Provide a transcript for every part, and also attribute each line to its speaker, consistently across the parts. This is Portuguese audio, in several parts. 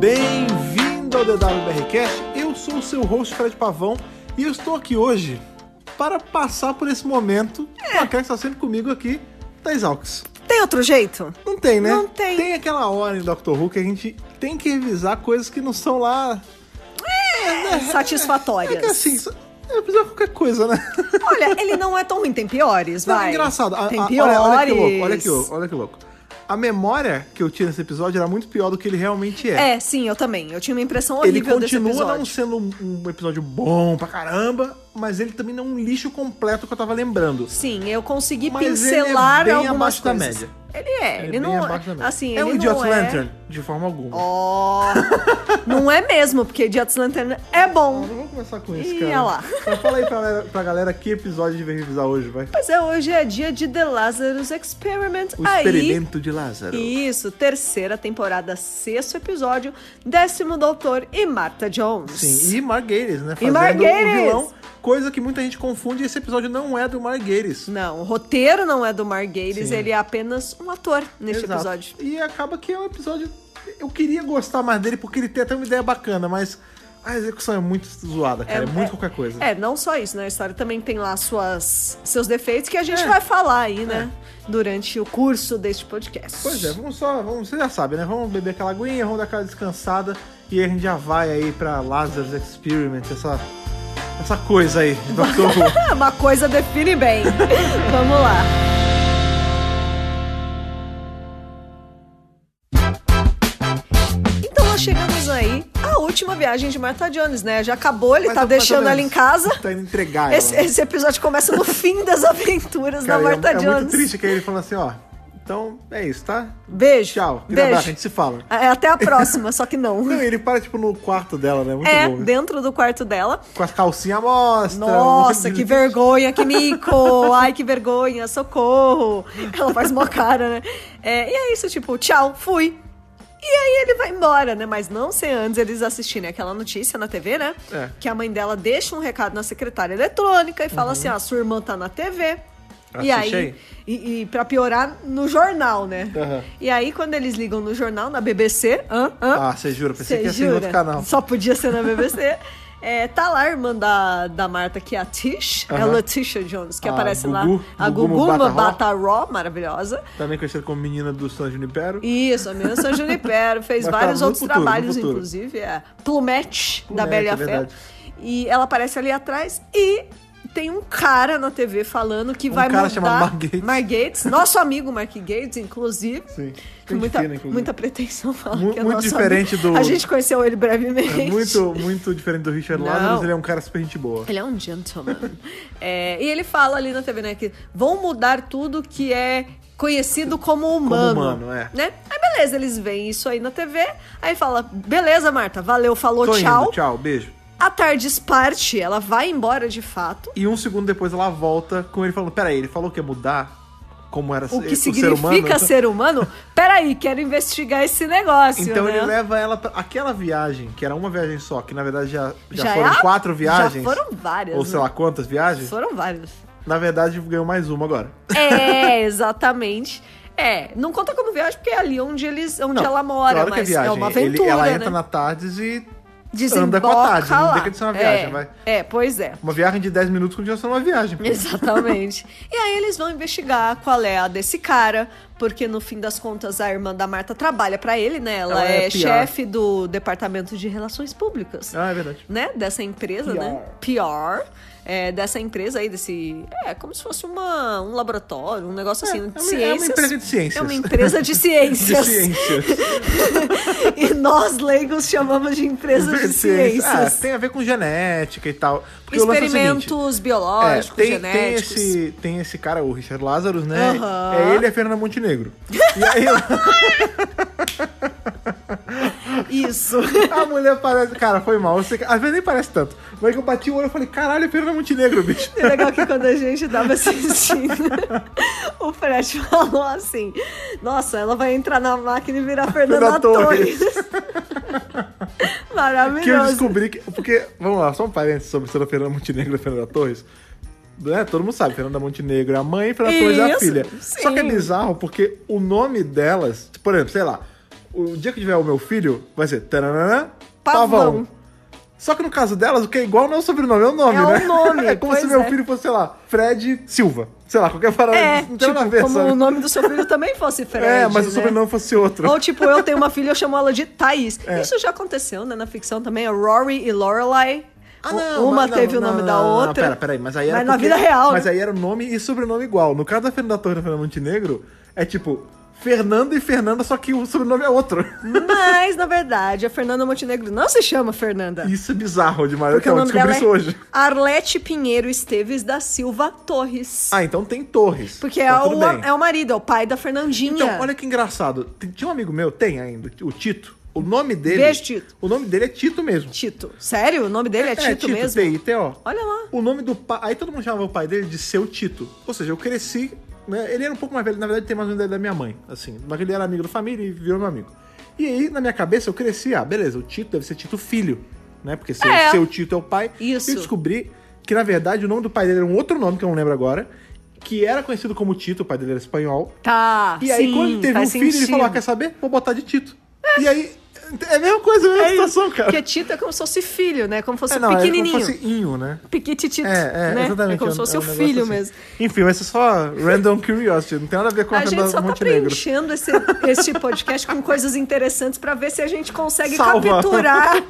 Speaker 1: Bem-vindo ao DWBRCast, eu sou o seu host Fred Pavão e eu estou aqui hoje para passar por esse momento com aquela que está sempre comigo aqui, Thais Alves.
Speaker 2: Tem outro jeito?
Speaker 1: Não tem, né?
Speaker 2: Não tem.
Speaker 1: Tem aquela hora em Doctor Who que a gente tem que revisar coisas que não são lá... É
Speaker 2: Satisfatórias.
Speaker 1: que assim, só- é precisar de qualquer coisa, né?
Speaker 2: Olha, ele não é tão ruim, tem piores,
Speaker 1: Não,
Speaker 2: vai.
Speaker 1: engraçado. A-
Speaker 2: Tem
Speaker 1: a-
Speaker 2: piores.
Speaker 1: olha, olha que louco, olha que louco, olha que louco. A memória que eu tinha nesse episódio era muito pior do que ele realmente é.
Speaker 2: É, sim, eu também. Eu tinha uma impressão
Speaker 1: ele
Speaker 2: horrível desse
Speaker 1: continua
Speaker 2: episódio.
Speaker 1: não sendo um, um episódio bom pra caramba, mas ele também não é um lixo completo que eu tava lembrando.
Speaker 2: Sim, eu consegui
Speaker 1: Mas ele é
Speaker 2: pincelar
Speaker 1: bem
Speaker 2: algumas
Speaker 1: abaixo da
Speaker 2: coisas.
Speaker 1: média.
Speaker 2: Ele é, ele,
Speaker 1: bem
Speaker 2: não
Speaker 1: abaixo da média.
Speaker 2: assim,
Speaker 1: é
Speaker 2: ele
Speaker 1: um
Speaker 2: não
Speaker 1: Idiot's
Speaker 2: é...
Speaker 1: Lantern, de forma alguma.
Speaker 2: Ó, não é mesmo, porque Idiot's Lantern é
Speaker 1: Não
Speaker 2: bom.
Speaker 1: vamos começar com isso,
Speaker 2: Ih,
Speaker 1: cara.
Speaker 2: olha lá.
Speaker 1: Mas fala aí pra, galera- pra galera que episódio a gente vai revisar hoje, vai.
Speaker 2: Pois é, hoje é dia de The Lazarus Experiment.
Speaker 1: O
Speaker 2: Aí
Speaker 1: experimento de Lázaro.
Speaker 2: Isso, terceira temporada, sexto episódio, décimo doutor e Martha Jones.
Speaker 1: Sim, e Marguerite, né?
Speaker 2: E
Speaker 1: Fazendo
Speaker 2: Marguerite!
Speaker 1: o vilão, coisa que muita gente confunde, esse episódio não é do Marguerite.
Speaker 2: Não, o roteiro não é do Marguerite,
Speaker 1: Sim.
Speaker 2: ele é apenas um ator neste
Speaker 1: Exato.
Speaker 2: episódio.
Speaker 1: E acaba que é um episódio. Eu queria gostar mais dele porque ele tem até uma ideia bacana, mas a execução é muito zoada, cara. É, muito qualquer coisa.
Speaker 2: É, não só isso, né? A história também tem lá suas, seus defeitos que a
Speaker 1: É.
Speaker 2: gente vai falar aí, né? Durante o curso deste podcast.
Speaker 1: Pois é, vamos só. Vamos, você já sabe, né? Vamos beber aquela aguinha, vamos dar aquela descansada e aí a gente já vai aí pra Lazarus Experiment, essa. Essa coisa aí, de Dr. Who.
Speaker 2: Ah, Uma coisa define bem. Vamos lá. Então nós chegamos aí à última viagem de Martha Jones, né? Já acabou, ele
Speaker 1: Mas
Speaker 2: tá
Speaker 1: é mais ou
Speaker 2: deixando
Speaker 1: menos.
Speaker 2: ela em casa.
Speaker 1: Tá indo entregar ela.
Speaker 2: Esse, é esse episódio começa no fim das aventuras
Speaker 1: Cara,
Speaker 2: da Martha
Speaker 1: é, é
Speaker 2: Jones.
Speaker 1: muito triste que aí ele fala assim, ó. Então, é isso, tá?
Speaker 2: Beijo.
Speaker 1: Tchau. Grande abraço, a
Speaker 2: Beijo.
Speaker 1: gente se fala.
Speaker 2: É, até a próxima, só que não.
Speaker 1: Não, ele para, tipo, no quarto dela, né? Muito
Speaker 2: É,
Speaker 1: bom.
Speaker 2: dentro do quarto dela.
Speaker 1: Com as calcinhas à mostra. um
Speaker 2: Nossa,
Speaker 1: muito
Speaker 2: que vergonha, que mico! Ai, que vergonha, socorro! Ela faz mó cara, né? É, e é isso, tipo, tchau, fui. E aí ele vai embora, né? Mas não sem antes eles assistirem aquela notícia na TV, né?
Speaker 1: É.
Speaker 2: Que a mãe dela deixa um recado na secretária eletrônica e fala assim, ó, sua irmã tá na TV. E
Speaker 1: Uhum. Assiste
Speaker 2: aí,
Speaker 1: aí.
Speaker 2: e, e pra piorar, no jornal, né?
Speaker 1: Aham.
Speaker 2: E aí, quando eles ligam no jornal, na BBC, hã, hã,
Speaker 1: Ah, você jura? Pensei
Speaker 2: Cê
Speaker 1: que ia ser em outro canal.
Speaker 2: Só podia ser na BBC. É, tá lá a irmã da, da Marta, que é a Tish, é a
Speaker 1: Aham.
Speaker 2: Letitia Jones, que
Speaker 1: A
Speaker 2: aparece
Speaker 1: Gugu,
Speaker 2: lá. A
Speaker 1: Gugu
Speaker 2: Gugu
Speaker 1: Mbatha-Raw.
Speaker 2: Bataró, maravilhosa.
Speaker 1: Também conhecida como menina do San Junipero.
Speaker 2: Isso, a menina San Junipero, fez
Speaker 1: Mas tá
Speaker 2: vários
Speaker 1: no
Speaker 2: outros
Speaker 1: futuro, no
Speaker 2: trabalhos,
Speaker 1: futuro.
Speaker 2: inclusive. É. Plumete,
Speaker 1: Plumete,
Speaker 2: da Bela e
Speaker 1: é
Speaker 2: a Fera.
Speaker 1: verdade.
Speaker 2: E ela aparece ali atrás e tem um cara na TV falando que
Speaker 1: Um
Speaker 2: vai
Speaker 1: cara
Speaker 2: mudar...
Speaker 1: chamado Mark Gates.
Speaker 2: Mark Gates, nosso amigo Mark Gates, inclusive.
Speaker 1: Sim.
Speaker 2: Com
Speaker 1: Gente
Speaker 2: muita,
Speaker 1: fina, né, inclusive.
Speaker 2: muita pretensão falar
Speaker 1: Mu-
Speaker 2: que é
Speaker 1: muito
Speaker 2: nosso
Speaker 1: diferente
Speaker 2: amigo.
Speaker 1: do-
Speaker 2: A gente conheceu ele brevemente.
Speaker 1: É muito, muito diferente do Richard
Speaker 2: Não.
Speaker 1: Lazarus, ele é um cara super gente boa.
Speaker 2: Ele é um gentleman. É, e ele fala ali na TV, né, que vão mudar tudo que é conhecido como humano.
Speaker 1: humano, é.
Speaker 2: Né? Aí beleza, eles veem isso aí na TV, aí fala, beleza, Marta, valeu, falou,
Speaker 1: Tô
Speaker 2: tchau.
Speaker 1: indo, tchau, beijo.
Speaker 2: A tarde parte, ela vai embora de fato.
Speaker 1: E um segundo depois ela volta com ele falando, peraí, ele falou que ia mudar como era
Speaker 2: O
Speaker 1: ser-
Speaker 2: que
Speaker 1: ser humano.
Speaker 2: significa
Speaker 1: Então-
Speaker 2: ser humano? Peraí, quero investigar esse negócio,
Speaker 1: Então
Speaker 2: né?
Speaker 1: ele leva ela pra aquela viagem, que era uma viagem só, que na verdade já, já,
Speaker 2: Já
Speaker 1: foram
Speaker 2: é a-
Speaker 1: quatro
Speaker 2: já
Speaker 1: viagens.
Speaker 2: foram várias,
Speaker 1: Ou sei
Speaker 2: né?
Speaker 1: lá quantas viagens.
Speaker 2: Foram vários.
Speaker 1: Na verdade ganhou mais uma agora.
Speaker 2: É, exatamente. É, não conta como viagem, porque é ali onde eles, onde
Speaker 1: Não,
Speaker 2: ela mora,
Speaker 1: claro
Speaker 2: mas
Speaker 1: que é viagem.
Speaker 2: uma
Speaker 1: Ele-
Speaker 2: aventura,
Speaker 1: ela
Speaker 2: né?
Speaker 1: entra na Tardes e
Speaker 2: Desemboca
Speaker 1: anda com a Tardes. Não
Speaker 2: lá.
Speaker 1: deixa de ser uma viagem,
Speaker 2: é,
Speaker 1: vai.
Speaker 2: É, pois é.
Speaker 1: Uma viagem de 10 minutos continua sendo uma viagem. pô.
Speaker 2: Exatamente. e aí eles vão investigar qual é a desse cara, porque no fim das contas a irmã da Marta trabalha pra ele, né? Ela,
Speaker 1: Ela é
Speaker 2: é,
Speaker 1: PR.
Speaker 2: chefe do departamento de relações públicas.
Speaker 1: Ah, é verdade.
Speaker 2: né, dessa empresa, né? PR, é, dessa empresa aí, desse. É como se fosse uma, um laboratório, um negócio assim, de
Speaker 1: é uma- é uma
Speaker 2: ciências.
Speaker 1: empresa de ciências.
Speaker 2: É uma empresa de ciências.
Speaker 1: De ciências.
Speaker 2: e nós, leigos, chamamos de empresa de ciências.
Speaker 1: Ah, tem a ver com genética e tal. Porque o lance é o seguinte,
Speaker 2: Experimentos
Speaker 1: é,
Speaker 2: biológicos,
Speaker 1: tem, tem,
Speaker 2: genéticos.
Speaker 1: esse, tem esse cara, o Richard Lazarus, né?
Speaker 2: Aham.
Speaker 1: É ele e a Fernanda Montenegro. E aí
Speaker 2: Isso.
Speaker 1: a mulher parece. Cara, foi mal. Eu sei que- às vezes nem parece tanto. Mas que eu bati o olho e falei, caralho, é Fernanda Montenegro, bicho.
Speaker 2: É legal que quando a gente tava assistindo, o Fred falou assim: Nossa, ela vai entrar na máquina e virar Fernanda
Speaker 1: Fernanda
Speaker 2: Torres.
Speaker 1: Torres." Que eu
Speaker 2: Maravilhoso.
Speaker 1: descobri que. Porque, vamos lá, só um parênteses sobre ser a Fernanda Montenegro e a Fernanda Torres. Né? Todo mundo sabe, Fernanda Montenegro é a mãe e Fernanda Torres é a
Speaker 2: Isso,
Speaker 1: filha.
Speaker 2: sim.
Speaker 1: Só que é bizarro porque o nome delas, por exemplo, sei lá, O dia que tiver o meu filho, vai ser tananã,
Speaker 2: Pavão.
Speaker 1: Pavão. Só que no caso delas, o que é igual não é o sobrenome, é o nome,
Speaker 2: É o
Speaker 1: né?
Speaker 2: nome,
Speaker 1: é como se
Speaker 2: pois
Speaker 1: meu
Speaker 2: é.
Speaker 1: filho fosse, sei lá, Fred Silva. Sei lá, qualquer parada.
Speaker 2: É,
Speaker 1: não tem nada a
Speaker 2: tipo,
Speaker 1: ver,
Speaker 2: como
Speaker 1: sabe?
Speaker 2: o nome do seu filho também fosse Fred.
Speaker 1: é, mas o
Speaker 2: né?
Speaker 1: sobrenome É. fosse outro.
Speaker 2: Ou tipo, eu tenho uma filha, eu chamo ela de Thaís. Isso já aconteceu, né? Na ficção também, é Rory e Lorelai.
Speaker 1: Ah,
Speaker 2: U-
Speaker 1: não,
Speaker 2: uma
Speaker 1: mas não,
Speaker 2: teve o
Speaker 1: não,
Speaker 2: nome
Speaker 1: não,
Speaker 2: da
Speaker 1: não, não,
Speaker 2: outra.
Speaker 1: Pera, peraí, mas aí era.
Speaker 2: Mas na
Speaker 1: porque-
Speaker 2: vida real,
Speaker 1: Mas é-
Speaker 2: né?
Speaker 1: aí era nome e sobrenome igual. No caso da Fernanda Torre e da Fernanda Montenegro, é tipo Fernando e Fernanda, só que o sobrenome é outro.
Speaker 2: Mas, na verdade, a Fernanda Montenegro não se chama Fernanda.
Speaker 1: Isso é bizarro demais.
Speaker 2: Porque
Speaker 1: eu
Speaker 2: o nome
Speaker 1: descobri
Speaker 2: dela
Speaker 1: isso
Speaker 2: é
Speaker 1: hoje.
Speaker 2: Arlete Pinheiro Esteves da Silva Torres.
Speaker 1: Ah, então tem Torres.
Speaker 2: porque é,
Speaker 1: Então, tudo
Speaker 2: o,
Speaker 1: bem.
Speaker 2: é o marido, é o pai da Fernandinha.
Speaker 1: Então, olha que engraçado. Tem- Tinha um amigo meu, tem ainda, o Tito. O nome dele.
Speaker 2: Beijo, Tito.
Speaker 1: O nome dele é Tito mesmo.
Speaker 2: Tito. Sério? O nome dele é, Tito, mesmo?
Speaker 1: T-I-T-O.
Speaker 2: Olha lá.
Speaker 1: O nome do pai. Aí todo mundo chamava o pai dele de seu Tito. Ou seja, eu cresci. né, Ele era um pouco mais velho, na verdade tem mais uma idade da minha mãe, assim. Mas ele era amigo da família e virou meu amigo. E aí, na minha cabeça, eu cresci, ah, beleza, o Tito deve ser Tito Filho, né? Porque seu,
Speaker 2: É.
Speaker 1: seu Tito é o pai.
Speaker 2: Isso.
Speaker 1: E eu descobri que, na verdade, o nome do pai dele era um outro nome que eu não lembro agora, que era conhecido como Tito, o pai dele era espanhol.
Speaker 2: Tá.
Speaker 1: E aí,
Speaker 2: sim,
Speaker 1: quando ele teve um
Speaker 2: faz
Speaker 1: filho, ele
Speaker 2: sentido.
Speaker 1: falou: ah, quer saber? Vou botar de Tito. E aí, é a mesma coisa, a mesma situação, cara.
Speaker 2: Porque Tito é como se fosse filho, né? Como se fosse
Speaker 1: é, não,
Speaker 2: pequenininho.
Speaker 1: É como se fosse inho, né?
Speaker 2: Piquititito,
Speaker 1: É, é,
Speaker 2: né?
Speaker 1: exatamente.
Speaker 2: É como
Speaker 1: um-
Speaker 2: se fosse
Speaker 1: é
Speaker 2: o
Speaker 1: um negócio
Speaker 2: filho
Speaker 1: assim.
Speaker 2: mesmo.
Speaker 1: Enfim, vai ser só random curiosity, não tem nada a ver com a,
Speaker 2: A gente
Speaker 1: Fernanda
Speaker 2: só tá
Speaker 1: Montenegro.
Speaker 2: preenchendo esse, esse podcast com coisas interessantes pra ver se a gente consegue
Speaker 1: Salva.
Speaker 2: capturar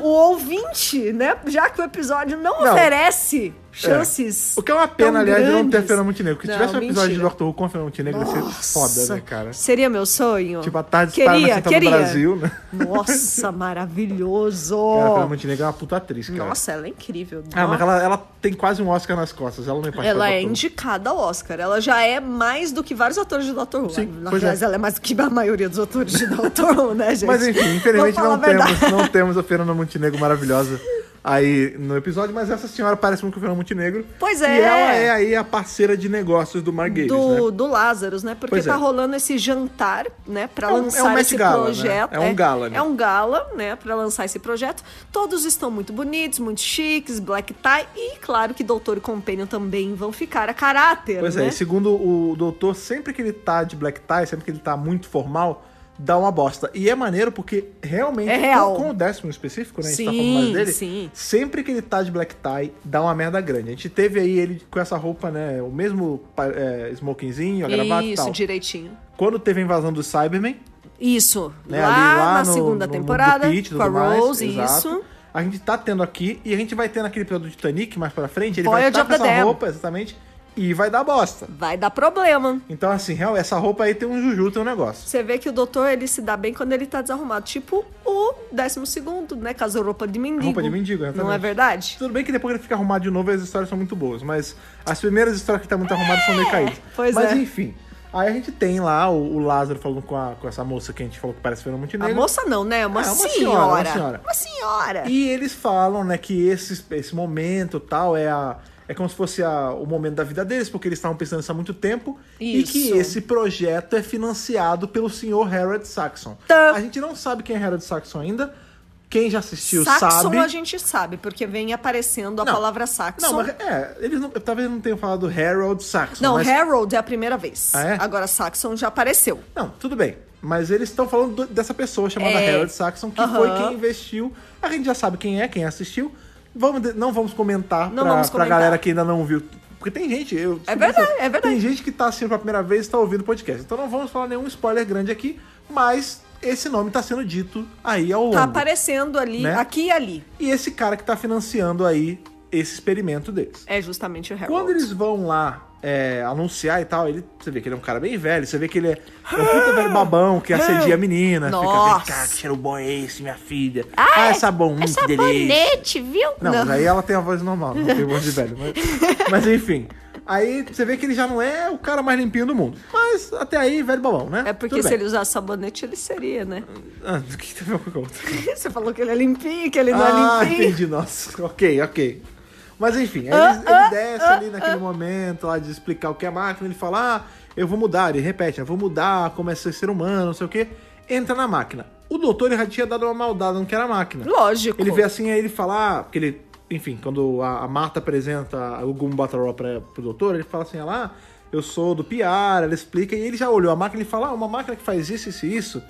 Speaker 2: o ouvinte, né? Já que o episódio não,
Speaker 1: Não.
Speaker 2: oferece chances.
Speaker 1: O que é uma pena,
Speaker 2: tão
Speaker 1: aliás, de não ter a
Speaker 2: grandes.
Speaker 1: Fernanda Montenegro. Porque se
Speaker 2: Não,
Speaker 1: tivesse um episódio
Speaker 2: mentira.
Speaker 1: de Doctor Who com a Fernanda Montenegro, ia ser foda, né, cara?
Speaker 2: Seria meu sonho.
Speaker 1: Tipo, a tarde se para na
Speaker 2: queria,
Speaker 1: Central
Speaker 2: queria.
Speaker 1: do Brasil, né? Cara,
Speaker 2: Nossa, maravilhoso.
Speaker 1: a Fernanda Montenegro é uma puta atriz, cara.
Speaker 2: Oh. Nossa, ela é incrível.
Speaker 1: Ah, mas
Speaker 2: Nossa.
Speaker 1: ela, ela tem quase um Oscar nas costas, ela não é participar de
Speaker 2: Ela é
Speaker 1: Doctor Who.
Speaker 2: indicada ao Oscar. Ela já é mais do que vários atores de Dr. Who.
Speaker 1: Sim,
Speaker 2: Na
Speaker 1: pois
Speaker 2: verdade,
Speaker 1: é.
Speaker 2: ela é mais do que a maioria dos atores de Dr. Who, né, gente?
Speaker 1: Mas enfim,
Speaker 2: Vamos
Speaker 1: infelizmente
Speaker 2: falar
Speaker 1: não
Speaker 2: a verdade.
Speaker 1: temos, não temos a Fernanda Montenegro maravilhosa aí no episódio, mas essa senhora parece muito com a Fernanda Montenegro.
Speaker 2: Pois
Speaker 1: E
Speaker 2: é.
Speaker 1: ela é aí a parceira de negócios do Mark Gatiss, né?
Speaker 2: do, do Lazarus, né? Porque
Speaker 1: Pois é.
Speaker 2: tá rolando esse jantar, né? Pra
Speaker 1: É um- é um
Speaker 2: lançar
Speaker 1: Met
Speaker 2: esse
Speaker 1: Gala, né?
Speaker 2: projeto.
Speaker 1: É um gala, né?
Speaker 2: É um gala, né? Pra lançar esse projeto. Todos estão muito bonitos, muito chiques, black tie. E claro que Doutor e Companion também vão ficar a caráter,
Speaker 1: Pois
Speaker 2: né?
Speaker 1: é, e segundo o doutor, sempre que ele tá de black tie, sempre que ele tá muito formal, dá uma bosta. E é maneiro porque realmente,
Speaker 2: É real.
Speaker 1: com com o décimo em específico, né? a gente tá
Speaker 2: Sim,
Speaker 1: falando mais dele.
Speaker 2: sim.
Speaker 1: Sempre que ele tá de black tie, dá uma merda grande. A gente teve aí ele com essa roupa, né? O mesmo pa- é, smokingzinho, a gravata e
Speaker 2: Isso,
Speaker 1: tal.
Speaker 2: direitinho.
Speaker 1: Quando teve a invasão do Cybermen,
Speaker 2: Isso.
Speaker 1: né?
Speaker 2: lá,
Speaker 1: ali, lá
Speaker 2: na
Speaker 1: no-
Speaker 2: segunda
Speaker 1: no- no
Speaker 2: temporada,
Speaker 1: do Pete e
Speaker 2: com a
Speaker 1: tudo mais,
Speaker 2: Rose,
Speaker 1: exato.
Speaker 2: isso.
Speaker 1: A gente tá tendo aqui, e a gente vai ter naquele episódio do Titanic mais pra frente, ele vai
Speaker 2: Voyage
Speaker 1: estar
Speaker 2: of
Speaker 1: com
Speaker 2: the
Speaker 1: essa
Speaker 2: Damned.
Speaker 1: roupa, exatamente, e vai dar bosta.
Speaker 2: Vai dar problema.
Speaker 1: Então, assim, real, essa roupa aí tem um juju, tem um negócio.
Speaker 2: Você vê que o doutor, ele se dá bem quando ele tá desarrumado. Tipo o décimo segundo, né? Caso roupa de mendigo.
Speaker 1: Roupa de mendigo, exatamente.
Speaker 2: Não é verdade?
Speaker 1: Tudo bem que depois que ele fica arrumado de novo, as histórias são muito boas. Mas as primeiras histórias que ele tá muito arrumado são meio caídas.
Speaker 2: pois
Speaker 1: mas
Speaker 2: é.
Speaker 1: enfim. Aí a gente tem lá o, o Lázaro falando com, a- com essa moça que a gente falou que parece Fernando
Speaker 2: A
Speaker 1: Montenegro.
Speaker 2: moça é. não, né? Uma,
Speaker 1: É, uma
Speaker 2: senhora.
Speaker 1: senhora, uma senhora.
Speaker 2: Uma senhora.
Speaker 1: E eles falam, né, que esse, esse momento tal é a. É como se fosse a- o momento da vida deles, porque eles estavam pensando isso há muito tempo. E
Speaker 2: Isso.
Speaker 1: que esse projeto é financiado pelo senhor Harold Saxon.
Speaker 2: Tá.
Speaker 1: A gente não sabe quem é Harold Saxon ainda. Quem já assistiu
Speaker 2: Saxon
Speaker 1: sabe.
Speaker 2: a gente sabe, porque vem aparecendo a
Speaker 1: Não.
Speaker 2: palavra Saxon.
Speaker 1: Não, mas é, eles não, talvez não tenham falado Harold Saxon.
Speaker 2: Não,
Speaker 1: mas,
Speaker 2: Harold é a primeira vez.
Speaker 1: Ah, é?
Speaker 2: Agora Saxon já apareceu. Tá
Speaker 1: não, tudo bem. Mas eles estão falando do- dessa pessoa chamada
Speaker 2: É.
Speaker 1: Harold Saxon, que
Speaker 2: Aham.
Speaker 1: foi quem investiu. A gente já sabe quem é, quem assistiu. Vamos, de- não vamos comentar
Speaker 2: Não
Speaker 1: pra,
Speaker 2: vamos
Speaker 1: pra
Speaker 2: comentar.
Speaker 1: galera que ainda não viu. Porque tem gente, eu.
Speaker 2: É verdade, é verdade.
Speaker 1: Tem gente que tá assistindo pela primeira vez e tá ouvindo o podcast. Então não vamos falar nenhum spoiler grande aqui, mas esse nome tá sendo dito aí ao longo.
Speaker 2: Tá aparecendo ali,
Speaker 1: Né?
Speaker 2: aqui e ali.
Speaker 1: E esse cara que tá financiando aí esse experimento deles.
Speaker 2: É justamente o Harold.
Speaker 1: Quando eles vão lá é, anunciar e tal, ele, você vê que ele é um cara bem velho, você vê que ele é um puta velho babão que assedia a menina.
Speaker 2: Nossa.
Speaker 1: Fica, vem cá, que cheiro bom é esse, minha filha? Ah, é sabão, hum, que delícia.
Speaker 2: Sabonete, viu?
Speaker 1: Não, mas aí ela tem a voz normal, não tem voz de velho. Mas, mas enfim, aí você vê que ele já não é o cara mais limpinho do mundo. Mas até aí, velho babão, né?
Speaker 2: É porque
Speaker 1: Tudo
Speaker 2: se
Speaker 1: bem.
Speaker 2: ele usasse sabonete, ele seria, né?
Speaker 1: Ah, o que tem a ver com o outro?
Speaker 2: Você falou que ele é limpinho, que ele não
Speaker 1: ah,
Speaker 2: é limpinho.
Speaker 1: entendi, nossa. Ok, ok. Mas enfim, aí ele,
Speaker 2: Ah,
Speaker 1: ele desce ali naquele momento lá de explicar o que é máquina, ele fala, ah, eu vou mudar, ele repete, eu vou mudar, começa a ser ser humano, não sei o quê. Entra na máquina. O doutor já tinha dado uma maldada no que era a máquina.
Speaker 2: Lógico.
Speaker 1: Ele vê assim, aí ele fala, ah, porque ele, enfim, quando a, a Marta apresenta o Gum Bataró pra, pro doutor, ele fala assim, lá, "Ah, eu sou do PR, ela explica, e ele já olhou a máquina e fala, ah, uma máquina que faz isso, isso e isso,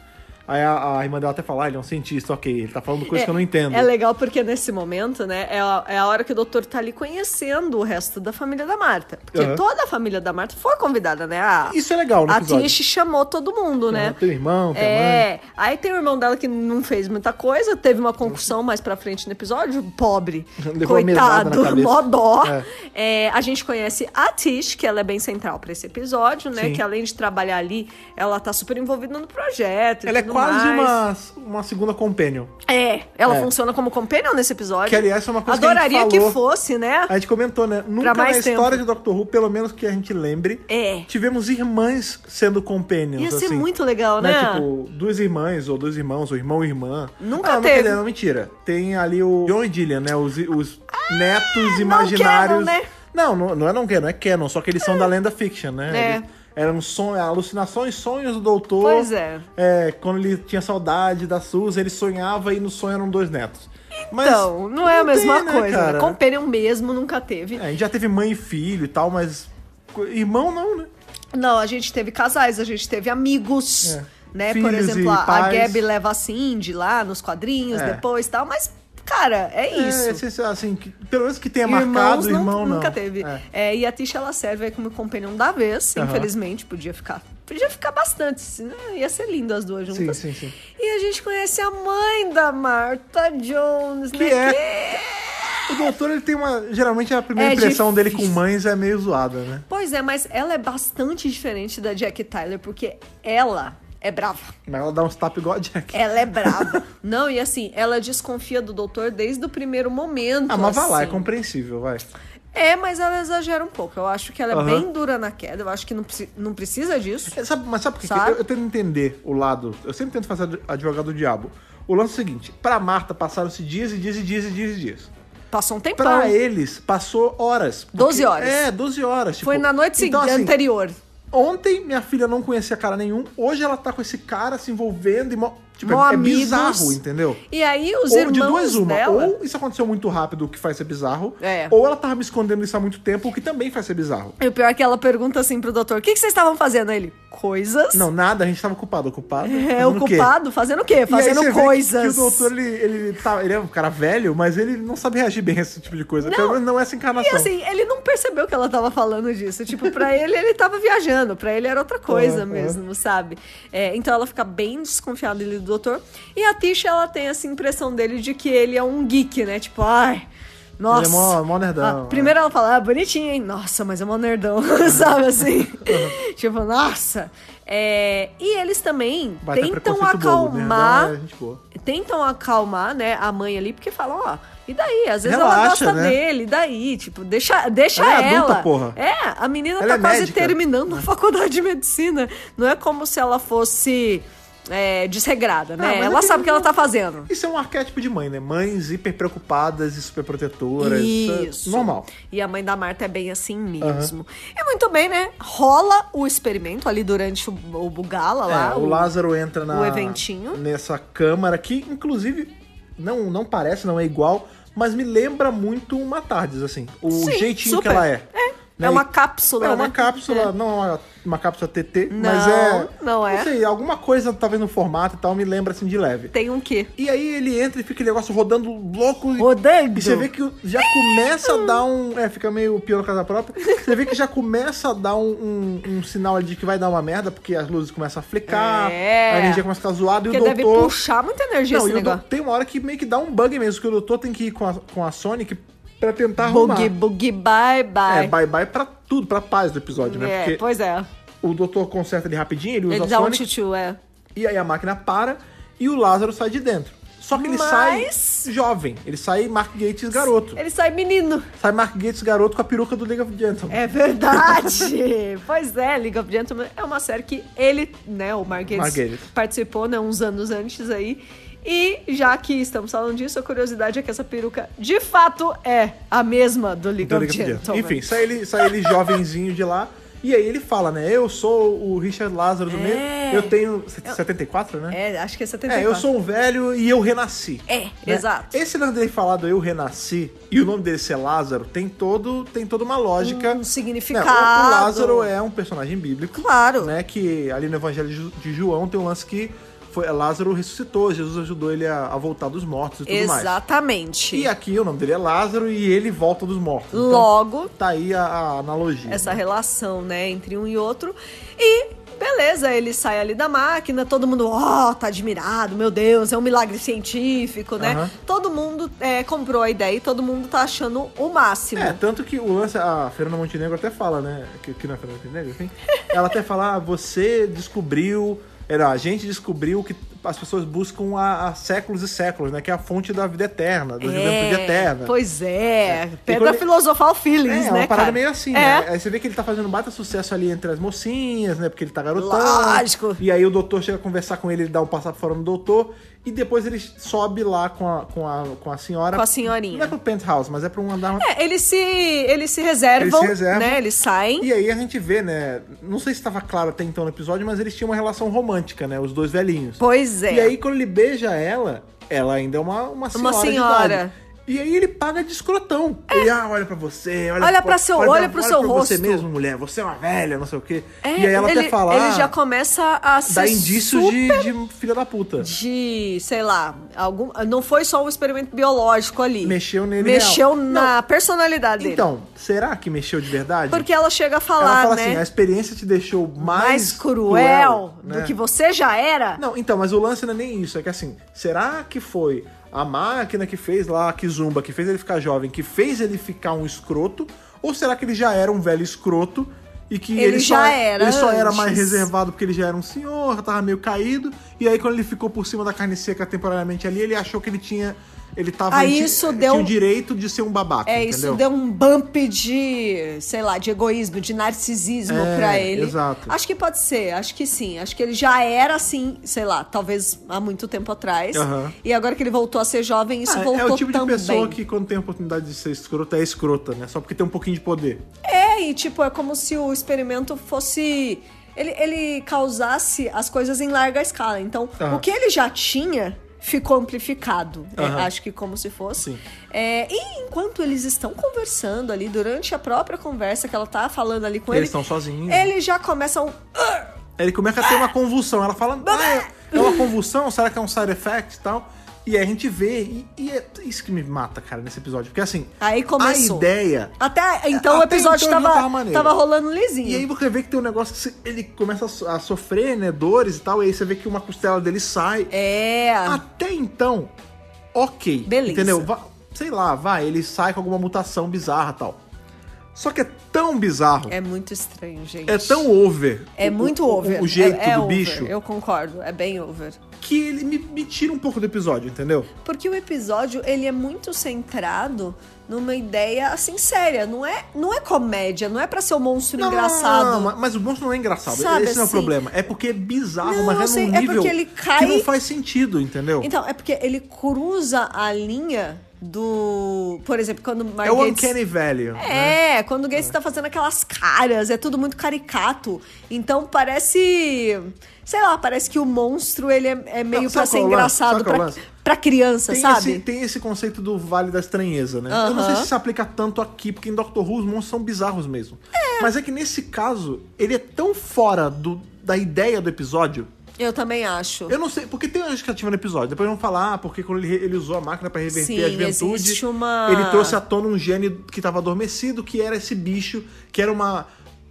Speaker 1: Aí a, a irmã dela até fala, ah, ele é um cientista, ok, ele tá falando coisa
Speaker 2: É-
Speaker 1: que eu não entendo.
Speaker 2: É legal porque nesse momento, né, é a, é a hora que o doutor tá ali conhecendo o resto da família da Marta. Porque
Speaker 1: Aham.
Speaker 2: toda a família da Marta foi convidada, né? A,
Speaker 1: Isso é legal no
Speaker 2: a
Speaker 1: episódio.
Speaker 2: Tish chamou todo mundo, né?
Speaker 1: Tem o irmão, tem a mãe.
Speaker 2: É, aí tem o irmão dela que não fez muita coisa, teve uma concussão mais pra frente no episódio, pobre,
Speaker 1: Levou uma mesada na
Speaker 2: coitado,
Speaker 1: cabeça.
Speaker 2: mó dó.
Speaker 1: É.
Speaker 2: É, a gente conhece a Tish, que ela é bem central pra esse episódio, né?
Speaker 1: Sim.
Speaker 2: Que além de trabalhar ali, ela tá super envolvida no projeto. e
Speaker 1: Ela é
Speaker 2: tudo
Speaker 1: quase
Speaker 2: mais.
Speaker 1: uma, uma segunda companion.
Speaker 2: É, ela
Speaker 1: É.
Speaker 2: funciona como companion nesse episódio.
Speaker 1: Que, aliás, é uma coisa que a gente
Speaker 2: Adoraria
Speaker 1: falou.
Speaker 2: fosse, né?
Speaker 1: A gente comentou, né? Nunca na
Speaker 2: mais tempo.
Speaker 1: história de Doctor Who, pelo menos que a gente lembre,
Speaker 2: É.
Speaker 1: tivemos irmãs sendo companions.
Speaker 2: Ia ser
Speaker 1: assim.
Speaker 2: muito legal,
Speaker 1: né?
Speaker 2: né?
Speaker 1: Tipo, duas irmãs, ou dois irmãos, ou irmão e irmã.
Speaker 2: Nunca
Speaker 1: ah, não,
Speaker 2: teve.
Speaker 1: quer dizer, Não, mentira. Tem ali o John e Dillian, né? Os, os netos imaginários.
Speaker 2: Ah, canon, né?
Speaker 1: Não, não, não é não canon, é canon. Só que eles são da lenda fiction, né?
Speaker 2: É.
Speaker 1: Eles- eram son... alucinações, sonhos do doutor.
Speaker 2: Pois é.
Speaker 1: É, quando ele tinha saudade da Suzy, ele sonhava e no sonho eram dois netos. Mas
Speaker 2: então, não é a mesma
Speaker 1: tem, né,
Speaker 2: coisa.
Speaker 1: cara?
Speaker 2: Né? Companion mesmo nunca teve.
Speaker 1: É, a gente já teve mãe e filho e tal, mas co- irmão não, né?
Speaker 2: Não, a gente teve casais, a gente teve amigos.
Speaker 1: É.
Speaker 2: Né?
Speaker 1: Filhos
Speaker 2: Por exemplo,
Speaker 1: e
Speaker 2: a, a
Speaker 1: pais.
Speaker 2: Gabi leva a Cindy lá nos quadrinhos,
Speaker 1: É.
Speaker 2: depois e tal, mas, cara, é isso.
Speaker 1: É, esse- assim, que- pelo menos que tenha
Speaker 2: Irmãos
Speaker 1: marcado,
Speaker 2: não-
Speaker 1: irmão não.
Speaker 2: nunca teve.
Speaker 1: É.
Speaker 2: É, e a Tisha, ela serve aí como companion da vez,
Speaker 1: Aham.
Speaker 2: infelizmente, podia ficar. Podia ficar bastante, se- né? ia ser lindo as duas juntas.
Speaker 1: Sim, sim, sim.
Speaker 2: E a gente conhece a mãe da Martha Jones,
Speaker 1: Que
Speaker 2: né?
Speaker 1: é-
Speaker 2: Que-
Speaker 1: O doutor, ele tem uma. Geralmente a primeira
Speaker 2: É
Speaker 1: impressão dele com
Speaker 2: difícil.
Speaker 1: mães é meio zoada, né?
Speaker 2: Pois é, mas ela é bastante diferente da Jack Tyler, porque ela é brava.
Speaker 1: Mas ela dá uns tapas igual a Jack.
Speaker 2: Ela é brava. Não, e assim, ela desconfia do doutor desde o primeiro momento.
Speaker 1: ah, mas vai lá, é
Speaker 2: assim.
Speaker 1: compreensível, vai.
Speaker 2: É, mas ela exagera um pouco. Eu acho que ela é
Speaker 1: Aham.
Speaker 2: bem dura na queda. Eu acho que não, preci- não precisa disso.
Speaker 1: É, sabe- mas sabe por quê?
Speaker 2: Sabe?
Speaker 1: Eu, eu tento entender o lado. Eu sempre tento fazer ad- advogado do diabo. O lance é o seguinte: pra Marta passaram-se dias e dias e dias e dias e dias.
Speaker 2: Passou um tempão.
Speaker 1: Pra eles, passou horas. Porque-
Speaker 2: 12 horas.
Speaker 1: É, 12 horas. tipo-
Speaker 2: Foi na noite seguinte,
Speaker 1: então, assim,
Speaker 2: anterior.
Speaker 1: Ontem minha filha não conhecia cara nenhum, hoje ela tá com esse cara se envolvendo e mó- tipo,
Speaker 2: Mó
Speaker 1: é, é
Speaker 2: amigos.
Speaker 1: bizarro, entendeu?
Speaker 2: E aí os
Speaker 1: ou
Speaker 2: irmãos
Speaker 1: de duas uma,
Speaker 2: dela...
Speaker 1: ou isso aconteceu muito rápido, o que faz ser bizarro,
Speaker 2: É.
Speaker 1: ou ela tava me escondendo isso há muito tempo, o que também faz ser bizarro.
Speaker 2: E o pior é que ela pergunta assim pro doutor, o que, que vocês estavam fazendo? Aí Ele, coisas.
Speaker 1: Não, nada, a gente tava ocupado, ocupado.
Speaker 2: É,
Speaker 1: fazendo o quê?
Speaker 2: ocupado? Fazendo o quê?
Speaker 1: E aí
Speaker 2: Fazendo
Speaker 1: você vê que-
Speaker 2: coisas.
Speaker 1: Que o doutor, ele, ele, tá, ele é um cara velho, mas ele não sabe reagir bem a esse tipo de coisa.
Speaker 2: Não.
Speaker 1: Pelo menos não essa encarnação.
Speaker 2: E assim, ele não percebeu que ela tava falando disso. Tipo, pra ele, ele tava viajando. Pra ele era outra coisa
Speaker 1: Aham.
Speaker 2: mesmo, sabe? É, então ela fica bem desconfiada dele do doutor. E a Tisha, ela tem essa impressão dele de que ele é um geek, né? Tipo, ai...
Speaker 1: é
Speaker 2: Nossa.
Speaker 1: mó- mó nerdão,
Speaker 2: Ah,
Speaker 1: é.
Speaker 2: primeiro ela fala, ah, bonitinho, hein? Nossa, mas é mó nerdão, sabe assim? tipo, nossa. É, e eles também
Speaker 1: Vai ter
Speaker 2: tentam
Speaker 1: preconceito bobo, né?
Speaker 2: acalmar
Speaker 1: Não, é gente boa.
Speaker 2: tentam acalmar, né, a mãe ali, porque falam, ó, e daí? Às vezes ela
Speaker 1: Relaxa,
Speaker 2: gosta
Speaker 1: né?
Speaker 2: dele, e daí? Tipo, deixa, deixa
Speaker 1: Ela
Speaker 2: ela.
Speaker 1: é adulta, porra.
Speaker 2: É, a menina
Speaker 1: Ela
Speaker 2: tá
Speaker 1: é
Speaker 2: quase
Speaker 1: médica.
Speaker 2: terminando a faculdade de medicina. Não é como se ela fosse é, desregrada,
Speaker 1: Ah,
Speaker 2: né?
Speaker 1: mas
Speaker 2: ela
Speaker 1: aquele-
Speaker 2: sabe o que ela tá fazendo.
Speaker 1: Isso é um arquétipo de mãe, né? Mães hiper preocupadas e super protetoras.
Speaker 2: Isso.
Speaker 1: é normal.
Speaker 2: E a mãe da Marta é bem assim mesmo. E muito bem, né? Rola o experimento ali durante o, o Bugala lá.
Speaker 1: É, o Lázaro entra na,
Speaker 2: o eventinho.
Speaker 1: nessa câmara que, inclusive, não, não parece, não é igual, mas me lembra muito uma Tardes, assim. O
Speaker 2: Sim,
Speaker 1: jeitinho
Speaker 2: super.
Speaker 1: que ela é.
Speaker 2: É,
Speaker 1: Né?
Speaker 2: é uma
Speaker 1: E-
Speaker 2: cápsula,
Speaker 1: É uma
Speaker 2: né?
Speaker 1: cápsula,
Speaker 2: É.
Speaker 1: não é uma, uma cápsula TT,
Speaker 2: Não,
Speaker 1: mas é.
Speaker 2: não é.
Speaker 1: Não sei, alguma coisa, talvez no formato e tal, me lembra assim de leve.
Speaker 2: Tem um quê?
Speaker 1: E aí ele entra e fica aquele negócio rodando louco e
Speaker 2: Rodando.
Speaker 1: E você vê que já começa a dar um. É, fica meio pior na casa própria. Você vê que já começa a dar um, um, um sinal ali de que vai dar uma merda, porque as luzes começam a flicar,
Speaker 2: É.
Speaker 1: a energia começa a ficar zoada e
Speaker 2: Porque
Speaker 1: o
Speaker 2: deve
Speaker 1: doutor.
Speaker 2: puxar muita energia
Speaker 1: Não, e
Speaker 2: esse
Speaker 1: o
Speaker 2: negócio.
Speaker 1: doutor tem uma hora que meio que dá um bug mesmo, que o doutor tem que ir com a, com a Sonic pra tentar arrumar.
Speaker 2: Boogie, boogie, bye, bye.
Speaker 1: É, bye bye pra tudo, pra paz do episódio, né?
Speaker 2: É,
Speaker 1: Porque
Speaker 2: pois é.
Speaker 1: o doutor conserta ele rapidinho, ele usa
Speaker 2: Ele
Speaker 1: a
Speaker 2: dá um
Speaker 1: Sonic,
Speaker 2: tchutchu, é.
Speaker 1: e aí a máquina para e o Lázaro sai de dentro. Só que ele
Speaker 2: Mas-
Speaker 1: sai jovem, ele sai Mark Gates garoto.
Speaker 2: Ele sai menino.
Speaker 1: Sai Mark Gates garoto com a peruca do League of Gentlemen.
Speaker 2: É verdade. pois é, League of Gentlemen é uma série que ele, né, o Marguerite,
Speaker 1: Mark Gatiss.
Speaker 2: participou, né, uns anos antes aí. E já que estamos falando disso, a curiosidade é que essa peruca, de fato, é a mesma do League,
Speaker 1: Do
Speaker 2: of,
Speaker 1: League of
Speaker 2: Gentlemen.
Speaker 1: Gentlemen. Enfim, sai ele, sai ele jovenzinho de lá. E aí ele fala, né? Eu sou o Richard Lázaro do
Speaker 2: É.
Speaker 1: meio. Eu tenho 74, né?
Speaker 2: É, acho que é
Speaker 1: É,
Speaker 2: 74.
Speaker 1: eu sou um velho e eu renasci. né?
Speaker 2: É, exato.
Speaker 1: Esse lance dele falado eu renasci e o nome dele ser Lázaro tem todo tem toda uma lógica.
Speaker 2: Um significado.
Speaker 1: Né, o- o Lázaro é um personagem bíblico,
Speaker 2: Claro.
Speaker 1: né, que ali no Evangelho de Ju- de João tem um lance que foi, Lázaro ressuscitou, Jesus ajudou ele a, a voltar dos mortos e tudo mais.
Speaker 2: Exatamente.
Speaker 1: E aqui o nome dele é Lázaro e ele volta dos mortos. Então,
Speaker 2: Logo,
Speaker 1: tá aí a, a analogia.
Speaker 2: essa
Speaker 1: né?
Speaker 2: relação, né, entre um e outro. E beleza, ele sai ali da máquina, todo mundo, ó, tá admirado, meu Deus, é um milagre científico, né?
Speaker 1: Aham.
Speaker 2: Todo mundo é, comprou a ideia e todo mundo tá achando o máximo.
Speaker 1: É, tanto que o lance, a Fernanda Montenegro até fala, né? Que, que não é Fernanda Montenegro, enfim. Ela até fala, ah, você descobriu. Era, a gente descobriu que as pessoas buscam há, há séculos e séculos, né? Que é a fonte da vida eterna, da
Speaker 2: É,
Speaker 1: juventude eterna.
Speaker 2: Pois é, pedra
Speaker 1: quando ele-
Speaker 2: filosofal
Speaker 1: É,
Speaker 2: feliz,
Speaker 1: é
Speaker 2: né,
Speaker 1: uma parada
Speaker 2: cara?
Speaker 1: meio assim,
Speaker 2: é.
Speaker 1: né? Aí você vê que ele tá fazendo um baita sucesso ali entre as mocinhas, né? Porque ele tá garotão.
Speaker 2: Lógico.
Speaker 1: E aí o doutor chega a conversar com ele, ele dá um passar fora no doutor. E depois ele sobe lá com a, com a, com a senhora.
Speaker 2: Com a senhorinha.
Speaker 1: Não é pro penthouse, mas é pra um andar...
Speaker 2: É, eles se, eles se reservam,
Speaker 1: Eles se reservam.
Speaker 2: né? Eles saem.
Speaker 1: E aí a gente vê, né? Não sei se estava claro até então no episódio, mas eles tinham uma relação romântica, né? Os dois velhinhos.
Speaker 2: Pois é.
Speaker 1: E aí quando ele beija ela, ela ainda é uma, uma senhora. de
Speaker 2: senhora. É.
Speaker 1: idade. E aí ele paga de escrotão. Ele, ah, olha pra você, olha,
Speaker 2: Olha
Speaker 1: pô,
Speaker 2: pra seu- olha pro seu
Speaker 1: Você
Speaker 2: rosto."
Speaker 1: mesmo, mulher, você é uma velha, não sei o quê.
Speaker 2: É,
Speaker 1: e aí ela
Speaker 2: ele,
Speaker 1: até fala,
Speaker 2: Ele já
Speaker 1: "Ah,
Speaker 2: começa a ser
Speaker 1: dá indícios
Speaker 2: super
Speaker 1: de, de filha da puta.
Speaker 2: de, sei lá, algum, não foi só um experimento biológico ali.
Speaker 1: Mexeu nele
Speaker 2: Mexeu
Speaker 1: real.
Speaker 2: na personalidade dele.
Speaker 1: Então, será que mexeu de verdade?
Speaker 2: Porque ela chega a falar,
Speaker 1: ela fala
Speaker 2: né?
Speaker 1: assim, a experiência te deixou mais,
Speaker 2: mais cruel,
Speaker 1: né?
Speaker 2: do que você já era.
Speaker 1: Não, então, mas o lance não é nem isso. É que assim, será que foi a máquina que fez lá a Kizumba, que fez ele ficar jovem, que fez ele ficar um escroto? Ou será que ele já era um velho escroto e que
Speaker 2: Ele
Speaker 1: ele,
Speaker 2: já
Speaker 1: só, é,
Speaker 2: era
Speaker 1: ele só era
Speaker 2: antes.
Speaker 1: mais reservado porque ele já era um senhor, tava meio caído. E aí quando ele ficou por cima da carne seca temporariamente ali, ele achou que ele tinha... Ele tava...
Speaker 2: Aí
Speaker 1: ele tinha-
Speaker 2: isso
Speaker 1: tinha
Speaker 2: deu-
Speaker 1: o direito de ser um babaca,
Speaker 2: é,
Speaker 1: entendeu?
Speaker 2: isso deu um bump de, sei lá, de egoísmo, de narcisismo
Speaker 1: É,
Speaker 2: pra ele.
Speaker 1: exato.
Speaker 2: Acho que pode ser, acho que sim. Acho que ele já era assim, sei lá, talvez há muito tempo atrás.
Speaker 1: Aham.
Speaker 2: E agora que ele voltou a ser jovem, isso
Speaker 1: Ah,
Speaker 2: voltou
Speaker 1: é o tipo de
Speaker 2: também.
Speaker 1: pessoa que quando tem a oportunidade de ser escrota, é escrota, né? Só porque tem um pouquinho de poder.
Speaker 2: É, e tipo, é como se o experimento fosse. Ele, ele causasse as coisas em larga escala. Então,
Speaker 1: Aham.
Speaker 2: o que ele já tinha ficou amplificado. é,
Speaker 1: Aham.
Speaker 2: acho que como se fosse.
Speaker 1: Sim.
Speaker 2: É, e enquanto eles estão conversando ali, durante a própria conversa que ela tá falando ali com
Speaker 1: Eles
Speaker 2: ele.
Speaker 1: estão sozinhos.
Speaker 2: Ele já começa um.
Speaker 1: Aí ele começa a ter uma convulsão. Ela fala, ah, é uma convulsão? Será que é um side effect e tal? E aí a gente vê, e, e é isso que me mata, cara, nesse episódio. Porque assim,
Speaker 2: Aí
Speaker 1: a
Speaker 2: começou.
Speaker 1: ideia.
Speaker 2: Até então
Speaker 1: Até
Speaker 2: o episódio
Speaker 1: então já
Speaker 2: tava,
Speaker 1: tava maneiro.
Speaker 2: tava rolando lisinho.
Speaker 1: E aí você vê que tem um negócio que se- ele começa a so- a sofrer, né? Dores e tal. E aí você vê que uma costela dele sai.
Speaker 2: É.
Speaker 1: Até então, ok.
Speaker 2: Beleza.
Speaker 1: Entendeu? Va- sei lá, vai, ele sai com alguma mutação bizarra e tal. Só que é tão bizarro.
Speaker 2: É muito estranho, gente.
Speaker 1: É, tão over.
Speaker 2: É
Speaker 1: o-
Speaker 2: muito
Speaker 1: o- o-
Speaker 2: over.
Speaker 1: O, jeito
Speaker 2: é, é
Speaker 1: do
Speaker 2: over,
Speaker 1: bicho.
Speaker 2: Eu concordo, é bem over.
Speaker 1: Que ele me- me tira um pouco do episódio, entendeu?
Speaker 2: Porque o episódio, ele é muito centrado numa ideia, assim, séria. Não é, não é comédia, não é pra ser um monstro engraçado.
Speaker 1: não, mas o monstro não é engraçado.
Speaker 2: Sabe,
Speaker 1: Esse não é o
Speaker 2: assim-
Speaker 1: problema. É porque é bizarro,
Speaker 2: Não, eu
Speaker 1: mas é
Speaker 2: sei,
Speaker 1: num
Speaker 2: é
Speaker 1: nível
Speaker 2: porque ele cai-
Speaker 1: que não faz sentido, entendeu?
Speaker 2: Então, é porque ele cruza a linha do... Por exemplo, quando o
Speaker 1: é o
Speaker 2: Gates-
Speaker 1: Uncanny Valley. né?
Speaker 2: É, quando o Gates tá fazendo aquelas caras, é tudo muito caricato. Então parece... Sei lá, parece que o monstro, ele é, é meio
Speaker 1: Não,
Speaker 2: pra
Speaker 1: sabe
Speaker 2: ser
Speaker 1: qual é o lance?
Speaker 2: engraçado
Speaker 1: Sabe qual é o
Speaker 2: pra,
Speaker 1: lance?
Speaker 2: pra criança,
Speaker 1: Tem,
Speaker 2: sabe?
Speaker 1: Esse, tem esse conceito do Vale da Estranheza, né? Eu não
Speaker 2: Aham.
Speaker 1: sei se se aplica tanto aqui, porque em Doctor Who os monstros são bizarros mesmo. Mas é que nesse caso, ele é tão fora do- da ideia do episódio.
Speaker 2: Eu também acho.
Speaker 1: Eu não sei, porque tem uma justificativa no episódio. Depois vão falar, ah, porque quando ele, ele usou a máquina pra reverter
Speaker 2: Sim,
Speaker 1: a juventude,
Speaker 2: existe uma-
Speaker 1: ele trouxe à tona um gene que tava adormecido, que era esse bicho, que era uma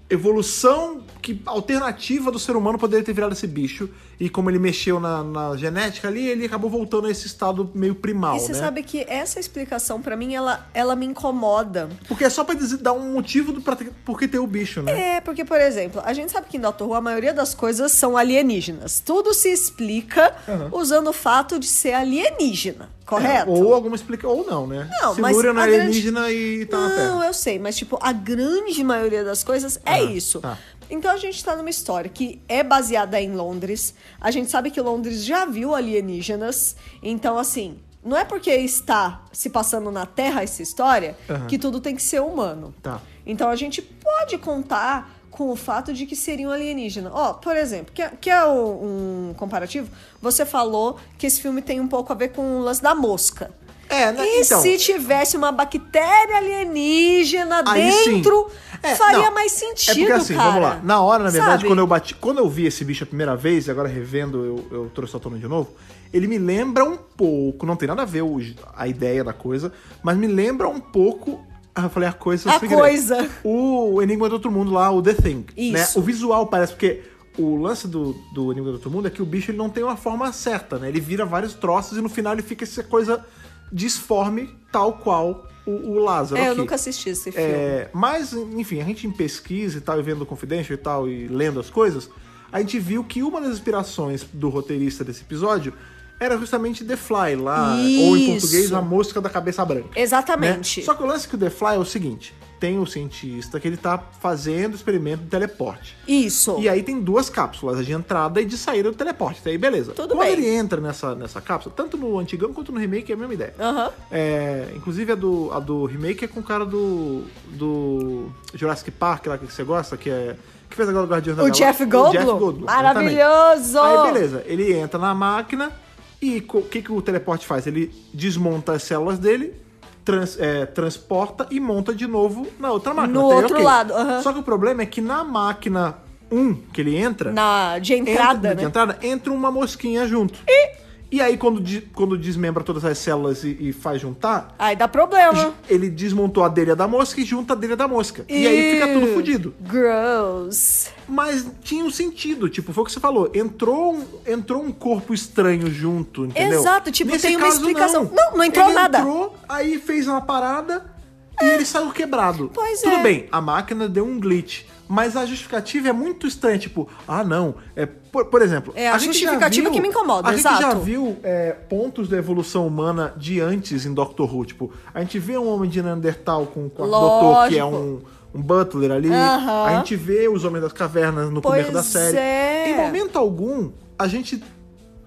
Speaker 1: evolução que alternativa do ser humano poderia ter virado esse bicho. E como ele mexeu na, na genética ali, ele acabou voltando a esse estado meio primal,
Speaker 2: E você
Speaker 1: né?
Speaker 2: sabe que essa explicação, pra mim, ela, ela me incomoda.
Speaker 1: Porque é só pra dizer, dar um motivo do, pra ter, por que ter o bicho, né?
Speaker 2: É, porque, por exemplo, a gente sabe que em Doctor Who a maioria das coisas são alienígenas. Tudo se explica
Speaker 1: Aham. É,
Speaker 2: usando o fato de ser alienígena, correto?
Speaker 1: ou alguma explica ou não, né?
Speaker 2: É, Não,
Speaker 1: Se
Speaker 2: mas
Speaker 1: Lúria não
Speaker 2: a
Speaker 1: é
Speaker 2: grande-
Speaker 1: alienígena e tá na Terra.
Speaker 2: Não, eu sei, mas, tipo, a grande maioria das coisas é
Speaker 1: Aham,
Speaker 2: isso.
Speaker 1: tá.
Speaker 2: Então a gente tá numa história que é baseada em Londres. A gente sabe que Londres já viu alienígenas. Então, assim, não é porque está se passando na Terra essa história
Speaker 1: Aham.
Speaker 2: que tudo tem que ser humano.
Speaker 1: Tá.
Speaker 2: Então a gente pode contar com o fato de que seria um alienígena. Ó, por exemplo, quer, quer um, um comparativo? Você falou que esse filme tem um pouco a ver com o lance da mosca.
Speaker 1: É, né?
Speaker 2: E
Speaker 1: então,
Speaker 2: se tivesse uma bactéria alienígena
Speaker 1: Aí sim.
Speaker 2: dentro,
Speaker 1: É,
Speaker 2: faria
Speaker 1: não.
Speaker 2: mais
Speaker 1: É
Speaker 2: sentido,
Speaker 1: porque assim,
Speaker 2: cara.
Speaker 1: vamos lá. Na hora, na verdade,
Speaker 2: Sabe?
Speaker 1: quando eu bati. Quando eu vi esse bicho a primeira vez, e agora revendo, eu, eu trouxe à tona de novo. Ele me lembra um pouco, não tem nada a ver o- a ideia da coisa, mas me lembra um pouco. Ah, eu falei a coisa. eu
Speaker 2: A
Speaker 1: sei que é.
Speaker 2: coisa.
Speaker 1: O Enigma do Outro Mundo lá, o The Thing. né?
Speaker 2: Isso.
Speaker 1: O visual parece, porque o lance do, do Enigma do Outro Mundo é que o bicho ele não tem uma forma certa, né? Ele vira vários troços e no final ele fica essa coisa disforme, tal qual o, o Lázaro.
Speaker 2: É, eu
Speaker 1: aqui.
Speaker 2: nunca assisti esse filme.
Speaker 1: É, mas, enfim, a gente em pesquisa e tal, e vendo o Confidential e tal, e lendo as coisas, a gente viu que uma das inspirações do roteirista desse episódio era justamente The Fly lá, ou em
Speaker 2: Isso.
Speaker 1: português, A Mosca da Cabeça Branca. né?
Speaker 2: Exatamente.
Speaker 1: Só que o lance que o The Fly é o seguinte, tem o cientista que ele tá fazendo o experimento de teleporte.
Speaker 2: Isso.
Speaker 1: E aí tem duas cápsulas, a de entrada e de saída do teleporte. Até aí, beleza.
Speaker 2: Tudo
Speaker 1: Quando
Speaker 2: bem.
Speaker 1: ele entra nessa, nessa cápsula, tanto no antigão quanto no remake, é a mesma ideia.
Speaker 2: Aham.
Speaker 1: É, inclusive a do, a do remake é com o cara do, do Jurassic Park, lá que você gosta, que é. Que fez agora o Guardião da
Speaker 2: O
Speaker 1: Galáxia.
Speaker 2: Jeff Goldblum? Maravilhoso!
Speaker 1: Aí beleza, ele entra na máquina e co- o que, que o teleporte faz? Ele desmonta as células dele, trans- é, transporta e monta de novo na outra máquina.
Speaker 2: No
Speaker 1: Até aí,
Speaker 2: outro
Speaker 1: ok.
Speaker 2: lado, aham.
Speaker 1: Só que o problema é que na máquina 1 que ele entra
Speaker 2: Na, de
Speaker 1: entra, é
Speaker 2: entrada,
Speaker 1: de
Speaker 2: né?
Speaker 1: entrada, entra uma mosquinha junto. E, aí, quando, de- quando desmembra todas as células e, e faz juntar,
Speaker 2: Aí dá problema.
Speaker 1: ju- ele desmontou a delha da mosca e junta a delha da mosca. E, aí fica tudo
Speaker 2: Ih,
Speaker 1: fudido.
Speaker 2: Gross.
Speaker 1: Mas tinha um sentido, tipo, foi o que você falou. Entrou um, entrou um corpo estranho junto, entendeu?
Speaker 2: Exato, tipo, tem uma explicação. Não, não entrou
Speaker 1: ele
Speaker 2: nada. É.
Speaker 1: entrou, aí fez uma parada e ele saiu quebrado.
Speaker 2: Pois
Speaker 1: Tudo
Speaker 2: é.
Speaker 1: bem, a máquina deu um glitch. Mas a justificativa é muito estranha, tipo, ah, não. É, por, por exemplo,
Speaker 2: É, a
Speaker 1: gente já
Speaker 2: justificativa que me incomoda,
Speaker 1: A gente já
Speaker 2: exato.
Speaker 1: viu é, pontos da evolução humana de antes em Doctor Who. Tipo, a gente vê um homem de Neandertal com um quarto doutor, que é
Speaker 2: Lógico.
Speaker 1: um, um butler ali.
Speaker 2: Aham.
Speaker 1: A gente vê os homens das cavernas no começo da
Speaker 2: Pois
Speaker 1: série.
Speaker 2: é.
Speaker 1: Em momento algum, a gente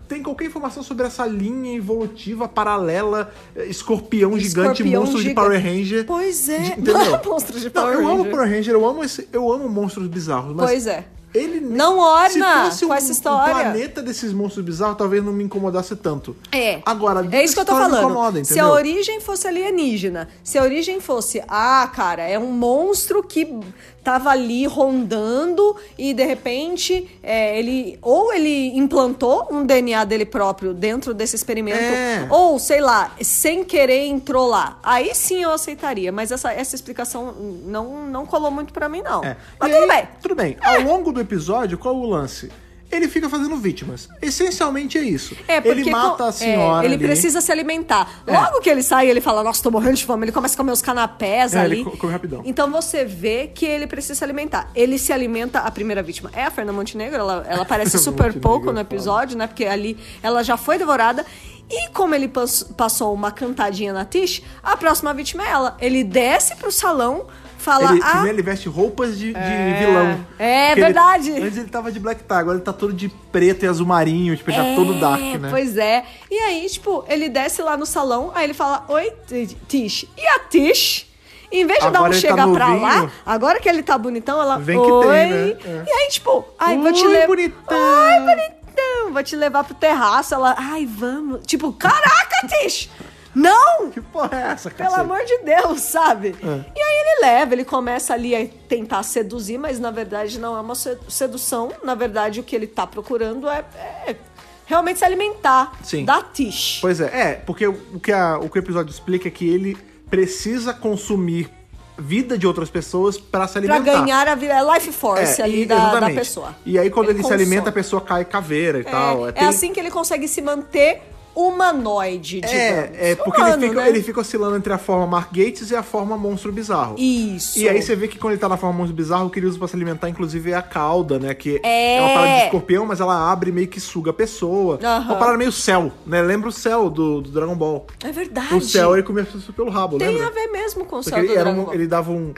Speaker 1: tem qualquer informação sobre essa linha evolutiva paralela, eh, escorpião, gigante,
Speaker 2: Escorpião
Speaker 1: monstro de
Speaker 2: gigante.
Speaker 1: Power Ranger.
Speaker 2: Pois é.
Speaker 1: De- entendeu?
Speaker 2: Monstro de
Speaker 1: Não,
Speaker 2: Power
Speaker 1: eu amo
Speaker 2: Ranger.
Speaker 1: Power Ranger, eu amo, esse, eu amo monstros bizarros, mas
Speaker 2: Pois é.
Speaker 1: ele
Speaker 2: Não orna
Speaker 1: se fosse
Speaker 2: com
Speaker 1: um,
Speaker 2: essa história.
Speaker 1: um planeta desses monstros bizarros, talvez não me incomodasse tanto.
Speaker 2: É.
Speaker 1: Agora,
Speaker 2: é isso que eu tô
Speaker 1: história me
Speaker 2: falando.
Speaker 1: Incomoda, entendeu?
Speaker 2: se a origem fosse alienígena, se a origem fosse, ah, cara, é um monstro que tava ali rondando e de repente é, ele ou ele implantou um DNA dele próprio dentro desse experimento,
Speaker 1: É.
Speaker 2: ou sei lá, sem querer entrou lá. Aí sim eu aceitaria, mas essa, essa explicação não, não colou muito pra mim não.
Speaker 1: É.
Speaker 2: Mas
Speaker 1: E
Speaker 2: tudo
Speaker 1: aí-
Speaker 2: bem. É.
Speaker 1: Tudo bem. Ao longo do episódio, qual o lance? Ele fica fazendo vítimas. Essencialmente é isso.
Speaker 2: É, porque
Speaker 1: ele mata
Speaker 2: com-
Speaker 1: a senhora.
Speaker 2: é, ele
Speaker 1: ali.
Speaker 2: precisa se alimentar.
Speaker 1: É.
Speaker 2: Logo que ele sai, ele fala: Nossa, tô morrendo de fome. Ele começa a comer os canapés
Speaker 1: É, ele
Speaker 2: ali.
Speaker 1: co- come rapidão.
Speaker 2: Então você vê que ele precisa se alimentar. Ele se alimenta, a primeira vítima é a Fernanda Montenegro. Ela, ela aparece super
Speaker 1: Montenegro é
Speaker 2: pouco no
Speaker 1: foda.
Speaker 2: episódio, né? Porque ali ela já foi devorada. E como ele pas- passou uma cantadinha na Tish, a próxima vítima é ela. Ele desce pro salão, fala:
Speaker 1: Ele,
Speaker 2: Ah,
Speaker 1: primeiro ele veste roupas de, de
Speaker 2: É.
Speaker 1: vilão.
Speaker 2: É,
Speaker 1: ele-
Speaker 2: verdade.
Speaker 1: antes ele tava de black tie, agora ele tá todo de preto e azul marinho, tipo, ele tá todo dark, né?
Speaker 2: É, Pois é. E aí, tipo, ele desce lá no salão, aí ele fala: Oi, T- Tish. E a Tish, em vez de dar
Speaker 1: Agora ele
Speaker 2: um
Speaker 1: tá
Speaker 2: chegar pra
Speaker 1: novinho.
Speaker 2: lá, agora que ele tá bonitão, ela.
Speaker 1: Vem que
Speaker 2: Oi.
Speaker 1: tem, né? É.
Speaker 2: E aí, tipo, ai, vou te
Speaker 1: Ui,
Speaker 2: levar.
Speaker 1: bonitão.
Speaker 2: Ai, bonitão. Vou te levar pro terraço. Ela, ai, vamos. Tipo, caraca, Tish! Não!
Speaker 1: Que porra é essa, cara?
Speaker 2: Pelo amor de Deus, sabe?
Speaker 1: É.
Speaker 2: E aí ele leva, ele começa ali a tentar seduzir, mas na verdade não é uma se- sedução. Na verdade, o que ele tá procurando é, é realmente se alimentar
Speaker 1: Sim.
Speaker 2: da Tish.
Speaker 1: Pois é, é, porque o que, a- o que o episódio explica é que ele precisa consumir vida de outras pessoas pra se
Speaker 2: Pra
Speaker 1: alimentar.
Speaker 2: ganhar a vida, é life force
Speaker 1: É,
Speaker 2: ali
Speaker 1: e-
Speaker 2: da, da
Speaker 1: exatamente.
Speaker 2: pessoa. É
Speaker 1: E aí, quando ele, se
Speaker 2: consome.
Speaker 1: alimenta, a pessoa cai caveira e
Speaker 2: É,
Speaker 1: tal.
Speaker 2: é
Speaker 1: tem-
Speaker 2: assim que ele consegue se manter humanoide, digamos.
Speaker 1: É, é porque
Speaker 2: Humano,
Speaker 1: ele, fica,
Speaker 2: né?
Speaker 1: ele fica oscilando entre a forma Mark Gates e a forma monstro bizarro.
Speaker 2: Isso.
Speaker 1: E aí você vê que quando ele tá na forma monstro bizarro, o que ele usa pra se alimentar, inclusive, é a cauda, né? Que
Speaker 2: É.
Speaker 1: uma parada de escorpião, mas ela abre e meio que suga a pessoa. É
Speaker 2: Aham.
Speaker 1: Uma parada meio céu, né? Lembra o céu do, do Dragon Ball.
Speaker 2: É verdade.
Speaker 1: O céu ele comia as pessoas pelo rabo,
Speaker 2: Tem
Speaker 1: lembra?
Speaker 2: a ver mesmo com o
Speaker 1: Porque
Speaker 2: céu do
Speaker 1: ele, era um-
Speaker 2: Dragon Ball.
Speaker 1: ele dava um.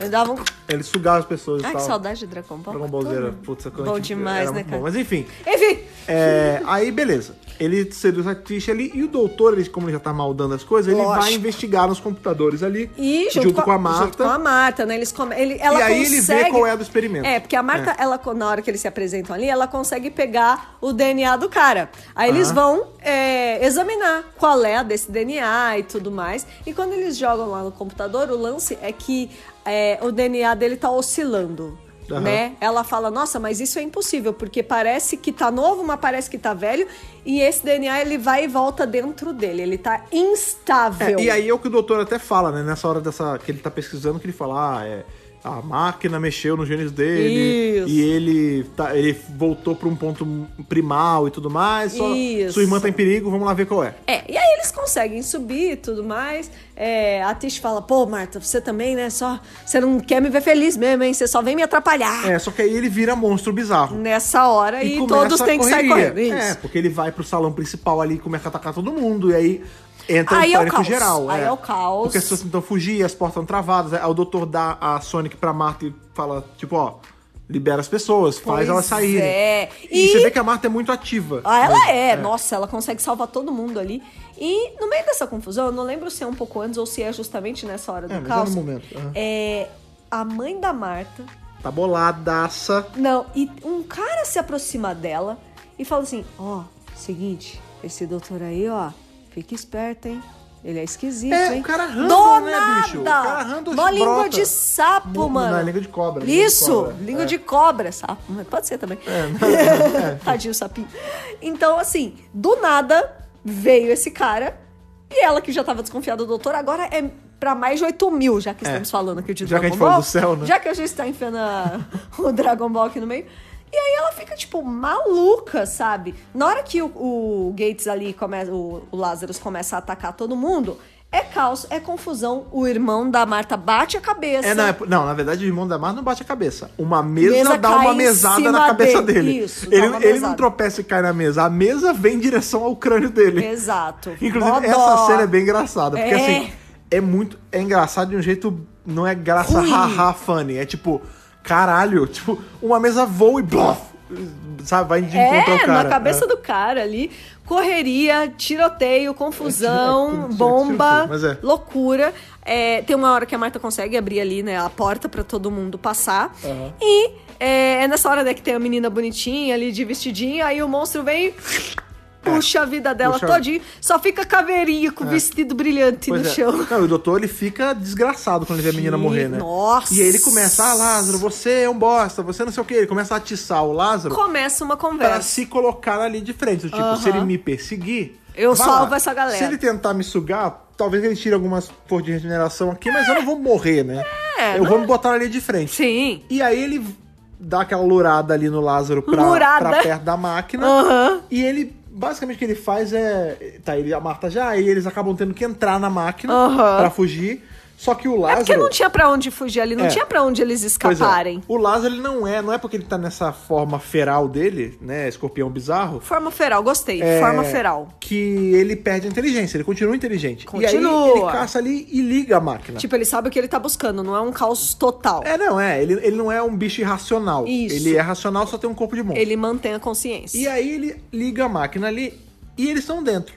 Speaker 2: Ele dava um...
Speaker 1: Ele sugava as pessoas e
Speaker 2: Ai, que
Speaker 1: tal.
Speaker 2: saudade de Dragon Ball.
Speaker 1: Dragon Ball Z era,
Speaker 2: Todo.
Speaker 1: putz, é quando a
Speaker 2: Bom
Speaker 1: gente-
Speaker 2: demais,
Speaker 1: era
Speaker 2: né,
Speaker 1: muito bom.
Speaker 2: cara?
Speaker 1: Mas enfim.
Speaker 2: Enfim,
Speaker 1: É, aí, beleza. Ele seduz a Trish ali e o doutor, ele, como ele já tá maldando as coisas, ele vai
Speaker 2: Lógico.
Speaker 1: investigar nos computadores ali,
Speaker 2: E junto,
Speaker 1: junto com a Marta.
Speaker 2: Junto com a Marta, né? Eles come, ele, ela
Speaker 1: E aí ele
Speaker 2: consegue...
Speaker 1: vê qual é a do experimento.
Speaker 2: É, porque a Marta, ela, na hora que eles se apresentam ali, ela consegue pegar o DNA do cara. Aí eles
Speaker 1: Aham.
Speaker 2: vão é, examinar qual é a desse DNA e tudo mais. E quando eles jogam lá no computador, o lance é que é, o DNA dele tá oscilando.
Speaker 1: Aham.
Speaker 2: Né? Ela fala, nossa, mas isso é impossível, porque parece que tá novo, mas parece que tá velho, e esse DNA ele vai e volta dentro dele, ele tá instável.
Speaker 1: É, e aí é o que o doutor até fala, né? Nessa hora dessa que ele tá pesquisando, que ele fala, ah, é, a máquina mexeu nos genes dele
Speaker 2: Isso.
Speaker 1: e ele, tá- ele voltou pra um ponto primal e tudo mais. Só
Speaker 2: Isso.
Speaker 1: sua irmã tá em perigo, vamos lá ver qual é.
Speaker 2: É, e aí eles conseguem subir e tudo mais. É, a Tish fala, pô, Marta, você também, né? Só, você não quer me ver feliz mesmo, hein? Você só vem me atrapalhar
Speaker 1: É, só que aí ele vira monstro bizarro.
Speaker 2: nessa hora e,
Speaker 1: É. começa
Speaker 2: todos
Speaker 1: a
Speaker 2: têm que sair
Speaker 1: correria.
Speaker 2: correndo. Isso.
Speaker 1: É, porque ele vai pro salão principal ali e começa a atacar todo mundo. E aí entra
Speaker 2: Aí
Speaker 1: o
Speaker 2: é o
Speaker 1: pânico
Speaker 2: caos.
Speaker 1: geral.
Speaker 2: Aí é o caos.
Speaker 1: Porque as pessoas tentam fugir, as portas estão travadas. Aí o doutor dá a Sonic pra Marta e fala, tipo, ó... Libera as pessoas, faz
Speaker 2: Pois
Speaker 1: elas saírem.
Speaker 2: é.
Speaker 1: E...
Speaker 2: E-
Speaker 1: você vê que a Marta é muito ativa.
Speaker 2: Ah, ela
Speaker 1: Mas-
Speaker 2: é. nossa, ela consegue salvar todo mundo ali. E no meio dessa confusão, eu não lembro se é um pouco antes ou se é justamente nessa hora do
Speaker 1: mas é no
Speaker 2: caos.
Speaker 1: momento, aham.
Speaker 2: É, a mãe da Marta
Speaker 1: Tá boladaça.
Speaker 2: Não, e um cara se aproxima dela e fala assim: Ó, seguinte, esse doutor aí, ó, fica esperto, hein? Ele é esquisito,
Speaker 1: É, o
Speaker 2: hein?
Speaker 1: cara random,
Speaker 2: Do
Speaker 1: né,
Speaker 2: nada!
Speaker 1: bicho? O cara random
Speaker 2: Mó
Speaker 1: se
Speaker 2: língua
Speaker 1: brota.
Speaker 2: de sapo,
Speaker 1: Mu-
Speaker 2: mano.
Speaker 1: não, é língua de cobra, língua de
Speaker 2: Isso,
Speaker 1: cobra,
Speaker 2: língua
Speaker 1: é.
Speaker 2: de cobra, sapo. mas Pode ser também. Tadinho o sapinho. Então, assim, do nada veio esse cara e ela que já tava desconfiada do doutor, agora é pra mais de 8 mil, já que estamos falando aqui de
Speaker 1: É. Já que a
Speaker 2: Dragon
Speaker 1: gente falou
Speaker 2: Ball.
Speaker 1: do céu, né?
Speaker 2: Já que a gente tá enfiando a- o Dragon Ball aqui no meio. E aí ela fica, tipo, maluca, sabe? Na hora que o, o Gates ali, começa, o, o Lazarus começa a atacar todo mundo, é caos, é confusão. O irmão da Marta bate a cabeça.
Speaker 1: É, não, é- não, na verdade o irmão da Marta não bate a cabeça. Uma mesa,
Speaker 2: Mesa
Speaker 1: dá
Speaker 2: cai
Speaker 1: uma
Speaker 2: em
Speaker 1: mesada
Speaker 2: cima
Speaker 1: na cabeça
Speaker 2: dele.
Speaker 1: dele.
Speaker 2: Isso, dá
Speaker 1: ele
Speaker 2: uma
Speaker 1: ele não
Speaker 2: mesada.
Speaker 1: tropeça e cai na mesa. A mesa vem em direção ao crânio dele.
Speaker 2: Exato.
Speaker 1: Inclusive,
Speaker 2: Mó
Speaker 1: essa
Speaker 2: dó.
Speaker 1: cena é bem engraçada. Porque
Speaker 2: É.
Speaker 1: assim, é muito. É engraçado de um jeito. Não é graça
Speaker 2: Ruim.
Speaker 1: haha funny. É tipo, caralho, tipo, uma mesa voa e blof. Sabe, vai de encontro ao
Speaker 2: É,
Speaker 1: cara.
Speaker 2: na cabeça
Speaker 1: É.
Speaker 2: do cara ali. Correria, tiroteio,
Speaker 1: É, tiro- é,
Speaker 2: confusão,
Speaker 1: tiro-
Speaker 2: bomba,
Speaker 1: tiroteio, mas é.
Speaker 2: loucura. É, tem uma hora que a Marta consegue abrir ali, né, a porta pra todo mundo passar.
Speaker 1: Aham.
Speaker 2: E é, é nessa hora, né, que tem a menina bonitinha ali de vestidinho, aí o monstro vem e puxa a vida dela
Speaker 1: Puxa. É.
Speaker 2: todinha. Só fica caveirinha com o vestido brilhante
Speaker 1: Pois
Speaker 2: no
Speaker 1: é.
Speaker 2: chão.
Speaker 1: Não, e o doutor ele fica desgraçado quando ele vê a menina
Speaker 2: Que-
Speaker 1: morrer, né?
Speaker 2: nossa.
Speaker 1: E aí ele começa, ah, Lázaro, você é um bosta, você não sei o que. Ele começa a atiçar o Lázaro
Speaker 2: Começa uma
Speaker 1: pra
Speaker 2: conversa.
Speaker 1: se colocar ali de frente. do Tipo,
Speaker 2: Aham.
Speaker 1: se ele me perseguir.
Speaker 2: Eu
Speaker 1: vai
Speaker 2: salvo essa galera.
Speaker 1: Se ele tentar me sugar, talvez ele tire algumas por de regeneração aqui, mas eu não vou morrer, né?
Speaker 2: É,
Speaker 1: eu vou me botar ali de frente.
Speaker 2: Sim.
Speaker 1: E aí ele dá aquela lurada ali no Lázaro pra,
Speaker 2: Lurada.
Speaker 1: pra perto da máquina.
Speaker 2: Aham.
Speaker 1: E ele, basicamente, o que ele faz é. Tá, ele, a Marta já, e eles acabam tendo que entrar na máquina
Speaker 2: Aham.
Speaker 1: pra fugir. Só que o
Speaker 2: É porque
Speaker 1: Lázaro.
Speaker 2: não tinha pra onde fugir ali, não
Speaker 1: É.
Speaker 2: tinha pra onde eles
Speaker 1: Pois é,
Speaker 2: escaparem.
Speaker 1: o Lázaro ele não é, não é porque ele tá nessa forma feral dele, né? Escorpião bizarro.
Speaker 2: Forma feral, gostei.
Speaker 1: é,
Speaker 2: Forma feral.
Speaker 1: Que ele perde a inteligência, ele continua inteligente. E aí ele
Speaker 2: Continua.
Speaker 1: caça ali e liga a máquina.
Speaker 2: Tipo, ele sabe o que ele tá buscando, não é um caos total.
Speaker 1: Né? É, não, é. Ele, ele não é um bicho irracional.
Speaker 2: Isso.
Speaker 1: Ele é racional, só tem um corpo de monstro.
Speaker 2: Ele mantém a consciência.
Speaker 1: E aí ele liga a máquina ali e eles estão dentro.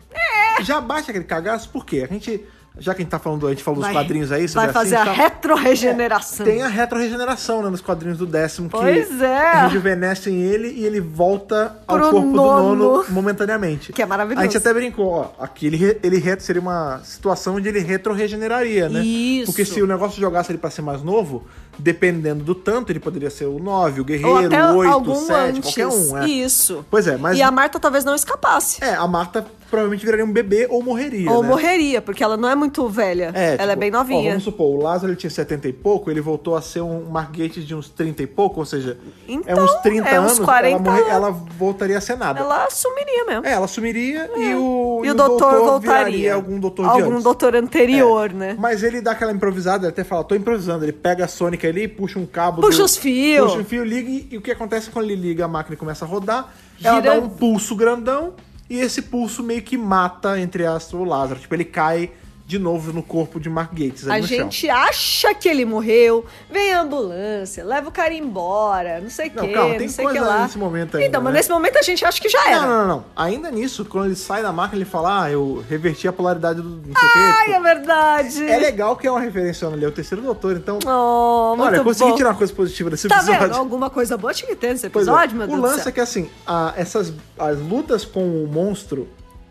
Speaker 2: É.
Speaker 1: Já bate aquele cagaço, por quê? A gente. Já que a gente tá falando, a gente falou dos
Speaker 2: Vai-
Speaker 1: quadrinhos aí, sobre
Speaker 2: Vai fazer
Speaker 1: assim,
Speaker 2: a
Speaker 1: tá? É,
Speaker 2: retroregeneração.
Speaker 1: Tem a retroregeneração, né, nos quadrinhos do décimo,
Speaker 2: Pois
Speaker 1: que
Speaker 2: é.
Speaker 1: rejuvenescem ele e ele volta ao
Speaker 2: Pro
Speaker 1: corpo do nono
Speaker 2: nono.
Speaker 1: momentaneamente.
Speaker 2: Que é maravilhoso.
Speaker 1: A gente até brincou, ó, aqui ele, re- ele re- seria uma situação onde ele retroregeneraria, né?
Speaker 2: Isso.
Speaker 1: Porque se o negócio jogasse ele pra ser mais novo, dependendo do tanto, ele poderia ser o 9, o guerreiro,
Speaker 2: Ou até
Speaker 1: o 8,
Speaker 2: algum
Speaker 1: o 7,
Speaker 2: antes.
Speaker 1: qualquer um, é.
Speaker 2: Isso.
Speaker 1: Pois é, mas
Speaker 2: E a Marta talvez não escapasse.
Speaker 1: é, a Marta provavelmente viraria um bebê ou morreria.
Speaker 2: Ou
Speaker 1: né?
Speaker 2: morreria, porque ela não é muito velha. ela é
Speaker 1: tipo,
Speaker 2: bem
Speaker 1: ó,
Speaker 2: novinha.
Speaker 1: vamos supor, o Lázaro ele tinha 70 e pouco, ele voltou a ser um Mark Gates de uns 30 e pouco, ou seja, é
Speaker 2: Então,
Speaker 1: uns 30
Speaker 2: é uns
Speaker 1: anos,
Speaker 2: 40
Speaker 1: ela, morre-
Speaker 2: anos.
Speaker 1: ela voltaria a ser nada.
Speaker 2: Ela sumiria mesmo.
Speaker 1: né? É, ela sumiria e o,
Speaker 2: E o doutor,
Speaker 1: viraria
Speaker 2: voltaria.
Speaker 1: algum doutor de
Speaker 2: Algum
Speaker 1: antes. É.
Speaker 2: doutor anterior, né?
Speaker 1: Mas ele dá aquela improvisada, ele até fala, tô improvisando. Ele pega a Sonic ali, puxa um cabo.
Speaker 2: Puxa os fios.
Speaker 1: Puxa um fio, liga. E, e o que acontece quando ele liga a máquina e começa a rodar? Ela
Speaker 2: Gira-
Speaker 1: dá um pulso grandão. E esse pulso meio que mata, entre aspas, o Lázaro. Tipo, ele cai de novo no corpo de Mark Gates.
Speaker 2: A
Speaker 1: Ali no chão.
Speaker 2: gente acha que ele morreu, vem a ambulância, leva o cara embora, não sei o
Speaker 1: Não,
Speaker 2: que,
Speaker 1: calma, tem
Speaker 2: não sei o que
Speaker 1: coisa
Speaker 2: lá.
Speaker 1: nesse momento
Speaker 2: então,
Speaker 1: ainda,
Speaker 2: mas
Speaker 1: né?
Speaker 2: nesse momento a gente acha que já era.
Speaker 1: Não, não, não, não. Ainda nisso, quando ele sai da máquina, ele fala: Ah, eu reverti a polaridade do. Não sei o quê.
Speaker 2: Ai,
Speaker 1: Tipo,
Speaker 2: é verdade.
Speaker 1: É legal que é uma referência ali, é o terceiro doutor, então.
Speaker 2: Oh, muito
Speaker 1: olha, consegui
Speaker 2: bom.
Speaker 1: tirar uma coisa positiva desse
Speaker 2: Tá
Speaker 1: episódio.
Speaker 2: vendo? Alguma coisa boa tinha que ter nesse
Speaker 1: Pois é.
Speaker 2: episódio, meu
Speaker 1: o
Speaker 2: Deus do
Speaker 1: lance
Speaker 2: céu.
Speaker 1: é que assim, a- essas as lutas com o monstro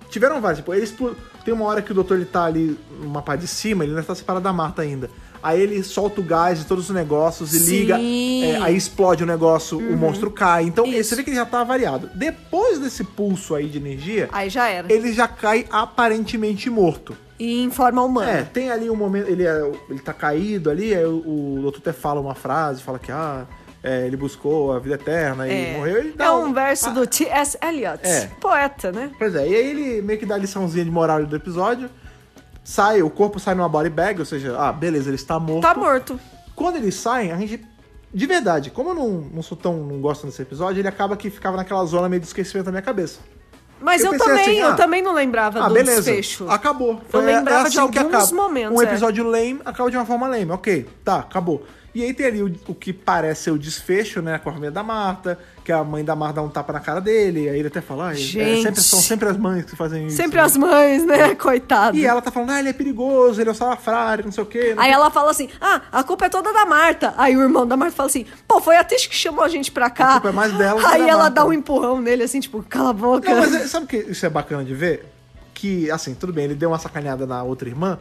Speaker 1: tiveram várias. Tipo, eles explo- tem uma hora que o doutor ele tá ali numa parte de cima, ele ainda tá separado da Marta ainda. Aí ele solta o gás de todos os negócios e
Speaker 2: Sim. Uhum.
Speaker 1: liga, é, aí explode o negócio, o monstro cai. Então
Speaker 2: Isso.
Speaker 1: você vê que ele já tá variado. Depois desse pulso aí de energia,
Speaker 2: Aí já era.
Speaker 1: ele já cai aparentemente morto.
Speaker 2: E em forma
Speaker 1: É,
Speaker 2: humana.
Speaker 1: tem ali um momento. Ele, é- ele tá caído ali, aí o, o doutor até fala uma frase, fala que ah, é, ele buscou a vida eterna e morreu. Ele dá Ah.
Speaker 2: É um verso do T.S. Eliot,
Speaker 1: É.
Speaker 2: poeta, né?
Speaker 1: Pois é, e aí ele meio que dá a liçãozinha de moral ali do episódio. Sai, o corpo sai numa body bag, ou seja, ah, beleza, ele está morto.
Speaker 2: Tá morto.
Speaker 1: Quando eles saem, a gente. De verdade, como eu não, não sou tão. não gosto desse episódio, ele acaba que ficava naquela zona meio de esquecimento da minha cabeça.
Speaker 2: Mas
Speaker 1: Eu
Speaker 2: eu,
Speaker 1: pensei
Speaker 2: também,
Speaker 1: assim,
Speaker 2: eu
Speaker 1: ah,
Speaker 2: também não lembrava
Speaker 1: Ah,
Speaker 2: do
Speaker 1: beleza.
Speaker 2: desfecho.
Speaker 1: Acabou. Foi
Speaker 2: lembrava
Speaker 1: é
Speaker 2: de
Speaker 1: assim que
Speaker 2: alguns
Speaker 1: acaba.
Speaker 2: momentos,
Speaker 1: Um
Speaker 2: é.
Speaker 1: episódio lame acaba de uma forma lame. Ok, tá, acabou. E aí tem ali o, o que parece ser o desfecho, né? Com a família da Marta, que a mãe da Marta dá um tapa na cara dele. Aí ele até fala, ah, é,
Speaker 2: Gente.
Speaker 1: sempre, são sempre as mães que fazem isso.
Speaker 2: Sempre
Speaker 1: né?
Speaker 2: as mães, né? Coitado.
Speaker 1: E ela tá falando, ah, ele é perigoso, ele é o salafrário, não sei o quê. não
Speaker 2: Aí ela fala assim: Ah, a culpa é toda da Marta. Aí o irmão da Marta fala assim: Pô, foi a Tish que chamou a gente pra cá.
Speaker 1: A culpa é mais dela que
Speaker 2: Aí
Speaker 1: da
Speaker 2: ela
Speaker 1: Marta.
Speaker 2: dá um empurrão nele, assim, tipo, cala a boca.
Speaker 1: Não, mas é- sabe o que isso é bacana de ver? Que, assim, tudo bem, ele deu uma sacaneada na outra irmã,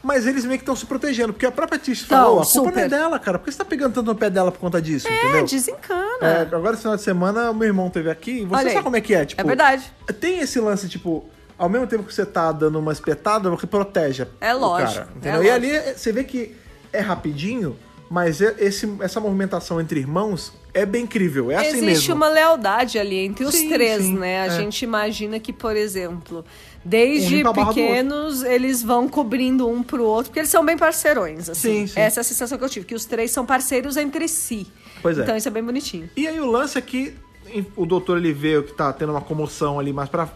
Speaker 1: mas eles meio que estão se protegendo, porque a própria Tish
Speaker 2: Tão,
Speaker 1: falou, a culpa não é
Speaker 2: super.
Speaker 1: dela, cara, por que você tá pegando tanto no pé dela por conta disso,
Speaker 2: É,
Speaker 1: entendeu?
Speaker 2: desencana.
Speaker 1: É, agora esse final de semana o meu irmão teve aqui e você
Speaker 2: Olha aí.
Speaker 1: sabe como é que é, tipo...
Speaker 2: É verdade.
Speaker 1: Tem esse lance, tipo, ao mesmo tempo que você tá dando uma espetada, você protege
Speaker 2: É
Speaker 1: o
Speaker 2: lógico,
Speaker 1: cara,
Speaker 2: é
Speaker 1: entendeu? e
Speaker 2: lógico.
Speaker 1: ali é- você vê que é rapidinho, mas é- esse, essa movimentação entre irmãos é bem incrível, é assim mesmo.
Speaker 2: Existe uma lealdade ali entre os
Speaker 1: Sim,
Speaker 2: três,
Speaker 1: sim,
Speaker 2: né? A
Speaker 1: é.
Speaker 2: gente imagina que, por exemplo,
Speaker 1: Um
Speaker 2: desde
Speaker 1: limpa a barra do
Speaker 2: pequenos eles vão cobrindo um pro outro, porque eles são bem parceirões,
Speaker 1: Sim,
Speaker 2: assim.
Speaker 1: sim.
Speaker 2: Essa é a sensação que eu tive, que os três são parceiros entre si.
Speaker 1: Pois é.
Speaker 2: Então isso é bem bonitinho.
Speaker 1: E aí o lance é que em- o doutor ele vê que tá tendo uma comoção ali mais pra,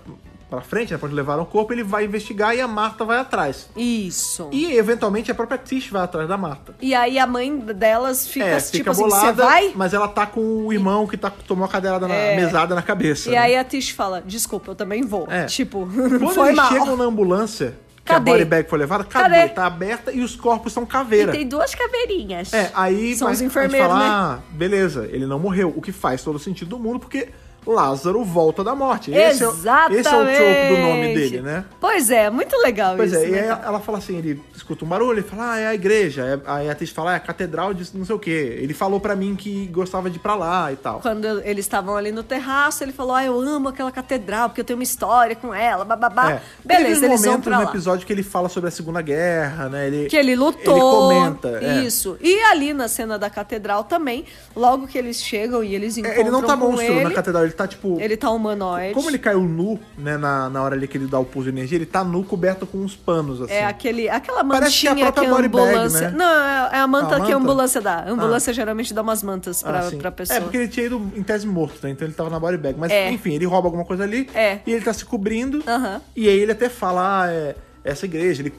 Speaker 1: pra frente, né? Pode levar o corpo, ele vai investigar e a Marta vai atrás.
Speaker 2: Isso. E...
Speaker 1: E eventualmente a própria Tish vai atrás da Marta.
Speaker 2: aí a mãe delas fica,
Speaker 1: é,
Speaker 2: tipo
Speaker 1: fica
Speaker 2: assim, você
Speaker 1: bolada,
Speaker 2: vai?
Speaker 1: mas ela tá com o irmão que tá, tomou a cadeirada na
Speaker 2: É.
Speaker 1: mesada na cabeça.
Speaker 2: E
Speaker 1: né?
Speaker 2: aí a Tish fala, desculpa, eu também vou.
Speaker 1: É.
Speaker 2: Tipo,
Speaker 1: Quando
Speaker 2: foi
Speaker 1: eles
Speaker 2: mal.
Speaker 1: chegam na ambulância, que
Speaker 2: Cadê?
Speaker 1: a body bag foi levada, cadê?
Speaker 2: Cadê?
Speaker 1: Tá aberta e os corpos são
Speaker 2: E
Speaker 1: caveira.
Speaker 2: tem duas caveirinhas.
Speaker 1: É, aí
Speaker 2: São
Speaker 1: vai-
Speaker 2: os enfermeiros,
Speaker 1: a gente
Speaker 2: né?
Speaker 1: fala, ah, beleza, ele não morreu, o que faz todo sentido do mundo, porque Lázaro volta da morte. Esse é o-
Speaker 2: Exatamente.
Speaker 1: Esse é o troco do nome dele, né?
Speaker 2: Pois é, muito legal
Speaker 1: Pois
Speaker 2: isso.
Speaker 1: é, e
Speaker 2: né?
Speaker 1: aí ela fala assim, ele escuta um barulho, ele fala, ah, é a igreja. É- Aí a atriz fala, ah, é a catedral de não sei o quê. Ele falou pra mim que gostava de ir pra lá e tal.
Speaker 2: Quando eu- eles estavam ali no terraço, ele falou: Ah, eu amo aquela catedral, porque eu tenho uma história com ela, bababá.
Speaker 1: É.
Speaker 2: tá? Beleza,
Speaker 1: Teve um
Speaker 2: eles vão
Speaker 1: momento
Speaker 2: pra
Speaker 1: no
Speaker 2: lá.
Speaker 1: episódio que ele fala sobre a Segunda Guerra, né? Ele,
Speaker 2: Que ele lutou.
Speaker 1: Ele comenta. é.
Speaker 2: Isso. E ali na cena da catedral também, logo que eles chegam e eles
Speaker 1: É,
Speaker 2: encontram.
Speaker 1: Ele não tá
Speaker 2: com
Speaker 1: monstro
Speaker 2: ele,
Speaker 1: na catedral, ele tá tipo...
Speaker 2: Ele tá humanoide.
Speaker 1: Como ele caiu nu, né, na, na hora ali que ele dá o pulso de energia, ele tá nu coberto com uns panos, assim.
Speaker 2: É aquele, aquela
Speaker 1: Parece que é a
Speaker 2: mantinha que a,
Speaker 1: própria body bag,
Speaker 2: ambulância.
Speaker 1: né?
Speaker 2: Não, é- é a manta
Speaker 1: Ah,
Speaker 2: que
Speaker 1: manta?
Speaker 2: a ambulância dá. A ambulância geralmente dá umas mantas pra,
Speaker 1: Ah, sim.
Speaker 2: pra pessoa.
Speaker 1: É, porque ele tinha ido em tese morto, né? Então ele tava na body bag. Mas,
Speaker 2: É.
Speaker 1: enfim, ele rouba alguma coisa ali.
Speaker 2: É.
Speaker 1: E ele tá se cobrindo.
Speaker 2: Aham.
Speaker 1: E aí ele até fala, ah, é, essa igreja, ele,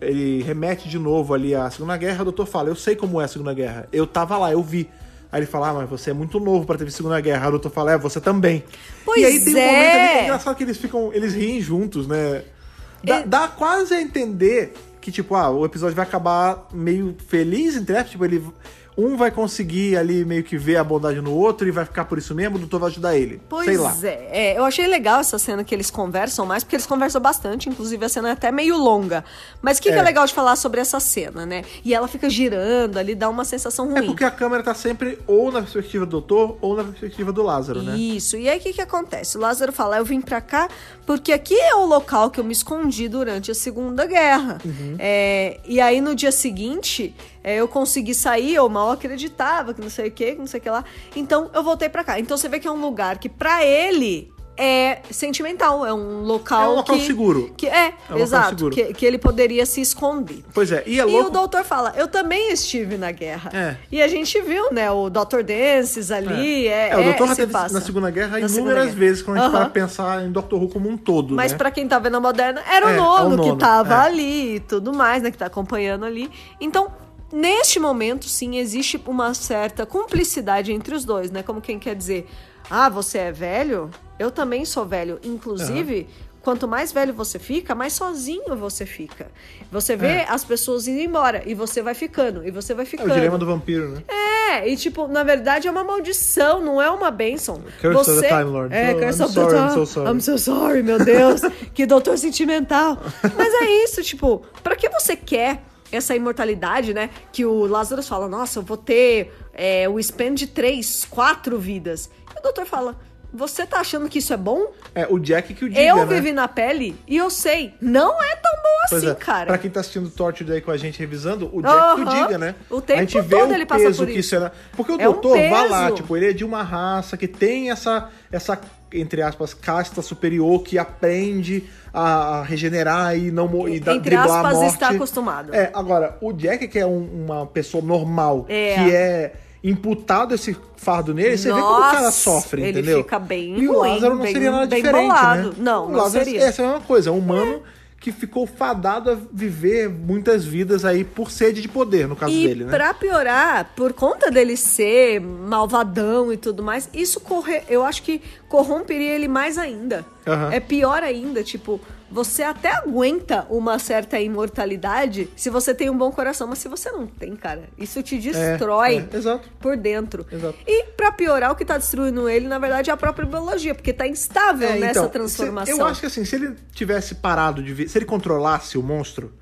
Speaker 1: ele remete de novo ali à Segunda Guerra. O doutor fala, eu sei como é a Segunda Guerra. Eu tava lá, eu vi. Aí ele fala, ah, mas você é muito novo pra ter visto a Segunda Guerra. Aí O doutor fala, é, você também.
Speaker 2: Pois
Speaker 1: e aí tem um momento ali que
Speaker 2: é.
Speaker 1: é engraçado que eles ficam, eles riem juntos, né? Dá, dá quase a entender que, tipo, ah, o episódio vai acabar meio feliz, entre aspas, tipo, ele... Um vai conseguir ali meio que ver a bondade no outro e vai ficar por isso mesmo, o doutor vai ajudar ele.
Speaker 2: Pois
Speaker 1: Sei lá.
Speaker 2: É. é, eu achei legal essa cena que eles conversam mais, porque eles conversam bastante, inclusive a cena é até meio longa. Mas o que, que é.
Speaker 1: É.
Speaker 2: legal de falar sobre essa cena, né? E ela fica girando ali, dá uma sensação ruim.
Speaker 1: É porque a câmera tá sempre ou na perspectiva do doutor ou na perspectiva do Lázaro, né?
Speaker 2: Isso. E aí o que, que acontece? O Lázaro fala: eu vim pra cá porque aqui é o local que eu me escondi durante a Segunda Guerra.
Speaker 1: Uhum.
Speaker 2: É, e aí no dia seguinte é, eu consegui sair, eu mal acreditava, que não sei o que, que não sei o que lá. Então eu voltei pra cá. Então você vê que é um lugar que pra ele é sentimental, é um local.
Speaker 1: É um local
Speaker 2: que-
Speaker 1: seguro. um
Speaker 2: Que, é,
Speaker 1: local
Speaker 2: exato.
Speaker 1: seguro.
Speaker 2: Que, que ele poderia se esconder.
Speaker 1: Pois é, e é
Speaker 2: E o
Speaker 1: louco.
Speaker 2: doutor fala, eu também estive na guerra.
Speaker 1: É.
Speaker 2: E a gente viu, né, o Dr. Dances ali, é,
Speaker 1: o Dr.
Speaker 2: se
Speaker 1: teve
Speaker 2: passa.
Speaker 1: na Segunda Guerra
Speaker 2: Na
Speaker 1: inúmeras
Speaker 2: Segunda Guerra.
Speaker 1: vezes quando a gente
Speaker 2: Aham.
Speaker 1: para pensar em Doctor Who como um todo.
Speaker 2: Mas
Speaker 1: né?
Speaker 2: pra quem tá vendo a moderna, era
Speaker 1: É, é
Speaker 2: o
Speaker 1: o
Speaker 2: nono,
Speaker 1: nono,
Speaker 2: que tava
Speaker 1: é.
Speaker 2: ali e tudo mais, né? Que tá acompanhando ali. Então, neste momento, sim, existe uma certa cumplicidade entre os dois, né? Como quem quer dizer, ah, você é velho? Eu também sou velho. Inclusive. Quanto mais velho você fica, mais sozinho você fica. Você vê
Speaker 1: É.
Speaker 2: as pessoas indo embora e você vai ficando, e você vai
Speaker 1: É o
Speaker 2: ficando.
Speaker 1: dilema do vampiro, né?
Speaker 2: É, e tipo, na verdade é uma maldição, não é uma bênção.
Speaker 1: Curse of the Time Lord.
Speaker 2: É,
Speaker 1: Oh,
Speaker 2: Curse
Speaker 1: I'm
Speaker 2: of
Speaker 1: sorry,
Speaker 2: the
Speaker 1: I'm
Speaker 2: Time
Speaker 1: so sorry.
Speaker 2: I'm so sorry, meu Deus. que doutor sentimental. Mas é isso, tipo, pra que você quer essa imortalidade, né? Que o Lázaro fala, nossa, eu vou ter é, o span de três, quatro vidas. E o doutor fala, você tá achando que isso é bom?
Speaker 1: É, o Jack que o diga,
Speaker 2: eu
Speaker 1: né?
Speaker 2: vivi na pele e eu sei, não é tão bom
Speaker 1: Pois
Speaker 2: assim,
Speaker 1: é.
Speaker 2: cara.
Speaker 1: Pra quem tá assistindo Torture aí com a gente revisando, o Jack que o
Speaker 2: Aham.
Speaker 1: diga, né?
Speaker 2: O tempo
Speaker 1: a gente vê
Speaker 2: todo
Speaker 1: o
Speaker 2: ele passa
Speaker 1: peso
Speaker 2: por
Speaker 1: que
Speaker 2: isso.
Speaker 1: isso era. Porque o
Speaker 2: É um
Speaker 1: doutor, vai lá,
Speaker 2: peso.
Speaker 1: tipo, ele é de uma raça que tem essa, essa entre aspas, casta superior que aprende a a regenerar e não mo- e da,
Speaker 2: Entre
Speaker 1: driblar a
Speaker 2: aspas,
Speaker 1: morte.
Speaker 2: está acostumado.
Speaker 1: É, agora, o Jack, que é um- uma pessoa normal,
Speaker 2: É.
Speaker 1: que é imputado esse fardo nele, você vê como o
Speaker 2: Nossa,
Speaker 1: cara sofre,
Speaker 2: ele
Speaker 1: entendeu?
Speaker 2: fica bem
Speaker 1: E o
Speaker 2: ruim,
Speaker 1: Lázaro não
Speaker 2: bem-
Speaker 1: seria nada
Speaker 2: bem
Speaker 1: diferente,
Speaker 2: bolado.
Speaker 1: né?
Speaker 2: Não,
Speaker 1: o
Speaker 2: não
Speaker 1: Lázaro
Speaker 2: seria.
Speaker 1: é essa é a mesma coisa, é um humano que ficou fadado a viver muitas vidas aí por sede de poder, no caso
Speaker 2: E
Speaker 1: dele, né?
Speaker 2: pra piorar, por conta dele ser malvadão e tudo mais, isso corre, eu acho que corromperia ele mais ainda.
Speaker 1: Aham.
Speaker 2: É pior ainda, tipo, você até aguenta uma certa imortalidade se você tem um bom coração, mas se você não tem, cara, isso te destrói.
Speaker 1: é, exato.
Speaker 2: Por dentro.
Speaker 1: Exato.
Speaker 2: E pra piorar, o que tá destruindo ele, na verdade, é a própria biologia, porque tá instável
Speaker 1: É,
Speaker 2: nessa
Speaker 1: então,
Speaker 2: transformação.
Speaker 1: se- Eu acho que assim, se ele tivesse parado de ver, se ele controlasse o monstro,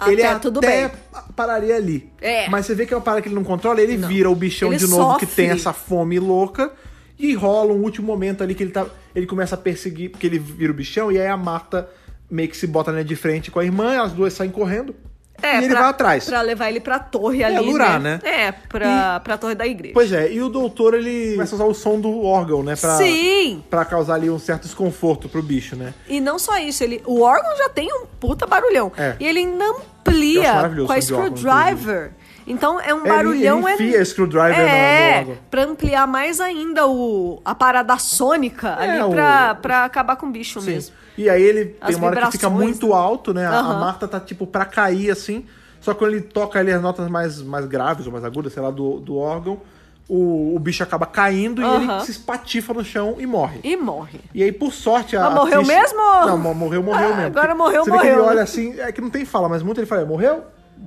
Speaker 2: Até
Speaker 1: ele
Speaker 2: Ah, tá, tudo
Speaker 1: até
Speaker 2: bem.
Speaker 1: pa- pararia ali.
Speaker 2: É.
Speaker 1: Mas você vê que é uma parada que ele não controla, ele vira o bichão
Speaker 2: Ele
Speaker 1: de novo que
Speaker 2: sofre.
Speaker 1: tem essa fome louca. E rola um último momento ali que ele tá. Ele começa a perseguir, porque ele vira o bichão, e aí a Marta meio que se bota né, de frente com a irmã, as duas saem correndo. e ele
Speaker 2: É, pra-
Speaker 1: vai atrás.
Speaker 2: Pra levar ele pra torre ali.
Speaker 1: lurar, né?
Speaker 2: É, pra, pra torre da igreja.
Speaker 1: Pois é, e o doutor ele começa a usar o som do órgão, né? Pra,
Speaker 2: Sim!
Speaker 1: pra causar ali um certo desconforto pro bicho, né?
Speaker 2: E não só isso, ele, o órgão já tem um puta barulhão.
Speaker 1: É.
Speaker 2: E ele ainda
Speaker 1: Eu acho
Speaker 2: amplia
Speaker 1: maravilhoso
Speaker 2: com a
Speaker 1: som de órgão,
Speaker 2: screwdriver. Então é um
Speaker 1: ele
Speaker 2: barulhão
Speaker 1: enfia a screwdriver
Speaker 2: é,
Speaker 1: no- no órgão.
Speaker 2: pra ampliar mais ainda o, a parada sônica
Speaker 1: É,
Speaker 2: ali
Speaker 1: o-
Speaker 2: pra, pra acabar com o bicho mesmo.
Speaker 1: E aí ele
Speaker 2: As
Speaker 1: tem uma hora que fica
Speaker 2: vibrações,
Speaker 1: muito alto, né? A- A
Speaker 2: Aham.
Speaker 1: Marta tá tipo pra cair assim. Só que quando ele toca ali as notas mais, mais graves ou mais agudas, sei lá, do, do órgão, o, o bicho acaba caindo e ele
Speaker 2: Aham.
Speaker 1: se espatifa no chão e morre.
Speaker 2: E morre.
Speaker 1: E aí, por sorte, a.
Speaker 2: Mas morreu
Speaker 1: a Tish-
Speaker 2: mesmo?
Speaker 1: Não, mo- morreu, morreu
Speaker 2: Ah,
Speaker 1: mesmo.
Speaker 2: agora
Speaker 1: Porque
Speaker 2: morreu,
Speaker 1: você Vê que ele
Speaker 2: morreu, né?
Speaker 1: olha assim, é que não tem fala, mas muito ele fala: morreu?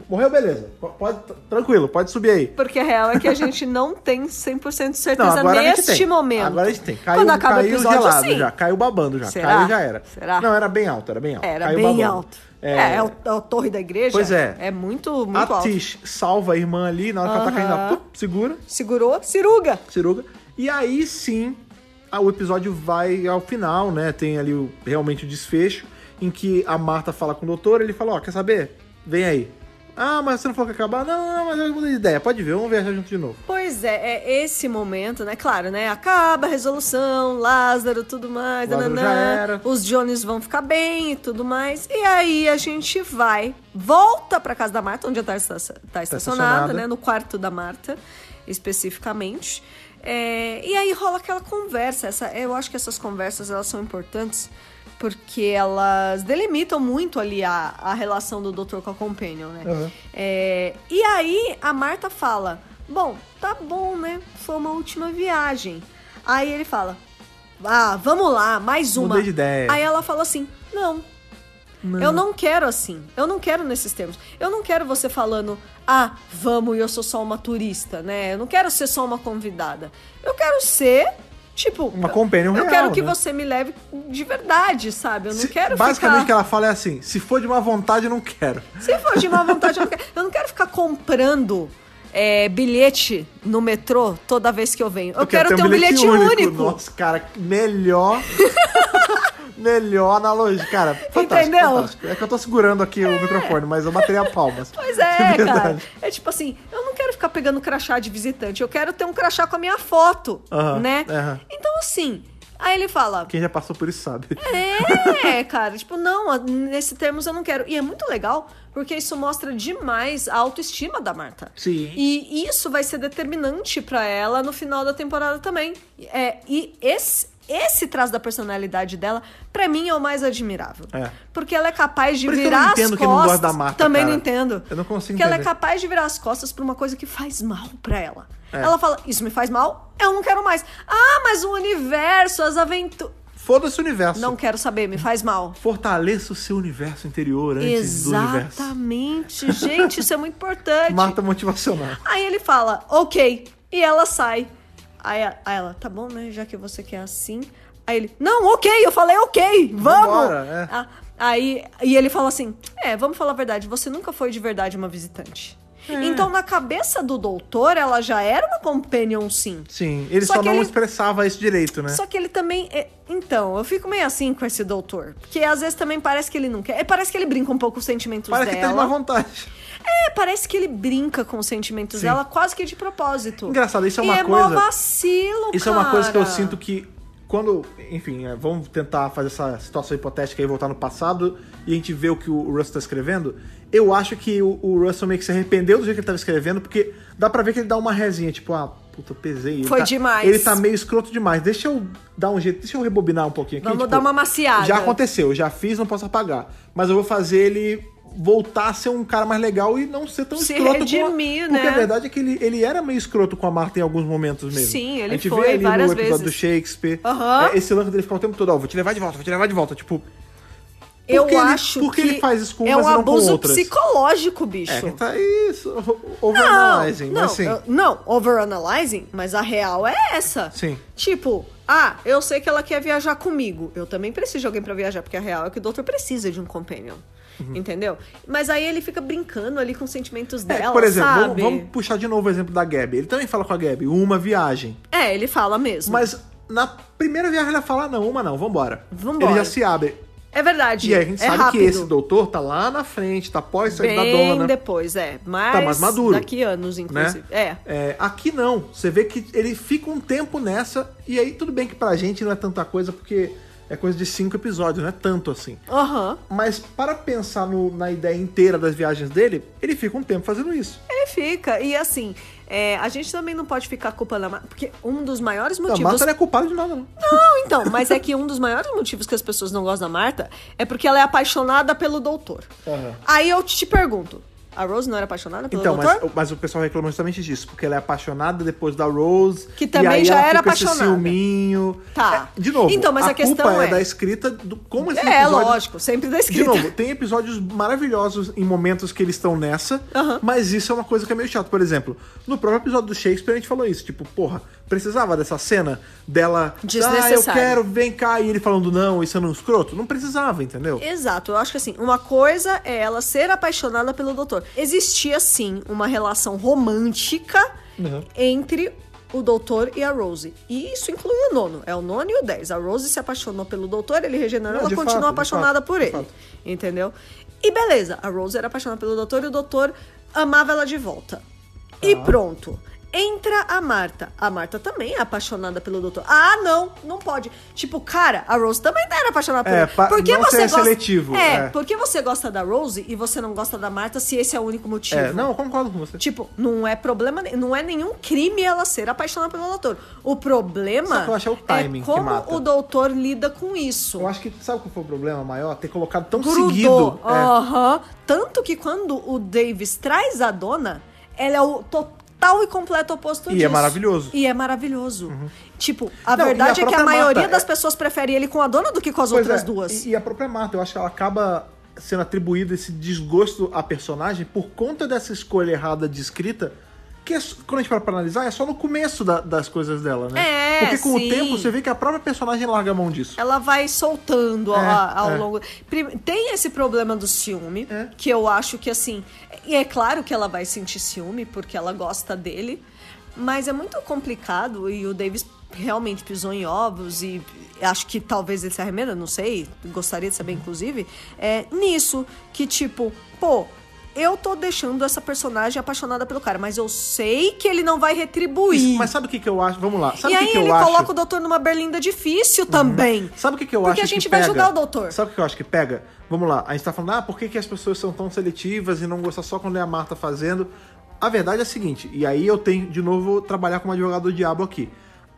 Speaker 1: Morreu, beleza. P- Pode, t- tranquilo, pode subir aí.
Speaker 2: Porque a real é que a gente não tem 100% de
Speaker 1: Não,
Speaker 2: certeza
Speaker 1: agora a gente
Speaker 2: neste
Speaker 1: tem.
Speaker 2: momento.
Speaker 1: Agora a gente tem. Caiu,
Speaker 2: Quando acaba
Speaker 1: caiu
Speaker 2: o episódio,
Speaker 1: gelado
Speaker 2: sim.
Speaker 1: já, caiu babando já.
Speaker 2: Será?
Speaker 1: Caiu já era.
Speaker 2: Será?
Speaker 1: Não, era bem alto, era bem alto.
Speaker 2: Era
Speaker 1: Caiu
Speaker 2: bem
Speaker 1: babando.
Speaker 2: alto. É, é, o, é o torre da igreja.
Speaker 1: Pois é.
Speaker 2: É muito, muito
Speaker 1: a
Speaker 2: alto.
Speaker 1: Tish salva a irmã ali, na hora que ela tá caindo, ela
Speaker 2: Aham.
Speaker 1: pum, segura,
Speaker 2: Segurou, ciruga.
Speaker 1: ciruga. E aí sim, a- o episódio vai ao final, né? Tem ali o- realmente o desfecho, em que a Marta fala com o doutor, ele fala, ó, quer saber? Vem aí. Ah, mas você não falou que ia acabar? Não, não, não, mas eu mudei de ideia. Pode ver, vamos viajar junto de novo.
Speaker 2: Pois é, é esse momento, né? Claro, né? Acaba a resolução, Lázaro, tudo mais,
Speaker 1: Lázaro
Speaker 2: nananã.
Speaker 1: já era.
Speaker 2: os Jones vão ficar bem e tudo mais. E aí a gente vai, volta pra casa da Marta, onde já tá, esta-
Speaker 1: estacionada.
Speaker 2: tá estacionada, né? No quarto da Marta, especificamente. É, e aí rola aquela conversa. Essa, eu acho que essas conversas elas são importantes porque elas delimitam muito ali a, a relação do doutor com a Companion, né?
Speaker 1: Aham.
Speaker 2: É, e aí a Marta fala: Bom, tá bom, né? Foi uma última viagem. Aí ele fala: Ah, vamos lá, mais uma.
Speaker 1: Mudei de ideia.
Speaker 2: Aí ela fala assim: Não. Eu não quero assim. Eu não quero nesses termos. Eu não quero você falando, ah, vamos e eu sou só uma turista, né? Eu não quero ser só uma convidada. Eu quero ser, tipo.
Speaker 1: Uma companion
Speaker 2: Eu
Speaker 1: real,
Speaker 2: quero que
Speaker 1: né?
Speaker 2: você me leve de verdade, sabe? Eu não
Speaker 1: Se-
Speaker 2: quero
Speaker 1: basicamente o
Speaker 2: ficar.
Speaker 1: que ela fala é assim: se for de má vontade, eu não quero.
Speaker 2: Se for de má vontade, eu não quero, eu não quero ficar comprando é, bilhete no metrô toda vez que eu venho. Eu, quero, ter um bilhete, único.
Speaker 1: Nossa, cara, melhor. melhor analogia. Cara, fantástico,
Speaker 2: Entendeu?
Speaker 1: fantástico. É que eu tô segurando aqui o microfone, mas eu bateria palmas.
Speaker 2: Pois é, cara.
Speaker 1: verdade.
Speaker 2: É tipo assim, eu não quero ficar pegando crachá de visitante, eu quero ter um crachá com a minha foto,
Speaker 1: Aham,
Speaker 2: né?
Speaker 1: aham.
Speaker 2: Então, assim, Aí ele fala.
Speaker 1: Quem já passou por isso sabe.
Speaker 2: É, cara, tipo, não, a- nesse termos eu não quero. E é muito legal, porque isso mostra demais a autoestima da Marta.
Speaker 1: Sim.
Speaker 2: E isso vai ser determinante pra ela no final da temporada também. É, e esse, esse traço da personalidade dela, pra mim, é o mais admirável.
Speaker 1: É.
Speaker 2: Porque ela é capaz de
Speaker 1: Por isso que eu não
Speaker 2: virar
Speaker 1: entendo
Speaker 2: as
Speaker 1: quem não gosta
Speaker 2: costas.
Speaker 1: da Marta,
Speaker 2: também
Speaker 1: cara.
Speaker 2: não entendo.
Speaker 1: Eu não consigo
Speaker 2: Porque ela é
Speaker 1: entender.
Speaker 2: capaz de virar as costas pra uma coisa que faz mal pra ela.
Speaker 1: É.
Speaker 2: Ela fala, isso me faz mal, eu não quero mais. Ah, mas o universo, as aventuras.
Speaker 1: Foda-se o universo.
Speaker 2: Não quero saber, me faz mal.
Speaker 1: Fortaleça o seu universo interior antes do universo.
Speaker 2: Exatamente, gente, isso é muito importante.
Speaker 1: Marta motivacional.
Speaker 2: Aí ele fala, ok. E ela sai. Aí, a- aí ela, tá bom, né? Já que você quer assim. Aí ele, não, ok, eu falei ok, vamos!
Speaker 1: Vambora, é.
Speaker 2: Ah, Aí, e ele fala assim: É, vamos falar a verdade, você nunca foi de verdade uma visitante.
Speaker 1: É.
Speaker 2: Então, na cabeça do doutor, ela já era uma companion, sim.
Speaker 1: Sim, ele
Speaker 2: Só
Speaker 1: só,
Speaker 2: que
Speaker 1: não
Speaker 2: ele-
Speaker 1: expressava isso direito, né?
Speaker 2: Só que ele também. é- Então, eu fico meio assim com esse doutor. Porque às vezes também parece que ele não quer. é, Parece que ele brinca um pouco com os sentimentos
Speaker 1: Parece que tá de má
Speaker 2: dela.
Speaker 1: vontade.
Speaker 2: É, parece que ele brinca com os sentimentos
Speaker 1: Sim.
Speaker 2: dela quase que de propósito.
Speaker 1: Engraçado, isso é uma
Speaker 2: e
Speaker 1: coisa-
Speaker 2: É mó vacilo,
Speaker 1: Isso é uma coisa que eu
Speaker 2: cara.
Speaker 1: sinto que quando, enfim, é, vamos tentar fazer essa situação hipotética e voltar no passado e a gente vê o que o Russell tá escrevendo, eu acho que o, o Russell meio que se arrependeu do jeito que ele tava escrevendo, porque dá pra ver que ele dá uma resinha, tipo, ah, puta, eu pesei. Ele
Speaker 2: Foi
Speaker 1: tá-
Speaker 2: demais.
Speaker 1: Ele tá meio escroto demais. Deixa eu dar um jeito, deixa eu rebobinar um pouquinho aqui.
Speaker 2: Vamos
Speaker 1: tipo,
Speaker 2: dar uma maciada.
Speaker 1: Já aconteceu, já fiz, não posso apagar. Mas eu vou fazer ele voltar a ser um cara mais legal e não ser tão
Speaker 2: Se
Speaker 1: escroto
Speaker 2: redimir,
Speaker 1: com a... Porque
Speaker 2: né?
Speaker 1: a verdade é que ele, ele era meio escroto com a Marta em alguns momentos mesmo.
Speaker 2: Sim, ele
Speaker 1: a gente
Speaker 2: foi
Speaker 1: vê ali
Speaker 2: várias
Speaker 1: no episódio
Speaker 2: vezes.
Speaker 1: do Shakespeare.
Speaker 2: Aham.
Speaker 1: é, esse lance dele ficar o tempo todo, ó, vou te levar de volta, vou te levar de volta. Tipo,
Speaker 2: Eu
Speaker 1: que ele-
Speaker 2: acho
Speaker 1: por que
Speaker 2: que
Speaker 1: ele faz isso com
Speaker 2: é
Speaker 1: umas
Speaker 2: um
Speaker 1: e não com
Speaker 2: abuso
Speaker 1: outras?
Speaker 2: psicológico, bicho.
Speaker 1: é, tá isso,
Speaker 2: Não,
Speaker 1: overanalyzing,
Speaker 2: não,
Speaker 1: mas assim...
Speaker 2: eu- não, overanalyzing, mas a real é essa.
Speaker 1: Sim.
Speaker 2: Tipo, ah, eu sei que ela quer viajar comigo. Eu também preciso de alguém pra viajar, porque a real é que o doutor precisa de um companion. Entendeu? Mas aí ele fica brincando ali com os sentimentos
Speaker 1: Uhum. É,
Speaker 2: dela,
Speaker 1: por exemplo, vamos-
Speaker 2: sabe?
Speaker 1: vamos puxar de novo o exemplo da Gabi. Ele também fala com a Gabi, uma viagem.
Speaker 2: É, ele fala mesmo.
Speaker 1: Mas na primeira viagem ele fala, "Ah, não, uma não, vambora.
Speaker 2: Vambora.
Speaker 1: Ele já se abre.
Speaker 2: É verdade.
Speaker 1: E aí a gente
Speaker 2: é
Speaker 1: sabe
Speaker 2: rápido.
Speaker 1: que esse doutor tá lá na frente, tá pós sair da
Speaker 2: Bem
Speaker 1: dona.
Speaker 2: depois, é. Mas
Speaker 1: Tá mais maduro, né?
Speaker 2: Daqui anos, inclusive. É.
Speaker 1: É, aqui não. Você vê que ele fica um tempo nessa, e aí tudo bem que pra gente não é tanta coisa, porque é coisa de cinco episódios, não é tanto assim.
Speaker 2: Aham.
Speaker 1: Mas para pensar no- na ideia inteira das viagens dele, ele fica um tempo fazendo isso.
Speaker 2: Ele fica. E assim, é, a gente também não pode ficar culpando a Marta. Porque um dos maiores
Speaker 1: A
Speaker 2: motivos.
Speaker 1: Marta não é culpada de nada, não.
Speaker 2: Não, então, mas é que um dos maiores motivos que as pessoas não gostam da Marta é porque ela é apaixonada pelo doutor.
Speaker 1: Aham.
Speaker 2: Aí eu te pergunto: a Rose não tá? era apaixonada pelo
Speaker 1: Então,
Speaker 2: doutor?
Speaker 1: mas, mas o pessoal reclama justamente disso, porque ela é apaixonada depois da Rose.
Speaker 2: Que também
Speaker 1: e aí
Speaker 2: já
Speaker 1: ela
Speaker 2: era
Speaker 1: fica esse
Speaker 2: apaixonada.
Speaker 1: ciúminho.
Speaker 2: Tá.
Speaker 1: É, de novo,
Speaker 2: Então, mas a questão
Speaker 1: culpa é...
Speaker 2: é-
Speaker 1: da escrita, do como esse
Speaker 2: É,
Speaker 1: episódio
Speaker 2: lógico, sempre da
Speaker 1: De
Speaker 2: escrita.
Speaker 1: novo, tem episódios maravilhosos em momentos que eles estão nessa,
Speaker 2: Aham.
Speaker 1: mas isso é uma coisa que é meio chato. Por exemplo, no próprio episódio do Shakespeare a gente falou isso, tipo, porra, precisava dessa cena dela, ah, eu
Speaker 2: Desnecessário.
Speaker 1: quero, vem cá, e ele falando não, isso é um escroto. Não precisava, entendeu?
Speaker 2: Exato, eu acho que assim, uma coisa é ela ser apaixonada pelo doutor. Existia sim uma relação romântica
Speaker 1: Uhum.
Speaker 2: entre o doutor e a Rose. E isso inclui o nono, é o nono e o dez. A Rose se apaixonou pelo doutor, ele regenerou,
Speaker 1: Não,
Speaker 2: ela
Speaker 1: de
Speaker 2: continua
Speaker 1: fato, de
Speaker 2: apaixonada
Speaker 1: fato,
Speaker 2: por
Speaker 1: de
Speaker 2: ele.
Speaker 1: fato.
Speaker 2: Entendeu? E beleza, a Rose era apaixonada pelo doutor e o doutor amava ela de volta. E
Speaker 1: Tá.
Speaker 2: pronto. Entra a Marta. A Marta também é apaixonada pelo doutor. Ah, não, não pode. Tipo, cara, a Rose também era apaixonada
Speaker 1: É,
Speaker 2: pelo
Speaker 1: pa-
Speaker 2: Por que
Speaker 1: não
Speaker 2: você
Speaker 1: ser
Speaker 2: gosta...
Speaker 1: seletivo,
Speaker 2: É,
Speaker 1: é.
Speaker 2: por que você gosta da Rose e você não gosta da Marta se esse é o único motivo?
Speaker 1: É, não, eu concordo com você.
Speaker 2: Tipo, não é problema, ne- não é nenhum crime ela ser apaixonada pelo doutor. O
Speaker 1: Só
Speaker 2: problema
Speaker 1: que eu acho é o timing que
Speaker 2: como
Speaker 1: mata.
Speaker 2: o doutor lida com isso.
Speaker 1: Eu acho que, sabe qual foi o problema maior? Ter colocado tão
Speaker 2: Grudou.
Speaker 1: seguido. É.
Speaker 2: Aham. Tanto que quando o Davis traz a dona, ela é o total e completo oposto
Speaker 1: E é
Speaker 2: disso.
Speaker 1: maravilhoso. Uhum.
Speaker 2: E é maravilhoso. Tipo, a
Speaker 1: Não, e a
Speaker 2: verdade é que
Speaker 1: própria
Speaker 2: a maioria
Speaker 1: Marta,
Speaker 2: das
Speaker 1: é-
Speaker 2: pessoas prefere ele com a dona do que com as
Speaker 1: Pois
Speaker 2: outras
Speaker 1: é,
Speaker 2: duas.
Speaker 1: E, e a própria Marta, eu acho que ela acaba sendo atribuída esse desgosto à personagem por conta dessa escolha errada de escrita, que é s- quando a gente para pra analisar, é só no começo da- das coisas dela, né?
Speaker 2: É,
Speaker 1: Porque com
Speaker 2: sim.
Speaker 1: o tempo você vê que a própria personagem larga a mão disso.
Speaker 2: Ela vai soltando
Speaker 1: É,
Speaker 2: a- ao,
Speaker 1: é.
Speaker 2: longo. Prim- Tem esse problema do ciúme,
Speaker 1: É.
Speaker 2: que eu acho que assim. E é claro que ela vai sentir ciúme, porque ela gosta dele. Mas é muito complicado e o Davis realmente pisou em ovos e acho que talvez ele se arremenda, não sei, gostaria de saber, inclusive, é nisso que tipo, pô, eu tô deixando essa personagem apaixonada pelo cara, mas eu sei que ele não vai retribuir.
Speaker 1: Isso, mas sabe o que, que eu acho? Vamos lá. Sabe
Speaker 2: e
Speaker 1: o que,
Speaker 2: aí
Speaker 1: que
Speaker 2: ele
Speaker 1: eu acho? Uhum.
Speaker 2: coloca o doutor numa berlinda difícil também.
Speaker 1: Sabe o que, que eu acho
Speaker 2: Porque a
Speaker 1: que
Speaker 2: gente vai
Speaker 1: pega?
Speaker 2: ajudar o doutor.
Speaker 1: Sabe o que eu acho que pega? Vamos lá, a gente tá falando, ah, por que, que as pessoas são tão seletivas e não gostam só quando é a Marta fazendo? A verdade é a seguinte, e aí eu tenho, de novo, vou trabalhar como advogado do diabo aqui.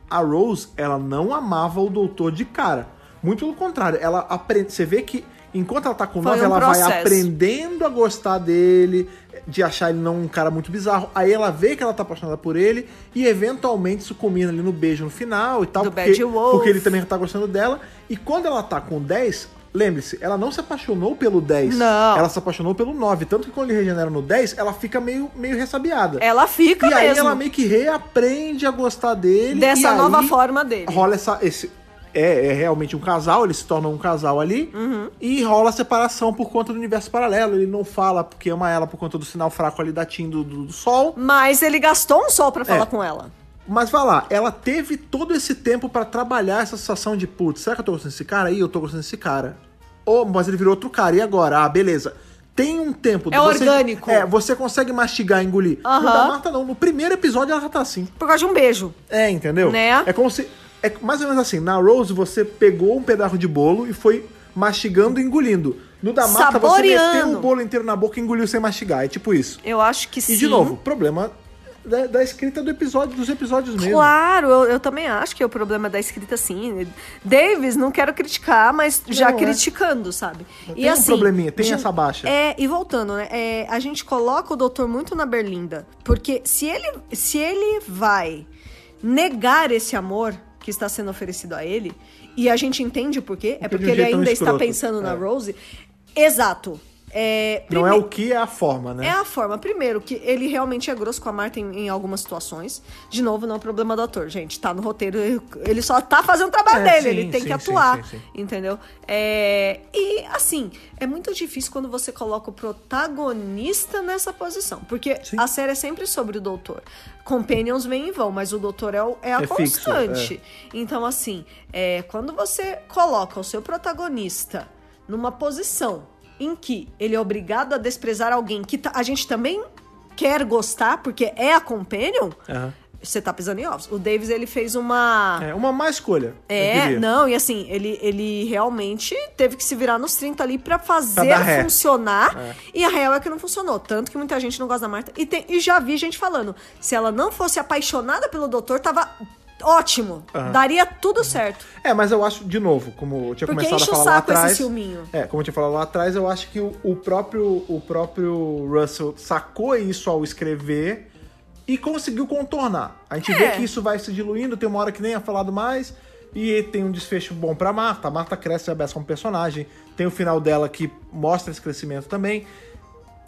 Speaker 1: A Rose, ela não amava o doutor de cara. Muito pelo contrário, ela aprende. Você vê que enquanto ela tá com
Speaker 2: Foi
Speaker 1: nós,
Speaker 2: um
Speaker 1: ela vai
Speaker 2: processo.
Speaker 1: aprendendo a gostar dele, de achar ele não um cara muito bizarro. Aí ela vê que ela tá apaixonada por ele e eventualmente isso culmina ali no beijo no final e tal.
Speaker 2: Do
Speaker 1: porque,
Speaker 2: Bad Wolf.
Speaker 1: porque ele também tá gostando dela. E quando ela tá com 10, lembre-se, ela não se apaixonou pelo 10.
Speaker 2: Não.
Speaker 1: Ela se apaixonou pelo 9. Tanto que quando ele regenera no 10, ela fica meio, meio ressabiada.
Speaker 2: Ela fica
Speaker 1: e aí
Speaker 2: É mesmo
Speaker 1: ela meio que reaprende a gostar dele. e
Speaker 2: dessa
Speaker 1: aí
Speaker 2: nova forma dele.
Speaker 1: Rola essa. Esse, é, é realmente um casal, eles se tornam um casal ali.
Speaker 2: Uhum.
Speaker 1: E rola a separação por conta do universo paralelo. Ele não fala porque ama ela por conta do sinal fraco ali da Tim do, do- do sol.
Speaker 2: Mas ele gastou um sol pra
Speaker 1: É.
Speaker 2: falar com ela.
Speaker 1: Mas vai lá, ela teve todo esse tempo pra trabalhar essa sensação de putz, será que eu tô gostando desse cara? Ih, eu tô gostando desse cara. Ou, mas ele virou outro cara, e agora? Ah, beleza. Tem um tempo.
Speaker 2: É orgânico.
Speaker 1: É, você consegue mastigar, engolir. No
Speaker 2: Aham.
Speaker 1: da Marta não, no primeiro episódio ela já tá assim.
Speaker 2: Por causa de um beijo.
Speaker 1: É, entendeu?
Speaker 2: Né?
Speaker 1: É como se. É mais ou menos assim, na Rose você pegou um pedaço de bolo e foi mastigando e engolindo. No da Marta você
Speaker 2: Saboreando.
Speaker 1: meteu o bolo inteiro na boca e engoliu sem mastigar. É tipo isso.
Speaker 2: Eu acho que sim.
Speaker 1: E de novo, problema da, da escrita do episódio, dos episódios mesmo.
Speaker 2: Claro, eu, eu também acho que é o problema da escrita, sim. Davis, não quero criticar, mas já
Speaker 1: Não, é.
Speaker 2: criticando, sabe? E
Speaker 1: Tem um
Speaker 2: assim,
Speaker 1: probleminha, tem
Speaker 2: de-
Speaker 1: essa baixa.
Speaker 2: É, e voltando, né? é, a gente coloca o doutor muito na berlinda. Porque se ele, se ele vai negar esse amor que está sendo oferecido a ele, e a gente entende por quê, é
Speaker 1: Porque de
Speaker 2: porque
Speaker 1: um
Speaker 2: ele
Speaker 1: jeito tão
Speaker 2: ainda está
Speaker 1: escroto.
Speaker 2: pensando na
Speaker 1: É.
Speaker 2: Rose. Exato. É,
Speaker 1: Não é
Speaker 2: prime-
Speaker 1: o que, é a forma, né?
Speaker 2: é a forma. Primeiro, que ele realmente é grosso com a Marta em, em algumas situações. De novo, não é um problema do ator, gente. Tá no roteiro, ele só tá fazendo o trabalho
Speaker 1: É,
Speaker 2: dele,
Speaker 1: sim,
Speaker 2: ele tem
Speaker 1: sim,
Speaker 2: que
Speaker 1: sim,
Speaker 2: atuar.
Speaker 1: sim, sim.
Speaker 2: Entendeu? É, e assim, é muito difícil quando você coloca o protagonista nessa posição. Porque
Speaker 1: Sim.
Speaker 2: a série é sempre sobre o doutor. Companions vêm e vão, mas o doutor é, o- é a
Speaker 1: É fixo,
Speaker 2: constante. Então, assim, é, quando você coloca o seu protagonista numa posição em que ele é obrigado a desprezar alguém que ta- a gente também quer gostar, porque é a companion,
Speaker 1: Aham.
Speaker 2: você tá pisando em ovos. O Davis, ele fez uma...
Speaker 1: É uma má escolha. eu
Speaker 2: É,
Speaker 1: diria.
Speaker 2: não, e assim, ele, ele realmente teve que se virar nos 30 ali pra fazer
Speaker 1: dar ré.
Speaker 2: funcionar. E a real é que não funcionou. Tanto que muita gente não gosta da Marta. E, tem- e já vi gente falando: se ela não fosse apaixonada pelo doutor, tava ótimo.
Speaker 1: Aham.
Speaker 2: Daria tudo certo.
Speaker 1: É, mas eu acho, de novo, como eu tinha
Speaker 2: Porque
Speaker 1: começado a
Speaker 2: enche o
Speaker 1: falar lá
Speaker 2: saco esse
Speaker 1: atrás.
Speaker 2: ciúminho.
Speaker 1: É, como eu tinha falado lá atrás, eu acho que o, o próprio, o próprio Russell sacou isso ao escrever e conseguiu contornar. A gente
Speaker 2: É.
Speaker 1: vê que isso vai se diluindo, tem uma hora que nem é falado mais. E tem um desfecho bom pra Marta. A Marta cresce e abraça como personagem. Tem o final dela que mostra esse crescimento também.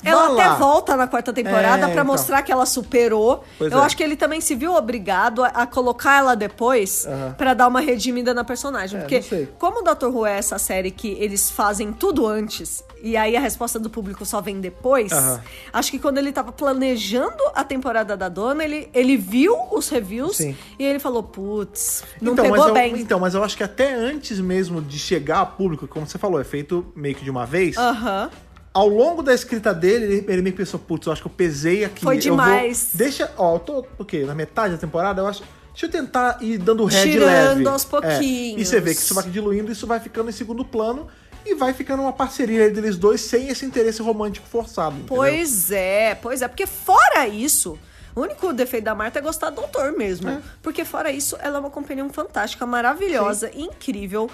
Speaker 2: Ela
Speaker 1: Vá
Speaker 2: até
Speaker 1: lá.
Speaker 2: volta na quarta temporada pra
Speaker 1: É, então.
Speaker 2: mostrar que ela superou.
Speaker 1: Pois
Speaker 2: Eu
Speaker 1: é.
Speaker 2: acho que ele também se viu obrigado a, a colocar ela depois pra
Speaker 1: Aham.
Speaker 2: dar uma redimida na personagem.
Speaker 1: É,
Speaker 2: porque
Speaker 1: não sei.
Speaker 2: como o Dr. Who é essa série que eles fazem tudo antes e aí a resposta do público só vem depois,
Speaker 1: Aham.
Speaker 2: acho que quando ele tava planejando a temporada da Dona, ele, ele viu os reviews
Speaker 1: Sim.
Speaker 2: e ele falou, putz, não
Speaker 1: então,
Speaker 2: pegou
Speaker 1: mas
Speaker 2: bem.
Speaker 1: Eu, então, mas eu acho que até antes mesmo de chegar a público, como você falou, é feito meio que de uma vez.
Speaker 2: Aham.
Speaker 1: Ao longo da escrita dele, ele, ele meio que pensou, putz, eu acho que eu pesei aqui.
Speaker 2: Foi
Speaker 1: eu
Speaker 2: demais.
Speaker 1: vou- deixa, ó, eu tô, o quê? Na metade da temporada, eu acho... Deixa eu tentar ir dando ré de
Speaker 2: Tirando
Speaker 1: leve.
Speaker 2: aos pouquinhos.
Speaker 1: É, E você vê que isso vai diluindo, isso vai ficando em segundo plano e vai ficando uma parceria deles dois sem esse interesse romântico forçado, entendeu?
Speaker 2: Pois é, pois é. Porque fora isso, o único defeito da Marta é gostar do doutor mesmo.
Speaker 1: É.
Speaker 2: Porque fora isso, ela é uma companion fantástica, maravilhosa, incrível,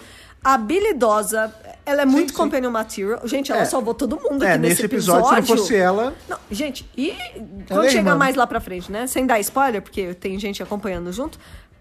Speaker 2: habilidosa. Ela é muito
Speaker 1: sim.
Speaker 2: companion material. Gente, ela
Speaker 1: É.
Speaker 2: salvou todo mundo
Speaker 1: É,
Speaker 2: aqui
Speaker 1: nesse episódio, se não fosse ela...
Speaker 2: Não, gente, e
Speaker 1: Ela
Speaker 2: quando
Speaker 1: é
Speaker 2: chegar
Speaker 1: irmã.
Speaker 2: mais lá pra frente, né? Sem dar spoiler, porque tem gente acompanhando junto.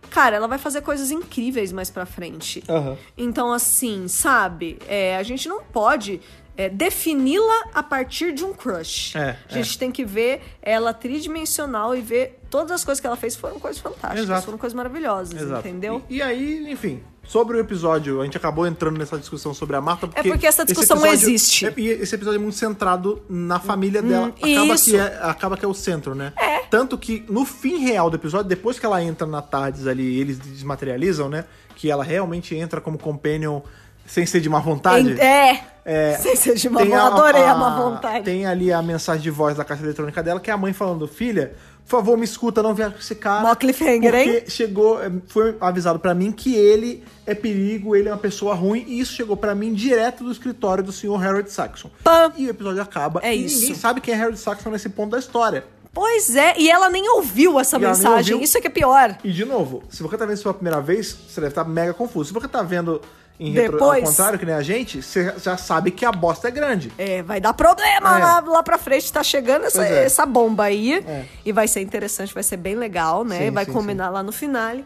Speaker 2: Cara, ela vai fazer coisas incríveis mais pra frente.
Speaker 1: Aham.
Speaker 2: Então, assim, sabe? É, a gente não pode é, defini-la a partir de um crush.
Speaker 1: É,
Speaker 2: a gente tem que ver ela tridimensional e ver todas as coisas que ela fez foram coisas fantásticas,
Speaker 1: Exato.
Speaker 2: foram coisas maravilhosas,
Speaker 1: Exato.
Speaker 2: entendeu?
Speaker 1: E, e aí, enfim, sobre o episódio, a gente acabou entrando nessa discussão sobre a Marta. Porque
Speaker 2: É porque essa
Speaker 1: esse
Speaker 2: discussão
Speaker 1: episódio-
Speaker 2: existe. Hum,
Speaker 1: é- e esse episódio é muito centrado na família dela. acaba,
Speaker 2: isso.
Speaker 1: Que é, acaba que é o centro, né? É. Tanto que no fim real do episódio, depois que ela entra na Tardes ali e eles desmaterializam, né? Que ela realmente entra como companion Sem ser de má vontade?
Speaker 2: É.
Speaker 1: É,
Speaker 2: Sem ser de má vontade. Adorei a, má vontade.
Speaker 1: Tem ali a mensagem de voz da caixa eletrônica dela, que é a mãe falando, filha, por favor, me escuta, não viaja com esse cara.
Speaker 2: Mó cliffhanger,
Speaker 1: porque
Speaker 2: hein?
Speaker 1: chegou, é, foi avisado pra mim que ele é perigo, ele é uma pessoa ruim, e isso chegou pra mim direto do escritório do senhor Harold Saxon.
Speaker 2: Pam.
Speaker 1: E o episódio acaba.
Speaker 2: É
Speaker 1: e
Speaker 2: isso.
Speaker 1: ninguém sabe quem é Harold Saxon nesse ponto da história.
Speaker 2: Pois é, e ela nem ouviu essa
Speaker 1: E ela nem
Speaker 2: mensagem.
Speaker 1: ouviu.
Speaker 2: Isso é que é pior.
Speaker 1: E de novo, se você tá vendo isso pela primeira vez, você deve estar mega confuso. Se você tá vendo em retro, ao
Speaker 2: Depois.
Speaker 1: contrário, que nem a gente, você já sabe que a bosta é grande.
Speaker 2: É, vai dar problema
Speaker 1: É.
Speaker 2: lá, lá pra frente, tá chegando essa,
Speaker 1: Pois é.
Speaker 2: essa bomba aí.
Speaker 1: É.
Speaker 2: E vai ser interessante, vai ser bem legal, né?
Speaker 1: Sim,
Speaker 2: vai
Speaker 1: sim,
Speaker 2: combinar lá no finale.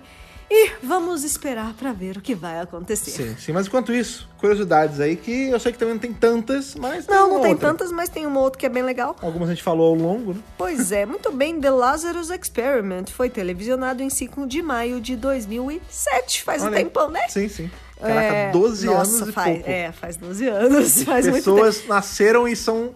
Speaker 2: E vamos esperar pra ver o que vai acontecer.
Speaker 1: Sim, sim, mas enquanto isso, curiosidades aí que eu sei que também não tem tantas, mas.
Speaker 2: Não, não
Speaker 1: uma
Speaker 2: tem
Speaker 1: outra.
Speaker 2: tantas, mas tem uma outra que é bem legal.
Speaker 1: Algumas a gente falou ao longo, né?
Speaker 2: Pois é, muito bem, The Lazarus Experiment foi televisionado em 5 de maio de 2007. Faz
Speaker 1: Olha
Speaker 2: um
Speaker 1: aí.
Speaker 2: tempão, né?
Speaker 1: Sim, sim. Caraca,
Speaker 2: É,
Speaker 1: 12
Speaker 2: nossa,
Speaker 1: anos
Speaker 2: faz,
Speaker 1: e pouco.
Speaker 2: É, faz 12 anos, faz muito tempo.
Speaker 1: Pessoas nasceram e são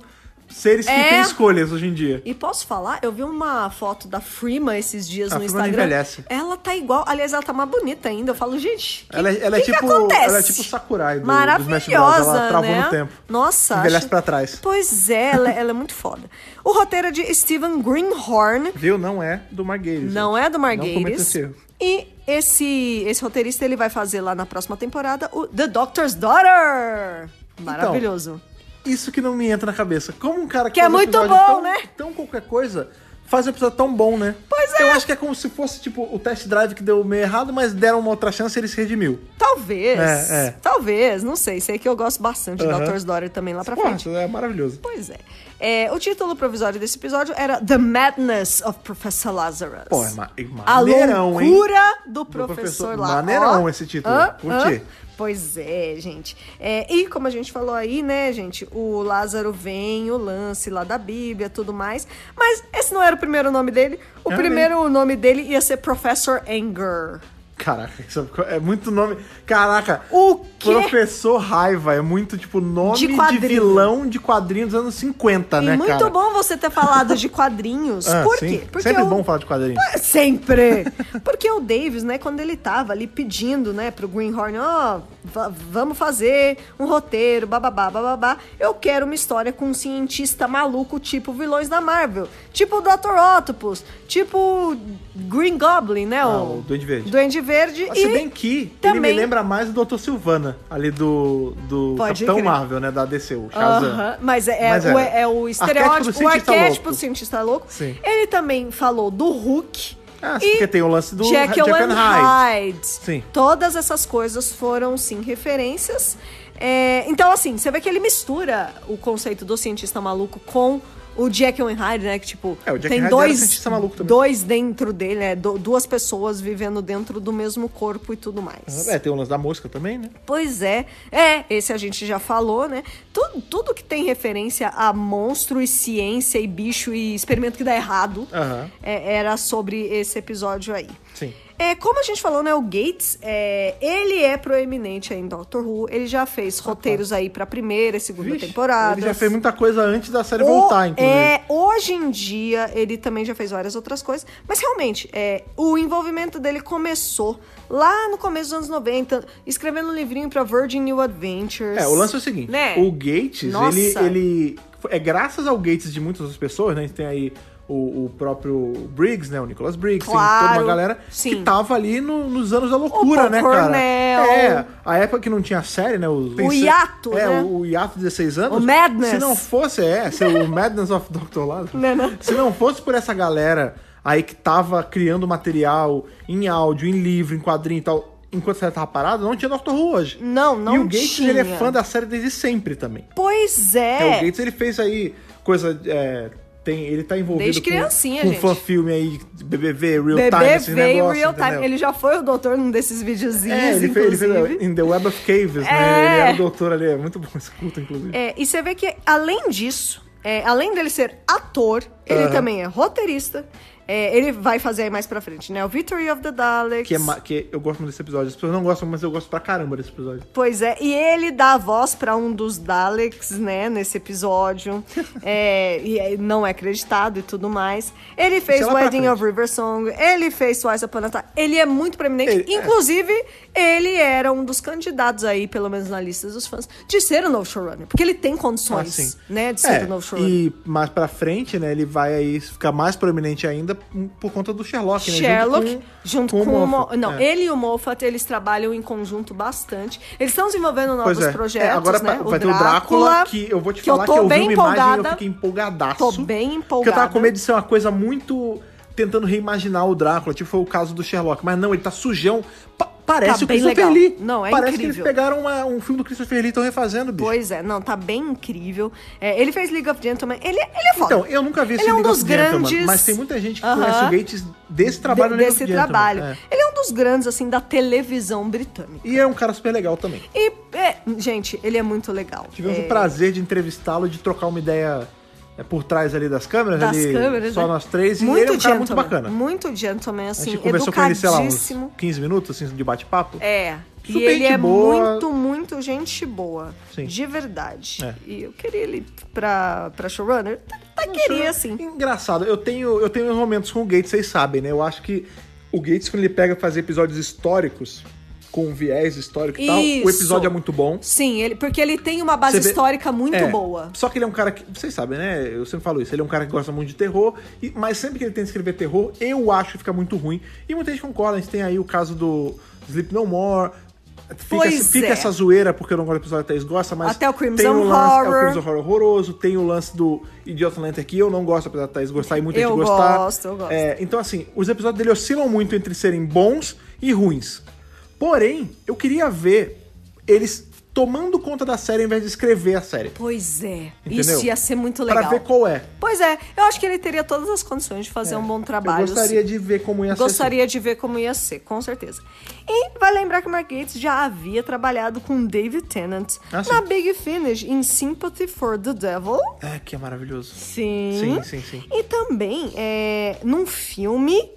Speaker 1: seres que
Speaker 2: É.
Speaker 1: têm escolhas hoje em dia.
Speaker 2: E posso falar? Eu vi uma foto da Freema esses dias
Speaker 1: A
Speaker 2: no
Speaker 1: Freema não
Speaker 2: Instagram.
Speaker 1: envelhece.
Speaker 2: Ela tá igual. Aliás, ela tá mais bonita ainda. Eu falo, gente, que,
Speaker 1: Ela é- ela é
Speaker 2: que que
Speaker 1: tipo-
Speaker 2: acontece?
Speaker 1: ela é tipo Sakurai do- do Smash Bros. Ela
Speaker 2: Maravilhosa,
Speaker 1: travou
Speaker 2: né?
Speaker 1: no tempo.
Speaker 2: Nossa,
Speaker 1: Envelhece pra trás.
Speaker 2: Pois é, ela, ela é muito foda. O roteiro é de Steven Greenhorn,
Speaker 1: Viu? Não é do Marguerite.
Speaker 2: não é do
Speaker 1: Não cometa
Speaker 2: Marguerite.
Speaker 1: esse erro.
Speaker 2: E esse, esse roteirista ele vai fazer lá na próxima temporada o The Doctor's Daughter.
Speaker 1: Então,
Speaker 2: Maravilhoso.
Speaker 1: Isso que não me entra na cabeça. Como um cara que,
Speaker 2: Que é
Speaker 1: faz um
Speaker 2: muito
Speaker 1: episódio
Speaker 2: bom,
Speaker 1: tão,
Speaker 2: né?
Speaker 1: Tão qualquer coisa, faz um episódio tão bom, né?
Speaker 2: Pois é.
Speaker 1: Eu acho que é como se fosse, tipo, o test drive que deu meio errado, mas deram uma outra chance e ele se redimiu.
Speaker 2: Talvez.
Speaker 1: É, é.
Speaker 2: Talvez, não sei. Sei que eu gosto bastante de
Speaker 1: Aham.
Speaker 2: Doctor's Daughter também lá pra
Speaker 1: Porra,
Speaker 2: frente.
Speaker 1: isso é maravilhoso.
Speaker 2: Pois é. É, O título provisório desse episódio era The Madness of Professor Lazarus.
Speaker 1: Pô, é ma- é
Speaker 2: A
Speaker 1: maneirão, hein?
Speaker 2: loucura do professor,
Speaker 1: professor.
Speaker 2: Lazarus.
Speaker 1: Maneirão esse título. Curti.
Speaker 2: Pois é, gente. É, e como a gente falou aí, né, gente? O Lázaro vem, o lance lá da Bíblia, tudo mais. Mas esse não era o primeiro nome dele. O
Speaker 1: Ah,
Speaker 2: primeiro nome dele ia ser Professor Anger.
Speaker 1: Caraca, isso é é muito nome. Caraca.
Speaker 2: O quê?
Speaker 1: Professor Raiva é muito, tipo, nome
Speaker 2: De
Speaker 1: de,
Speaker 2: quadrinho.
Speaker 1: vilão de quadrinho dos anos 50,
Speaker 2: E
Speaker 1: né,
Speaker 2: muito
Speaker 1: cara?
Speaker 2: bom você ter falado de quadrinhos.
Speaker 1: Ah,
Speaker 2: Por
Speaker 1: sim.
Speaker 2: quê? Porque
Speaker 1: Sempre
Speaker 2: o-
Speaker 1: bom falar de quadrinho.
Speaker 2: Sempre! Porque o Davis, né, quando ele tava ali pedindo, né, pro Greenhorn, ó, va- vamos fazer um roteiro, bababá, bababá, eu quero uma história com um cientista maluco tipo vilões da Marvel, tipo o Dr. Octopus, tipo Green Goblin, né,
Speaker 1: Ah,
Speaker 2: o...
Speaker 1: o Duende Verde.
Speaker 2: Duende Verde
Speaker 1: Mas
Speaker 2: e...
Speaker 1: Se bem que ele me
Speaker 2: também-
Speaker 1: lembra mais do Dr. Silvana, ali do, do
Speaker 2: Pode
Speaker 1: Capitão
Speaker 2: crer.
Speaker 1: Marvel, né? Da DC, o Shazam.
Speaker 2: Aham, Mas, é,
Speaker 1: Mas
Speaker 2: é o,
Speaker 1: é.
Speaker 2: é o estereótipo,
Speaker 1: Arquétipo do
Speaker 2: o
Speaker 1: cientista
Speaker 2: arquétipo
Speaker 1: louco.
Speaker 2: do cientista louco.
Speaker 1: Sim.
Speaker 2: Ele também falou do Hulk.
Speaker 1: Ah,
Speaker 2: e
Speaker 1: porque tem o lance do
Speaker 2: Jekyll
Speaker 1: Jekyll
Speaker 2: and
Speaker 1: and
Speaker 2: Hyde.
Speaker 1: Sim.
Speaker 2: Todas essas coisas foram, sim, referências. É, então, assim, você vê que ele mistura o conceito do cientista maluco com o Jekyll and Hyde, né? Que, tipo,
Speaker 1: É, o Jekyll and
Speaker 2: tem
Speaker 1: Hyde era
Speaker 2: dois,
Speaker 1: cientista maluco também.
Speaker 2: dois dentro dele, né? du- duas pessoas vivendo dentro do mesmo corpo e tudo mais.
Speaker 1: É, tem o lance da mosca também, né?
Speaker 2: Pois é, é, esse a gente já falou, né? Tudo, tudo que tem referência a monstro e ciência e bicho e experimento que dá errado
Speaker 1: Aham.
Speaker 2: é, era sobre esse episódio aí.
Speaker 1: Sim.
Speaker 2: É, como a gente falou, né, o Gates, é, ele é proeminente aí em Doctor Who, ele já fez roteiros aí pra primeira e segunda
Speaker 1: Vixe,
Speaker 2: temporada.
Speaker 1: Ele já fez muita coisa antes da série
Speaker 2: O-
Speaker 1: voltar, inclusive.
Speaker 2: É, hoje em dia ele também já fez várias outras coisas, mas realmente, é, o envolvimento dele começou lá no começo dos anos 90, escrevendo um livrinho pra Virgin New Adventures.
Speaker 1: É, o lance é o seguinte:
Speaker 2: Né?
Speaker 1: o Gates,
Speaker 2: Nossa.
Speaker 1: ele, ele. É graças ao Gates de muitas outras pessoas, né? A gente tem aí o, o próprio Briggs, né? O Nicholas Briggs, tem toda
Speaker 2: Claro,
Speaker 1: uma galera
Speaker 2: sim.
Speaker 1: que tava ali no- nos anos da loucura,
Speaker 2: Paul
Speaker 1: né, cara?
Speaker 2: Cornell.
Speaker 1: É, a época que não tinha série, né? Os,
Speaker 2: O hiato,
Speaker 1: é,
Speaker 2: né?
Speaker 1: o, o hiato de 16 anos.
Speaker 2: O Madness.
Speaker 1: Se não fosse, é, se- o Madness of Dr. Lazarus.
Speaker 2: Né, né?
Speaker 1: Se não fosse por essa galera aí que tava criando material em áudio, em livro, em quadrinho e tal, enquanto você tava parado, não tinha Doctor Who hoje.
Speaker 2: Não, não
Speaker 1: E o Gates,
Speaker 2: tinha.
Speaker 1: ele é fã da série desde sempre também.
Speaker 2: Pois
Speaker 1: É,
Speaker 2: é.
Speaker 1: o Gates, ele fez aí coisa... é, tem, ele tá envolvido
Speaker 2: Desde
Speaker 1: com,
Speaker 2: criancinha,
Speaker 1: com
Speaker 2: gente.
Speaker 1: fã-filme aí, BBV, Real
Speaker 2: Bebê
Speaker 1: Time, esses
Speaker 2: veio
Speaker 1: negócios,
Speaker 2: real time.
Speaker 1: entendeu?
Speaker 2: Ele já foi o doutor num desses videozinhos,
Speaker 1: É, ele fez,
Speaker 2: inclusive.
Speaker 1: ele fez In The Web of Caves,
Speaker 2: É.
Speaker 1: né? Ele era o doutor ali, é muito bom esse culto, inclusive.
Speaker 2: É, e você vê que, além disso, é, além dele ser ator, Ele
Speaker 1: Aham.
Speaker 2: também é roteirista. É, ele vai fazer aí mais pra frente, né? O Victory of the Daleks.
Speaker 1: Que, é, ma- que eu gosto muito desse episódio. As pessoas não gostam, mas eu gosto pra caramba desse episódio.
Speaker 2: Pois é, e ele dá a voz pra um dos Daleks, né, nesse episódio. É, e aí não é acreditado e tudo mais. Ele fez
Speaker 1: lá pra
Speaker 2: Wedding
Speaker 1: frente.
Speaker 2: of River Song, ele fez Twice Upon a Time. Ele é muito proeminente.
Speaker 1: Ele- é.
Speaker 2: Inclusive, ele era um dos candidatos aí, pelo menos na lista dos fãs, de ser o novo showrunner. Porque ele tem condições,
Speaker 1: Assim.
Speaker 2: né, de ser
Speaker 1: É,
Speaker 2: o novo showrunner.
Speaker 1: e mais pra frente, né, ele vai aí ficar mais proeminente ainda por conta do Sherlock, né?
Speaker 2: Sherlock, junto com, o Mo...
Speaker 1: Moffat.
Speaker 2: Não,
Speaker 1: É.
Speaker 2: ele e o Moffat, eles trabalham em conjunto bastante. Eles estão desenvolvendo novos
Speaker 1: Pois é.
Speaker 2: projetos,
Speaker 1: É, agora
Speaker 2: né?
Speaker 1: vai vai ter o Drácula, que eu vou te falar que
Speaker 2: tô
Speaker 1: eu, vi
Speaker 2: bem
Speaker 1: uma imagem e
Speaker 2: empolgada.
Speaker 1: eu fiquei empolgadaço.
Speaker 2: Tô bem
Speaker 1: Porque eu tava
Speaker 2: empolgada.
Speaker 1: com medo de ser uma coisa muito... Tentando reimaginar o Drácula, tipo foi o caso do Sherlock. Mas não, ele tá sujão. Pa- parece
Speaker 2: Tá
Speaker 1: o
Speaker 2: bem
Speaker 1: Christopher
Speaker 2: legal.
Speaker 1: Lee.
Speaker 2: Não, é
Speaker 1: Parece que
Speaker 2: incrível.
Speaker 1: eles pegaram uma- um filme do Christopher Lee e estão refazendo, bicho.
Speaker 2: Pois é, não, tá bem incrível. É, ele fez League of Gentlemen, ele, ele é foda.
Speaker 1: Então, eu nunca vi esse
Speaker 2: Ele é um
Speaker 1: League of
Speaker 2: dos
Speaker 1: Gentlemen,
Speaker 2: grandes-
Speaker 1: Mas tem muita gente que
Speaker 2: Aham.
Speaker 1: conhece o Gates desse trabalho
Speaker 2: De-
Speaker 1: no League
Speaker 2: desse
Speaker 1: of Gentlemen.
Speaker 2: trabalho.
Speaker 1: É.
Speaker 2: Ele é um dos grandes, assim, da televisão britânica.
Speaker 1: E é um cara super legal também.
Speaker 2: E, é, gente, ele é muito legal.
Speaker 1: Tivemos
Speaker 2: é,
Speaker 1: o prazer de entrevistá-lo, de trocar uma ideia é, por trás ali das câmeras,
Speaker 2: das
Speaker 1: ali,
Speaker 2: câmeras,
Speaker 1: só
Speaker 2: né?
Speaker 1: nós três, e ele é um cara muito
Speaker 2: gentleman,
Speaker 1: bacana.
Speaker 2: Muito gentleman,
Speaker 1: a
Speaker 2: assim,
Speaker 1: gente conversou com ele, sei lá, uns
Speaker 2: educadíssimo.
Speaker 1: 15 minutos assim, de bate-papo.
Speaker 2: É.
Speaker 1: Super
Speaker 2: e ele
Speaker 1: gente
Speaker 2: é
Speaker 1: boa.
Speaker 2: muito, muito gente boa.
Speaker 1: Sim.
Speaker 2: De verdade.
Speaker 1: É.
Speaker 2: E eu queria ele pra, pra showrunner. Tá, tá queria, assim.
Speaker 1: Engraçado, eu tenho, eu tenho meus momentos com o Gates, vocês sabem, né? Eu acho que o Gates, quando ele pega fazer episódios históricos, com viés histórico e tal, o
Speaker 2: Isso.
Speaker 1: episódio é muito bom.
Speaker 2: Sim, ele, porque ele tem uma base
Speaker 1: Você vê-
Speaker 2: histórica muito
Speaker 1: É,
Speaker 2: boa.
Speaker 1: Só que ele é um cara que. Vocês sabem, né? Eu sempre falo isso. Ele é um cara que gosta muito de terror, e- mas sempre que ele tenta escrever terror, eu acho que fica muito ruim. E muita gente concorda. A gente tem aí o caso do Sleep No More. Fica,
Speaker 2: Pois
Speaker 1: fica
Speaker 2: é.
Speaker 1: essa zoeira, porque eu não gosto do episódio, a Thaís gosta, mas.
Speaker 2: Até o Crimson
Speaker 1: tem o lance, É o
Speaker 2: Horror.
Speaker 1: Crimson Horror horroroso. Tem o lance do Idiota Lantern que eu não gosto, apesar da Thaís gostar e muita
Speaker 2: Eu
Speaker 1: gente gostar.
Speaker 2: gosto, eu gosto.
Speaker 1: É, então, assim, os episódios dele oscilam muito entre serem bons e ruins. Porém, eu queria ver eles tomando conta da série ao invés de escrever a série.
Speaker 2: Pois é.
Speaker 1: Entendeu?
Speaker 2: Isso ia ser muito
Speaker 1: Pra
Speaker 2: legal.
Speaker 1: ver qual é.
Speaker 2: Pois é, eu acho que ele teria todas as condições de fazer um bom trabalho.
Speaker 1: Eu gostaria de ver como ia
Speaker 2: Gostaria de ver como ia ser, com certeza. E vai lembrar que o Mark Gates já havia trabalhado com David Tennant
Speaker 1: Ah, sim.
Speaker 2: na Big Finish em Sympathy for the Devil.
Speaker 1: ser. É, que é maravilhoso.
Speaker 2: Sim.
Speaker 1: Sim, sim, sim.
Speaker 2: E também é, num filme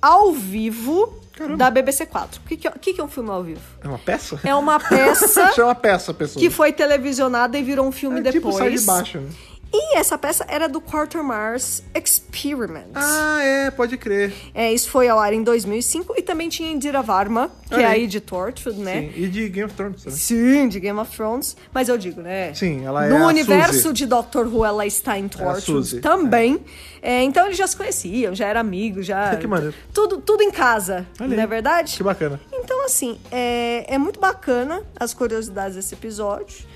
Speaker 2: ao vivo
Speaker 1: Caramba.
Speaker 2: da BBC4. O que, que, é- o que que é um filme ao vivo?
Speaker 1: É uma peça?
Speaker 2: É uma peça
Speaker 1: Chama peça, pessoal.
Speaker 2: que foi televisionada e virou um filme
Speaker 1: é,
Speaker 2: depois.
Speaker 1: Tipo, sai de baixo. Né?
Speaker 2: E essa peça era do Quartermars Experiment.
Speaker 1: Ah, é, pode crer.
Speaker 2: É, isso foi ao ar em 2005 e também tinha Indira Varma, que
Speaker 1: Olha
Speaker 2: é a
Speaker 1: aí.
Speaker 2: Edie Torchwood, né?
Speaker 1: Sim. E de Game of Thrones né? também.
Speaker 2: Sim, de Game of Thrones. Mas eu digo, né?
Speaker 1: Sim, ela é
Speaker 2: No
Speaker 1: a
Speaker 2: universo
Speaker 1: Suzy. É
Speaker 2: de Doctor Who, ela está em
Speaker 1: a Suzy,
Speaker 2: Torchwood também. É, então eles já se conheciam, já eram amigos, já...
Speaker 1: Que maneiro.
Speaker 2: Tudo, tudo em casa,
Speaker 1: Olha
Speaker 2: não é
Speaker 1: aí.
Speaker 2: verdade?
Speaker 1: Que bacana.
Speaker 2: Então, assim, é, é muito bacana as curiosidades desse episódio.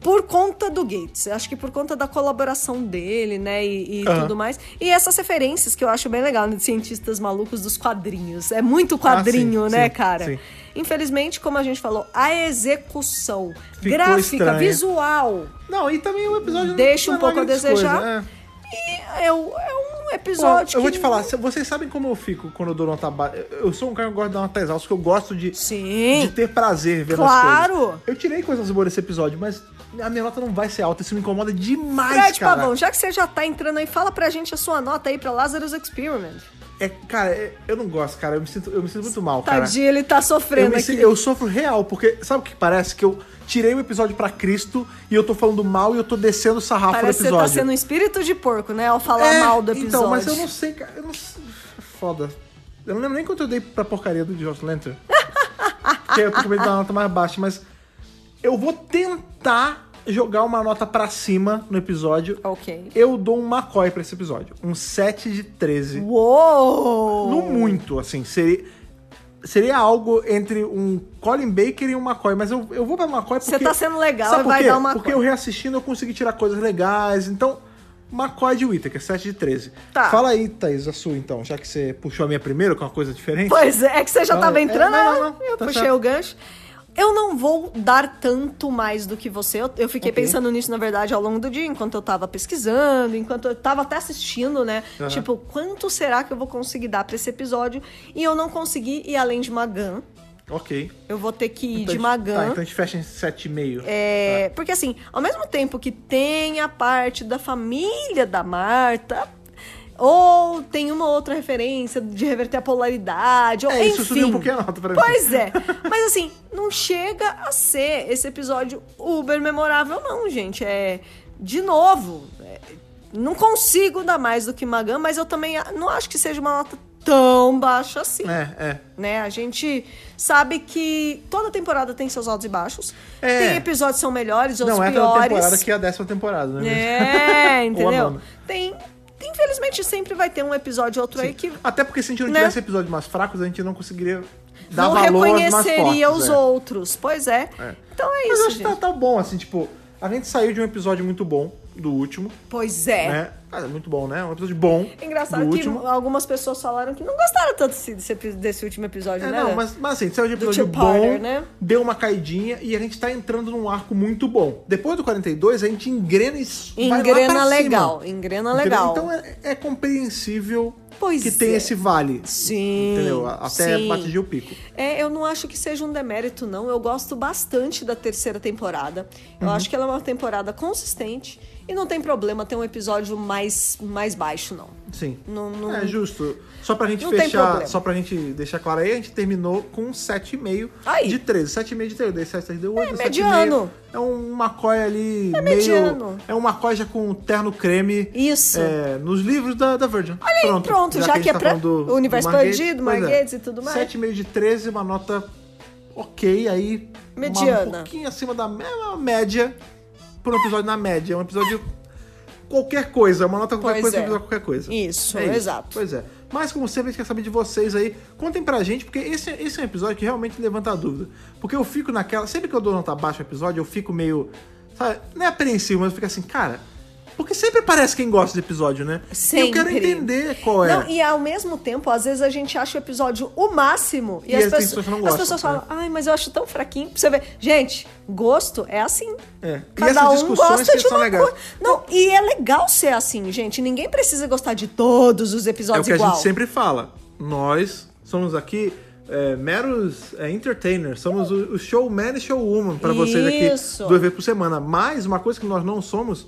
Speaker 2: Por conta do Gates, Eu acho que por conta da colaboração dele, né, e, e
Speaker 1: Aham.
Speaker 2: tudo mais. E essas referências que eu acho bem legal, né, de cientistas malucos dos quadrinhos. É muito quadrinho,
Speaker 1: Ah, sim,
Speaker 2: né,
Speaker 1: sim,
Speaker 2: cara?
Speaker 1: sim.
Speaker 2: Infelizmente, como a gente falou, a execução
Speaker 1: Ficou
Speaker 2: gráfica,
Speaker 1: estranha.
Speaker 2: visual,
Speaker 1: Não, e também o episódio não-
Speaker 2: deixa um
Speaker 1: não é
Speaker 2: pouco a
Speaker 1: grandes
Speaker 2: desejar.
Speaker 1: coisas, é.
Speaker 2: E é, um- é um
Speaker 1: Bom,
Speaker 2: episódio
Speaker 1: eu vou
Speaker 2: que
Speaker 1: te falar, se- vocês sabem como eu fico quando eu dou nota baixa. Eu eu sou um cara que gosta de dar notas altas, que eu gosto de,
Speaker 2: Sim.
Speaker 1: de ter prazer vendo as
Speaker 2: Claro.
Speaker 1: coisas. Eu tirei coisas boas nesse episódio, mas a minha nota não vai ser alta, isso me incomoda demais,
Speaker 2: Fred
Speaker 1: cara.
Speaker 2: Pavão, já que você já tá entrando aí, fala pra gente a sua nota aí pra Lazarus Experiment.
Speaker 1: É, cara, é- eu não gosto, cara. Eu me sinto, eu me sinto muito mal, cara.
Speaker 2: Tadinho, ele tá
Speaker 1: Eu,
Speaker 2: sofrendo
Speaker 1: me
Speaker 2: aqui.
Speaker 1: sinto- eu sofro real, porque sabe o que parece? Que eu tirei o episódio pra Cristo e eu tô falando mal e eu tô descendo o sarrafo
Speaker 2: Parece
Speaker 1: do
Speaker 2: que você tá
Speaker 1: episódio.
Speaker 2: sendo um espírito de porco, né? Ao falar
Speaker 1: É,
Speaker 2: mal do episódio.
Speaker 1: Então, mas eu não sei, cara. Eu não sei. Foda. Eu não lembro nem quanto eu dei pra porcaria do Josh Lantern. Porque eu tô com medo de dar uma nota mais baixa, mas eu vou tentar jogar uma nota pra cima no episódio.
Speaker 2: Ok.
Speaker 1: Eu dou um McCoy pra esse episódio. Um 7 de 13.
Speaker 2: Uou!
Speaker 1: No muito, assim, seria. Seria algo entre um Colin Baker e um McCoy, mas eu, eu vou pra McCoy porque...
Speaker 2: Você tá sendo legal
Speaker 1: Sabe
Speaker 2: e
Speaker 1: por
Speaker 2: vai
Speaker 1: quê?
Speaker 2: dar uma
Speaker 1: Porque
Speaker 2: coisa.
Speaker 1: eu reassistindo eu consegui tirar coisas legais, então... McCoy de Whittaker, 7 de 13.
Speaker 2: Tá.
Speaker 1: Fala aí, Thaís, a sua então, já que você puxou a minha primeiro com uma coisa diferente.
Speaker 2: Pois é, é que você já
Speaker 1: Não,
Speaker 2: tava
Speaker 1: é-
Speaker 2: entrando,
Speaker 1: é, não,
Speaker 2: né?
Speaker 1: não, não,
Speaker 2: eu
Speaker 1: tá
Speaker 2: puxei
Speaker 1: certo.
Speaker 2: o gancho. Eu não vou dar tanto mais do que você. Eu, eu fiquei
Speaker 1: Ok.
Speaker 2: pensando nisso, na verdade, ao longo do dia, enquanto eu tava pesquisando, enquanto eu tava até assistindo, né?
Speaker 1: Aham.
Speaker 2: Tipo, quanto será que eu vou conseguir dar pra esse episódio? E eu não consegui ir além de Magan.
Speaker 1: Ok.
Speaker 2: Eu vou ter que ir
Speaker 1: Então a
Speaker 2: de
Speaker 1: gente-
Speaker 2: Magan.
Speaker 1: Tá, então a gente fecha em 7,5. Tá.
Speaker 2: É, Porque assim, ao mesmo tempo que tem a parte da família da Marta, Ou tem uma outra referência de reverter a polaridade. Ou,
Speaker 1: É, isso
Speaker 2: enfim.
Speaker 1: subiu um pouquinho a nota pra mim.
Speaker 2: Pois é. Mas assim, não chega a ser esse episódio uber memorável, não, gente. É. De novo. é, não consigo dar mais do que Magan, mas eu também a- não acho que seja uma nota tão baixa assim.
Speaker 1: É, é.
Speaker 2: Né? A gente sabe que toda temporada tem seus altos e baixos.
Speaker 1: É.
Speaker 2: Tem episódios que são melhores, outros
Speaker 1: Não é toda
Speaker 2: piores.
Speaker 1: temporada que é a décima temporada, né?
Speaker 2: É,
Speaker 1: Ou a
Speaker 2: entendeu?
Speaker 1: nona.
Speaker 2: Tem. Infelizmente sempre vai ter um episódio ou outro aí que
Speaker 1: Até porque se a gente não
Speaker 2: Né?
Speaker 1: tivesse episódios mais fracos, a gente não conseguiria dar
Speaker 2: não
Speaker 1: valor aos mais
Speaker 2: reconheceria
Speaker 1: fortes,
Speaker 2: os
Speaker 1: é.
Speaker 2: outros. Pois é.
Speaker 1: É.
Speaker 2: Então
Speaker 1: Mas
Speaker 2: é
Speaker 1: eu
Speaker 2: isso,
Speaker 1: acho que
Speaker 2: gente.
Speaker 1: tá, tá bom, assim, tipo, a gente saiu de um episódio muito bom, do último,
Speaker 2: Pois é.
Speaker 1: né? Ah, muito bom, né? Um episódio bom.
Speaker 2: Engraçado
Speaker 1: do
Speaker 2: que
Speaker 1: último.
Speaker 2: algumas pessoas falaram que não gostaram tanto desse, desse epi- desse último episódio,
Speaker 1: É,
Speaker 2: né?
Speaker 1: não, mas, mas assim, saiu de um
Speaker 2: Do
Speaker 1: episódio
Speaker 2: Tim
Speaker 1: bom,
Speaker 2: Potter, né?
Speaker 1: deu uma caidinha e a gente tá entrando num arco muito bom. Depois do 42, a gente engrena e s- vai lá pra
Speaker 2: Engrena
Speaker 1: cima.
Speaker 2: legal, engrena
Speaker 1: Entendeu?
Speaker 2: legal.
Speaker 1: Então é, é compreensível
Speaker 2: Pois
Speaker 1: que tem
Speaker 2: é.
Speaker 1: esse vale.
Speaker 2: Sim.
Speaker 1: Entendeu? A- Até
Speaker 2: sim.
Speaker 1: atingir o pico.
Speaker 2: É, eu não acho que seja um demérito, não. Eu gosto bastante da terceira temporada. Eu
Speaker 1: Uhum.
Speaker 2: acho que ela é uma temporada consistente e não tem problema ter um episódio mais, mais baixo, não.
Speaker 1: Sim.
Speaker 2: Não- não-
Speaker 1: É justo. Só pra gente
Speaker 2: Não tem
Speaker 1: fechar,
Speaker 2: problema.
Speaker 1: só pra gente deixar claro aí, a gente terminou com 7,5
Speaker 2: Aí.
Speaker 1: de 13. 7,5 de 13, 17, 13, deu 8,
Speaker 2: É
Speaker 1: 7,5.
Speaker 2: mediano.
Speaker 1: É um macoy ali é
Speaker 2: mediano.
Speaker 1: meio... É um macoy já com terno creme.
Speaker 2: Isso.
Speaker 1: é, nos livros da, da Virgin. Olha
Speaker 2: aí, pronto, já que é pra o universo
Speaker 1: tá
Speaker 2: perdido, Marguerite
Speaker 1: Marguerite é.
Speaker 2: e tudo mais.
Speaker 1: 7,5 de 13, uma nota ok aí. uma- Um
Speaker 2: Mediana.
Speaker 1: pouquinho acima da me- uma média. Por um episódio na média. É um episódio qualquer coisa. Uma nota qualquer
Speaker 2: Pois
Speaker 1: coisa,
Speaker 2: é.
Speaker 1: um episódio qualquer coisa.
Speaker 2: Isso,
Speaker 1: É
Speaker 2: exato.
Speaker 1: Pois é. Mas como sempre, a gente quer saber de vocês aí. Contem pra gente, porque esse, esse é um episódio que realmente levanta a dúvida. Porque eu fico naquela. Sempre que eu dou nota baixa ao episódio, eu fico meio. Sabe, não é apreensivo, mas eu fico assim, cara. Porque sempre parece quem gosta do episódio, né? E eu quero
Speaker 2: Sempre.
Speaker 1: entender qual é.
Speaker 2: Não, e ao mesmo tempo, às vezes a gente acha o episódio o máximo e,
Speaker 1: E
Speaker 2: as,
Speaker 1: aí tem pessoas
Speaker 2: pessoas,
Speaker 1: que não
Speaker 2: as
Speaker 1: gostam,
Speaker 2: pessoas
Speaker 1: né?
Speaker 2: falam, ai, mas eu acho tão fraquinho. Pra você ver. Gente, gosto é assim.
Speaker 1: É.
Speaker 2: Cada
Speaker 1: e essas
Speaker 2: um
Speaker 1: discussões
Speaker 2: gosta
Speaker 1: que
Speaker 2: de
Speaker 1: são
Speaker 2: uma
Speaker 1: legais.
Speaker 2: coisa. Não, e é legal ser assim, gente. Ninguém precisa gostar de todos os
Speaker 1: É o
Speaker 2: episódios
Speaker 1: que a
Speaker 2: igual.
Speaker 1: gente sempre fala. Nós somos aqui é, meros é, entertainers. Somos o, o showman e showwoman pra vocês
Speaker 2: Isso.
Speaker 1: aqui duas vezes por semana. Mas uma coisa que nós não somos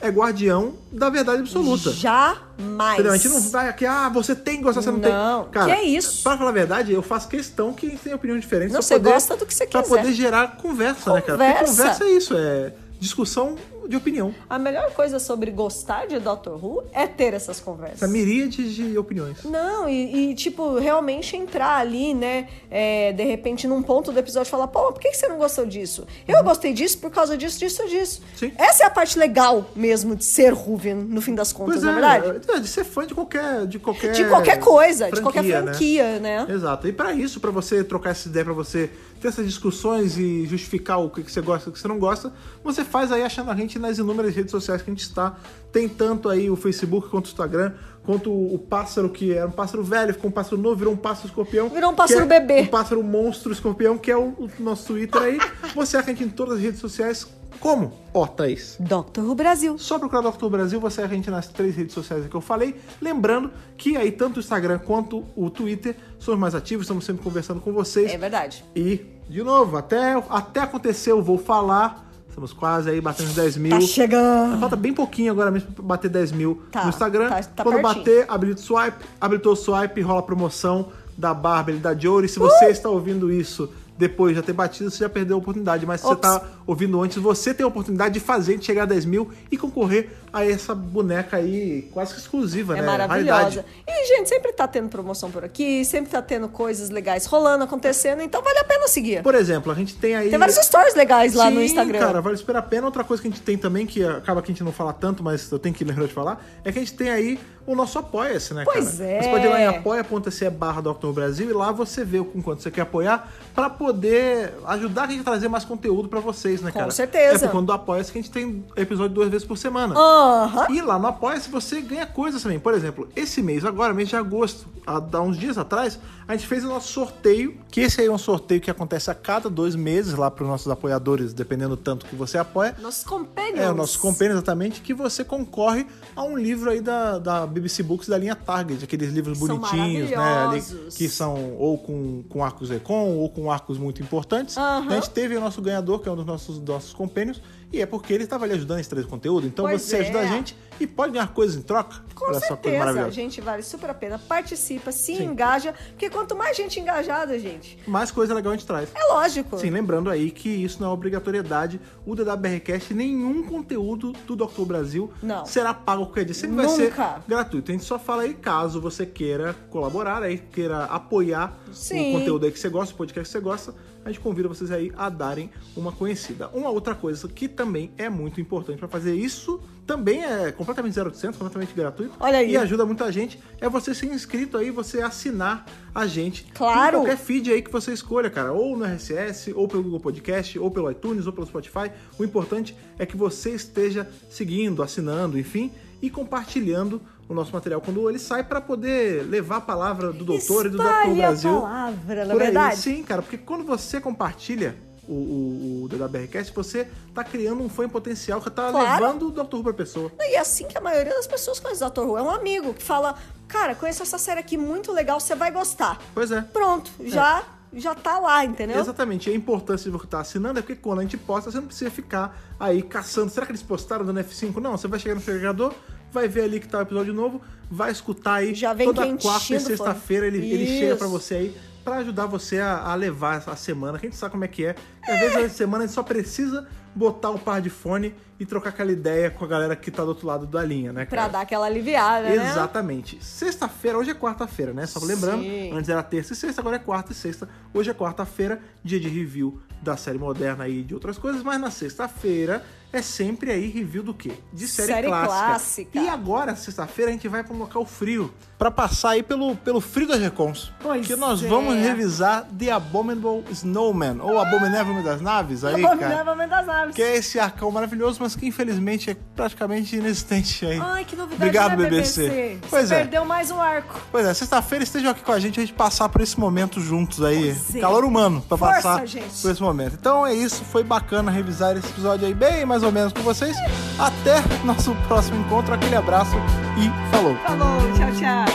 Speaker 1: é guardião da verdade absoluta.
Speaker 2: Jamais.
Speaker 1: Entendeu? A gente não vai aqui, ah, você tem que gostar, você não, tem.
Speaker 2: Não, que é isso?
Speaker 1: Pra falar a verdade, eu faço questão que a gente tenha opinião diferente.
Speaker 2: Não,
Speaker 1: pra
Speaker 2: você gosta do que você
Speaker 1: Pra
Speaker 2: quiser.
Speaker 1: poder gerar conversa, né, cara? Porque
Speaker 2: Conversa.
Speaker 1: conversa é isso, é discussão de opinião.
Speaker 2: A melhor coisa sobre gostar de Doctor Who é ter essas conversas.
Speaker 1: Essa miríade de opiniões.
Speaker 2: Não, e, e, tipo, realmente entrar ali, né? é, de repente, num ponto do episódio, falar, pô, por que que você não gostou disso? Eu gostei disso por causa disso, disso, disso.
Speaker 1: Sim.
Speaker 2: Essa é a parte legal mesmo de ser Ruven, no fim das contas, na verdade.
Speaker 1: é, de ser fã de qualquer. De qualquer,
Speaker 2: De qualquer coisa, de
Speaker 1: franquia,
Speaker 2: qualquer
Speaker 1: né?
Speaker 2: é, franquia, né?
Speaker 1: Exato. E pra isso, pra você trocar essa ideia, pra você ter essas discussões e justificar o que que você gosta e o que você não gosta, você faz aí achando a gente nas inúmeras redes sociais que a gente está. Tem tanto aí o Facebook quanto o Instagram, quanto o pássaro que era um pássaro velho, ficou um pássaro novo, virou um pássaro escorpião.
Speaker 2: Virou um
Speaker 1: que
Speaker 2: pássaro
Speaker 1: é
Speaker 2: bebê.
Speaker 1: Um pássaro monstro escorpião, que é o, o nosso Twitter aí. Você acha a gente em todas as redes sociais. Como? Ó, Thaís.
Speaker 2: Doctor Who Brasil.
Speaker 1: Só procurar Doctor Brasil, você acha a gente nas três redes sociais que eu falei. Lembrando que aí tanto o Instagram quanto o Twitter somos mais ativos, estamos sempre conversando com vocês.
Speaker 2: É verdade.
Speaker 1: E, de novo, até, até acontecer eu vou falar. Estamos quase aí batendo os 10 mil.
Speaker 2: Tá chegando.
Speaker 1: Falta bem pouquinho agora mesmo pra bater 10 mil
Speaker 2: Tá,
Speaker 1: no Instagram.
Speaker 2: tá- tá
Speaker 1: Quando
Speaker 2: pertinho.
Speaker 1: bater, habilita o swipe, habilitou o swipe, rola a promoção da Bárbara e da Jory. Se
Speaker 2: Uh!
Speaker 1: você está ouvindo isso depois de já ter batido, você já perdeu a oportunidade. Mas se você
Speaker 2: Ops.
Speaker 1: está ouvindo antes, você tem a oportunidade de fazer, de chegar a 10 mil e concorrer a essa boneca aí quase que exclusiva,
Speaker 2: É
Speaker 1: né?
Speaker 2: maravilhosa.
Speaker 1: Raridade.
Speaker 2: E, gente, sempre tá tendo promoção por aqui, sempre tá tendo coisas legais rolando, acontecendo, então vale a pena seguir.
Speaker 1: Por exemplo, a gente tem aí...
Speaker 2: Tem vários stories legais lá no
Speaker 1: Sim,
Speaker 2: Instagram.
Speaker 1: cara, vale super a pena. Outra coisa que a gente tem também, que acaba que a gente não fala tanto, mas eu tenho que lembrar de falar, é que a gente tem aí o nosso Apoia-se, né,
Speaker 2: Pois
Speaker 1: cara?
Speaker 2: é.
Speaker 1: Você pode ir lá em apoia.se barra Dr. Brasil e lá você vê o com quanto você quer apoiar pra poder ajudar a gente a trazer mais conteúdo pra vocês, né,
Speaker 2: Com
Speaker 1: cara?
Speaker 2: certeza.
Speaker 1: É por conta do Apoia-se que a gente tem episódio duas vezes por semana.
Speaker 2: Aham.
Speaker 1: E lá no Apoia-se você ganha coisas também. Por exemplo, esse mês agora, mês de agosto, há há uns dias atrás, a gente fez o nosso sorteio, que esse aí é um sorteio que acontece a cada dois meses lá para os nossos apoiadores, dependendo do tanto que você apoia.
Speaker 2: Nossos companions.
Speaker 1: É, o nosso companheiro exatamente, que você concorre a um livro aí da, da BBC Books da linha Target, aqueles livros
Speaker 2: São
Speaker 1: bonitinhos, né? ali,
Speaker 2: maravilhosos.
Speaker 1: que são ou com, com arcos recon ou com arcos muito importantes.
Speaker 2: Aham.
Speaker 1: A gente teve o nosso ganhador, que é um dos nossos, nossos compênios, e é porque ele estava ali ajudando a gente a trazer conteúdo. Então
Speaker 2: Pois
Speaker 1: você
Speaker 2: é.
Speaker 1: ajuda a gente e pode ganhar coisas em troca.
Speaker 2: Com
Speaker 1: Olha só que coisa
Speaker 2: certeza,
Speaker 1: maravilhosa.
Speaker 2: gente, vale super a pena. Participa, se
Speaker 1: Sim.
Speaker 2: engaja, porque quanto mais gente engajada, gente,
Speaker 1: Mais coisa legal a gente traz.
Speaker 2: é lógico.
Speaker 1: Sim, lembrando aí que isso não é obrigatoriedade. O DWRcast, nenhum conteúdo do Dr. Brasil
Speaker 2: Não.
Speaker 1: será pago qualquer dia. Sempre vai ser
Speaker 2: Nunca.
Speaker 1: gratuito. A gente só fala aí caso você queira colaborar, aí queira apoiar
Speaker 2: Sim.
Speaker 1: o conteúdo aí que você gosta, o podcast que você gosta. A gente convida vocês aí a darem uma conhecida. Uma outra coisa que também é muito importante para fazer isso, também é completamente 0800, completamente gratuito.
Speaker 2: Olha aí.
Speaker 1: E ajuda muita gente, é você ser inscrito aí, você assinar a gente.
Speaker 2: Claro.
Speaker 1: Em qualquer feed aí que você escolha, cara. Ou no RSS, ou pelo Google Podcast, ou pelo iTunes, ou pelo Spotify. O importante é que você esteja seguindo, assinando, enfim, e compartilhando o nosso material quando ele sai para poder levar a palavra do doutor e do
Speaker 2: Espalhe
Speaker 1: Dr. Brasil.
Speaker 2: a palavra, na
Speaker 1: Por aí.
Speaker 2: é verdade.
Speaker 1: Sim, cara, porque quando você compartilha o, o, o DWRcast, você tá criando um fã potencial que tá
Speaker 2: Claro.
Speaker 1: levando o Dr. pra pessoa.
Speaker 2: Não, E é assim que a maioria das pessoas conhece o Dr. Who. É um amigo que fala, cara, conheço essa série aqui muito legal, você vai gostar.
Speaker 1: Pois é.
Speaker 2: Pronto, já, já tá lá, entendeu?
Speaker 1: Exatamente, e a importância de você estar assinando é porque quando a gente posta, você não precisa ficar aí caçando. Será que eles postaram dando F5? Não, você vai chegar no agregador, vai ver ali que tá o episódio novo, vai escutar aí
Speaker 2: Já vem
Speaker 1: toda
Speaker 2: quentinho
Speaker 1: quarta e
Speaker 2: do forno.
Speaker 1: sexta-feira ele, ele chega
Speaker 2: Isso.
Speaker 1: pra você aí pra ajudar você a, a levar a semana, que a gente sabe como é que é. que Às vezes durante a semana a gente só precisa botar um par de fone e trocar aquela ideia com a galera que tá do outro lado da linha, né,
Speaker 2: Pra
Speaker 1: cara?
Speaker 2: dar aquela aliviada, né?
Speaker 1: Exatamente. Sexta-feira, hoje é quarta-feira, né? Só lembrando,
Speaker 2: Sim.
Speaker 1: antes era terça e sexta, agora é quarta e sexta. Hoje é quarta-feira, dia de review da série moderna e de outras coisas, mas na sexta-feira é sempre aí review do quê? De série,
Speaker 2: Série
Speaker 1: clássica.
Speaker 2: clássica.
Speaker 1: E agora, sexta-feira, a gente vai pra um local frio, pra passar aí pelo, pelo frio das Recons.
Speaker 2: Pois
Speaker 1: que nós
Speaker 2: é.
Speaker 1: vamos revisar The Abominable Snowman, ou Abominável das Naves aí, cara.
Speaker 2: Abominável das aves.
Speaker 1: Que é esse arcão maravilhoso, mas que infelizmente é praticamente inexistente aí.
Speaker 2: Ai, que novidade
Speaker 1: Obrigado,
Speaker 2: né,
Speaker 1: BBC.
Speaker 2: BBC.
Speaker 1: Pois
Speaker 2: Você
Speaker 1: é.
Speaker 2: Perdeu mais um arco.
Speaker 1: Pois é, sexta-feira estejam aqui com a gente, a gente passar por esse momento juntos aí.
Speaker 2: Pois é.
Speaker 1: Calor humano pra
Speaker 2: Força,
Speaker 1: passar
Speaker 2: gente.
Speaker 1: por esse momento. Então é isso, foi bacana revisar esse episódio aí bem mais ou menos com vocês. Até nosso próximo encontro, aquele abraço e falou!
Speaker 2: Falou, tchau, tchau.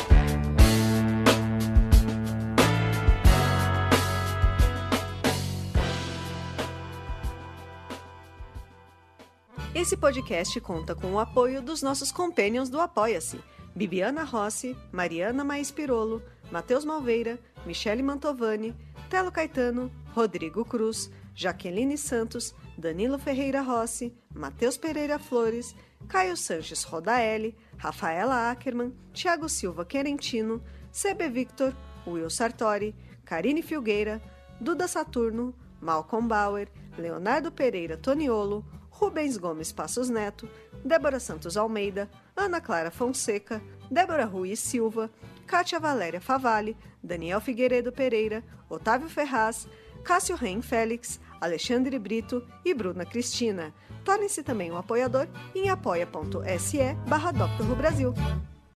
Speaker 2: Esse podcast conta com o apoio dos nossos companions do Apoia-se: Bibiana Rossi, Mariana Maes Pirolo, Matheus Malveira, Michele Mantovani, Telo Caetano, Rodrigo Cruz, Jaqueline Santos, Danilo Ferreira Rossi, Matheus Pereira Flores, Caio Sanches Rodaelli, Rafaela Ackerman, Thiago Silva Querentino, CB Victor, Will Sartori, Karine Filgueira, Duda Saturno, Malcolm Bauer, Leonardo Pereira Toniolo, Rubens Gomes Passos Neto, Débora Santos Almeida, Ana Clara Fonseca, Débora Rui Silva, Kátia Valéria Favalli, Daniel Figueiredo Pereira, Otávio Ferraz, Cássio Reim Félix, Alexandre Brito e Bruna Cristina. Torne-se também um apoiador em apoia.se barra Dr. Who Brasil.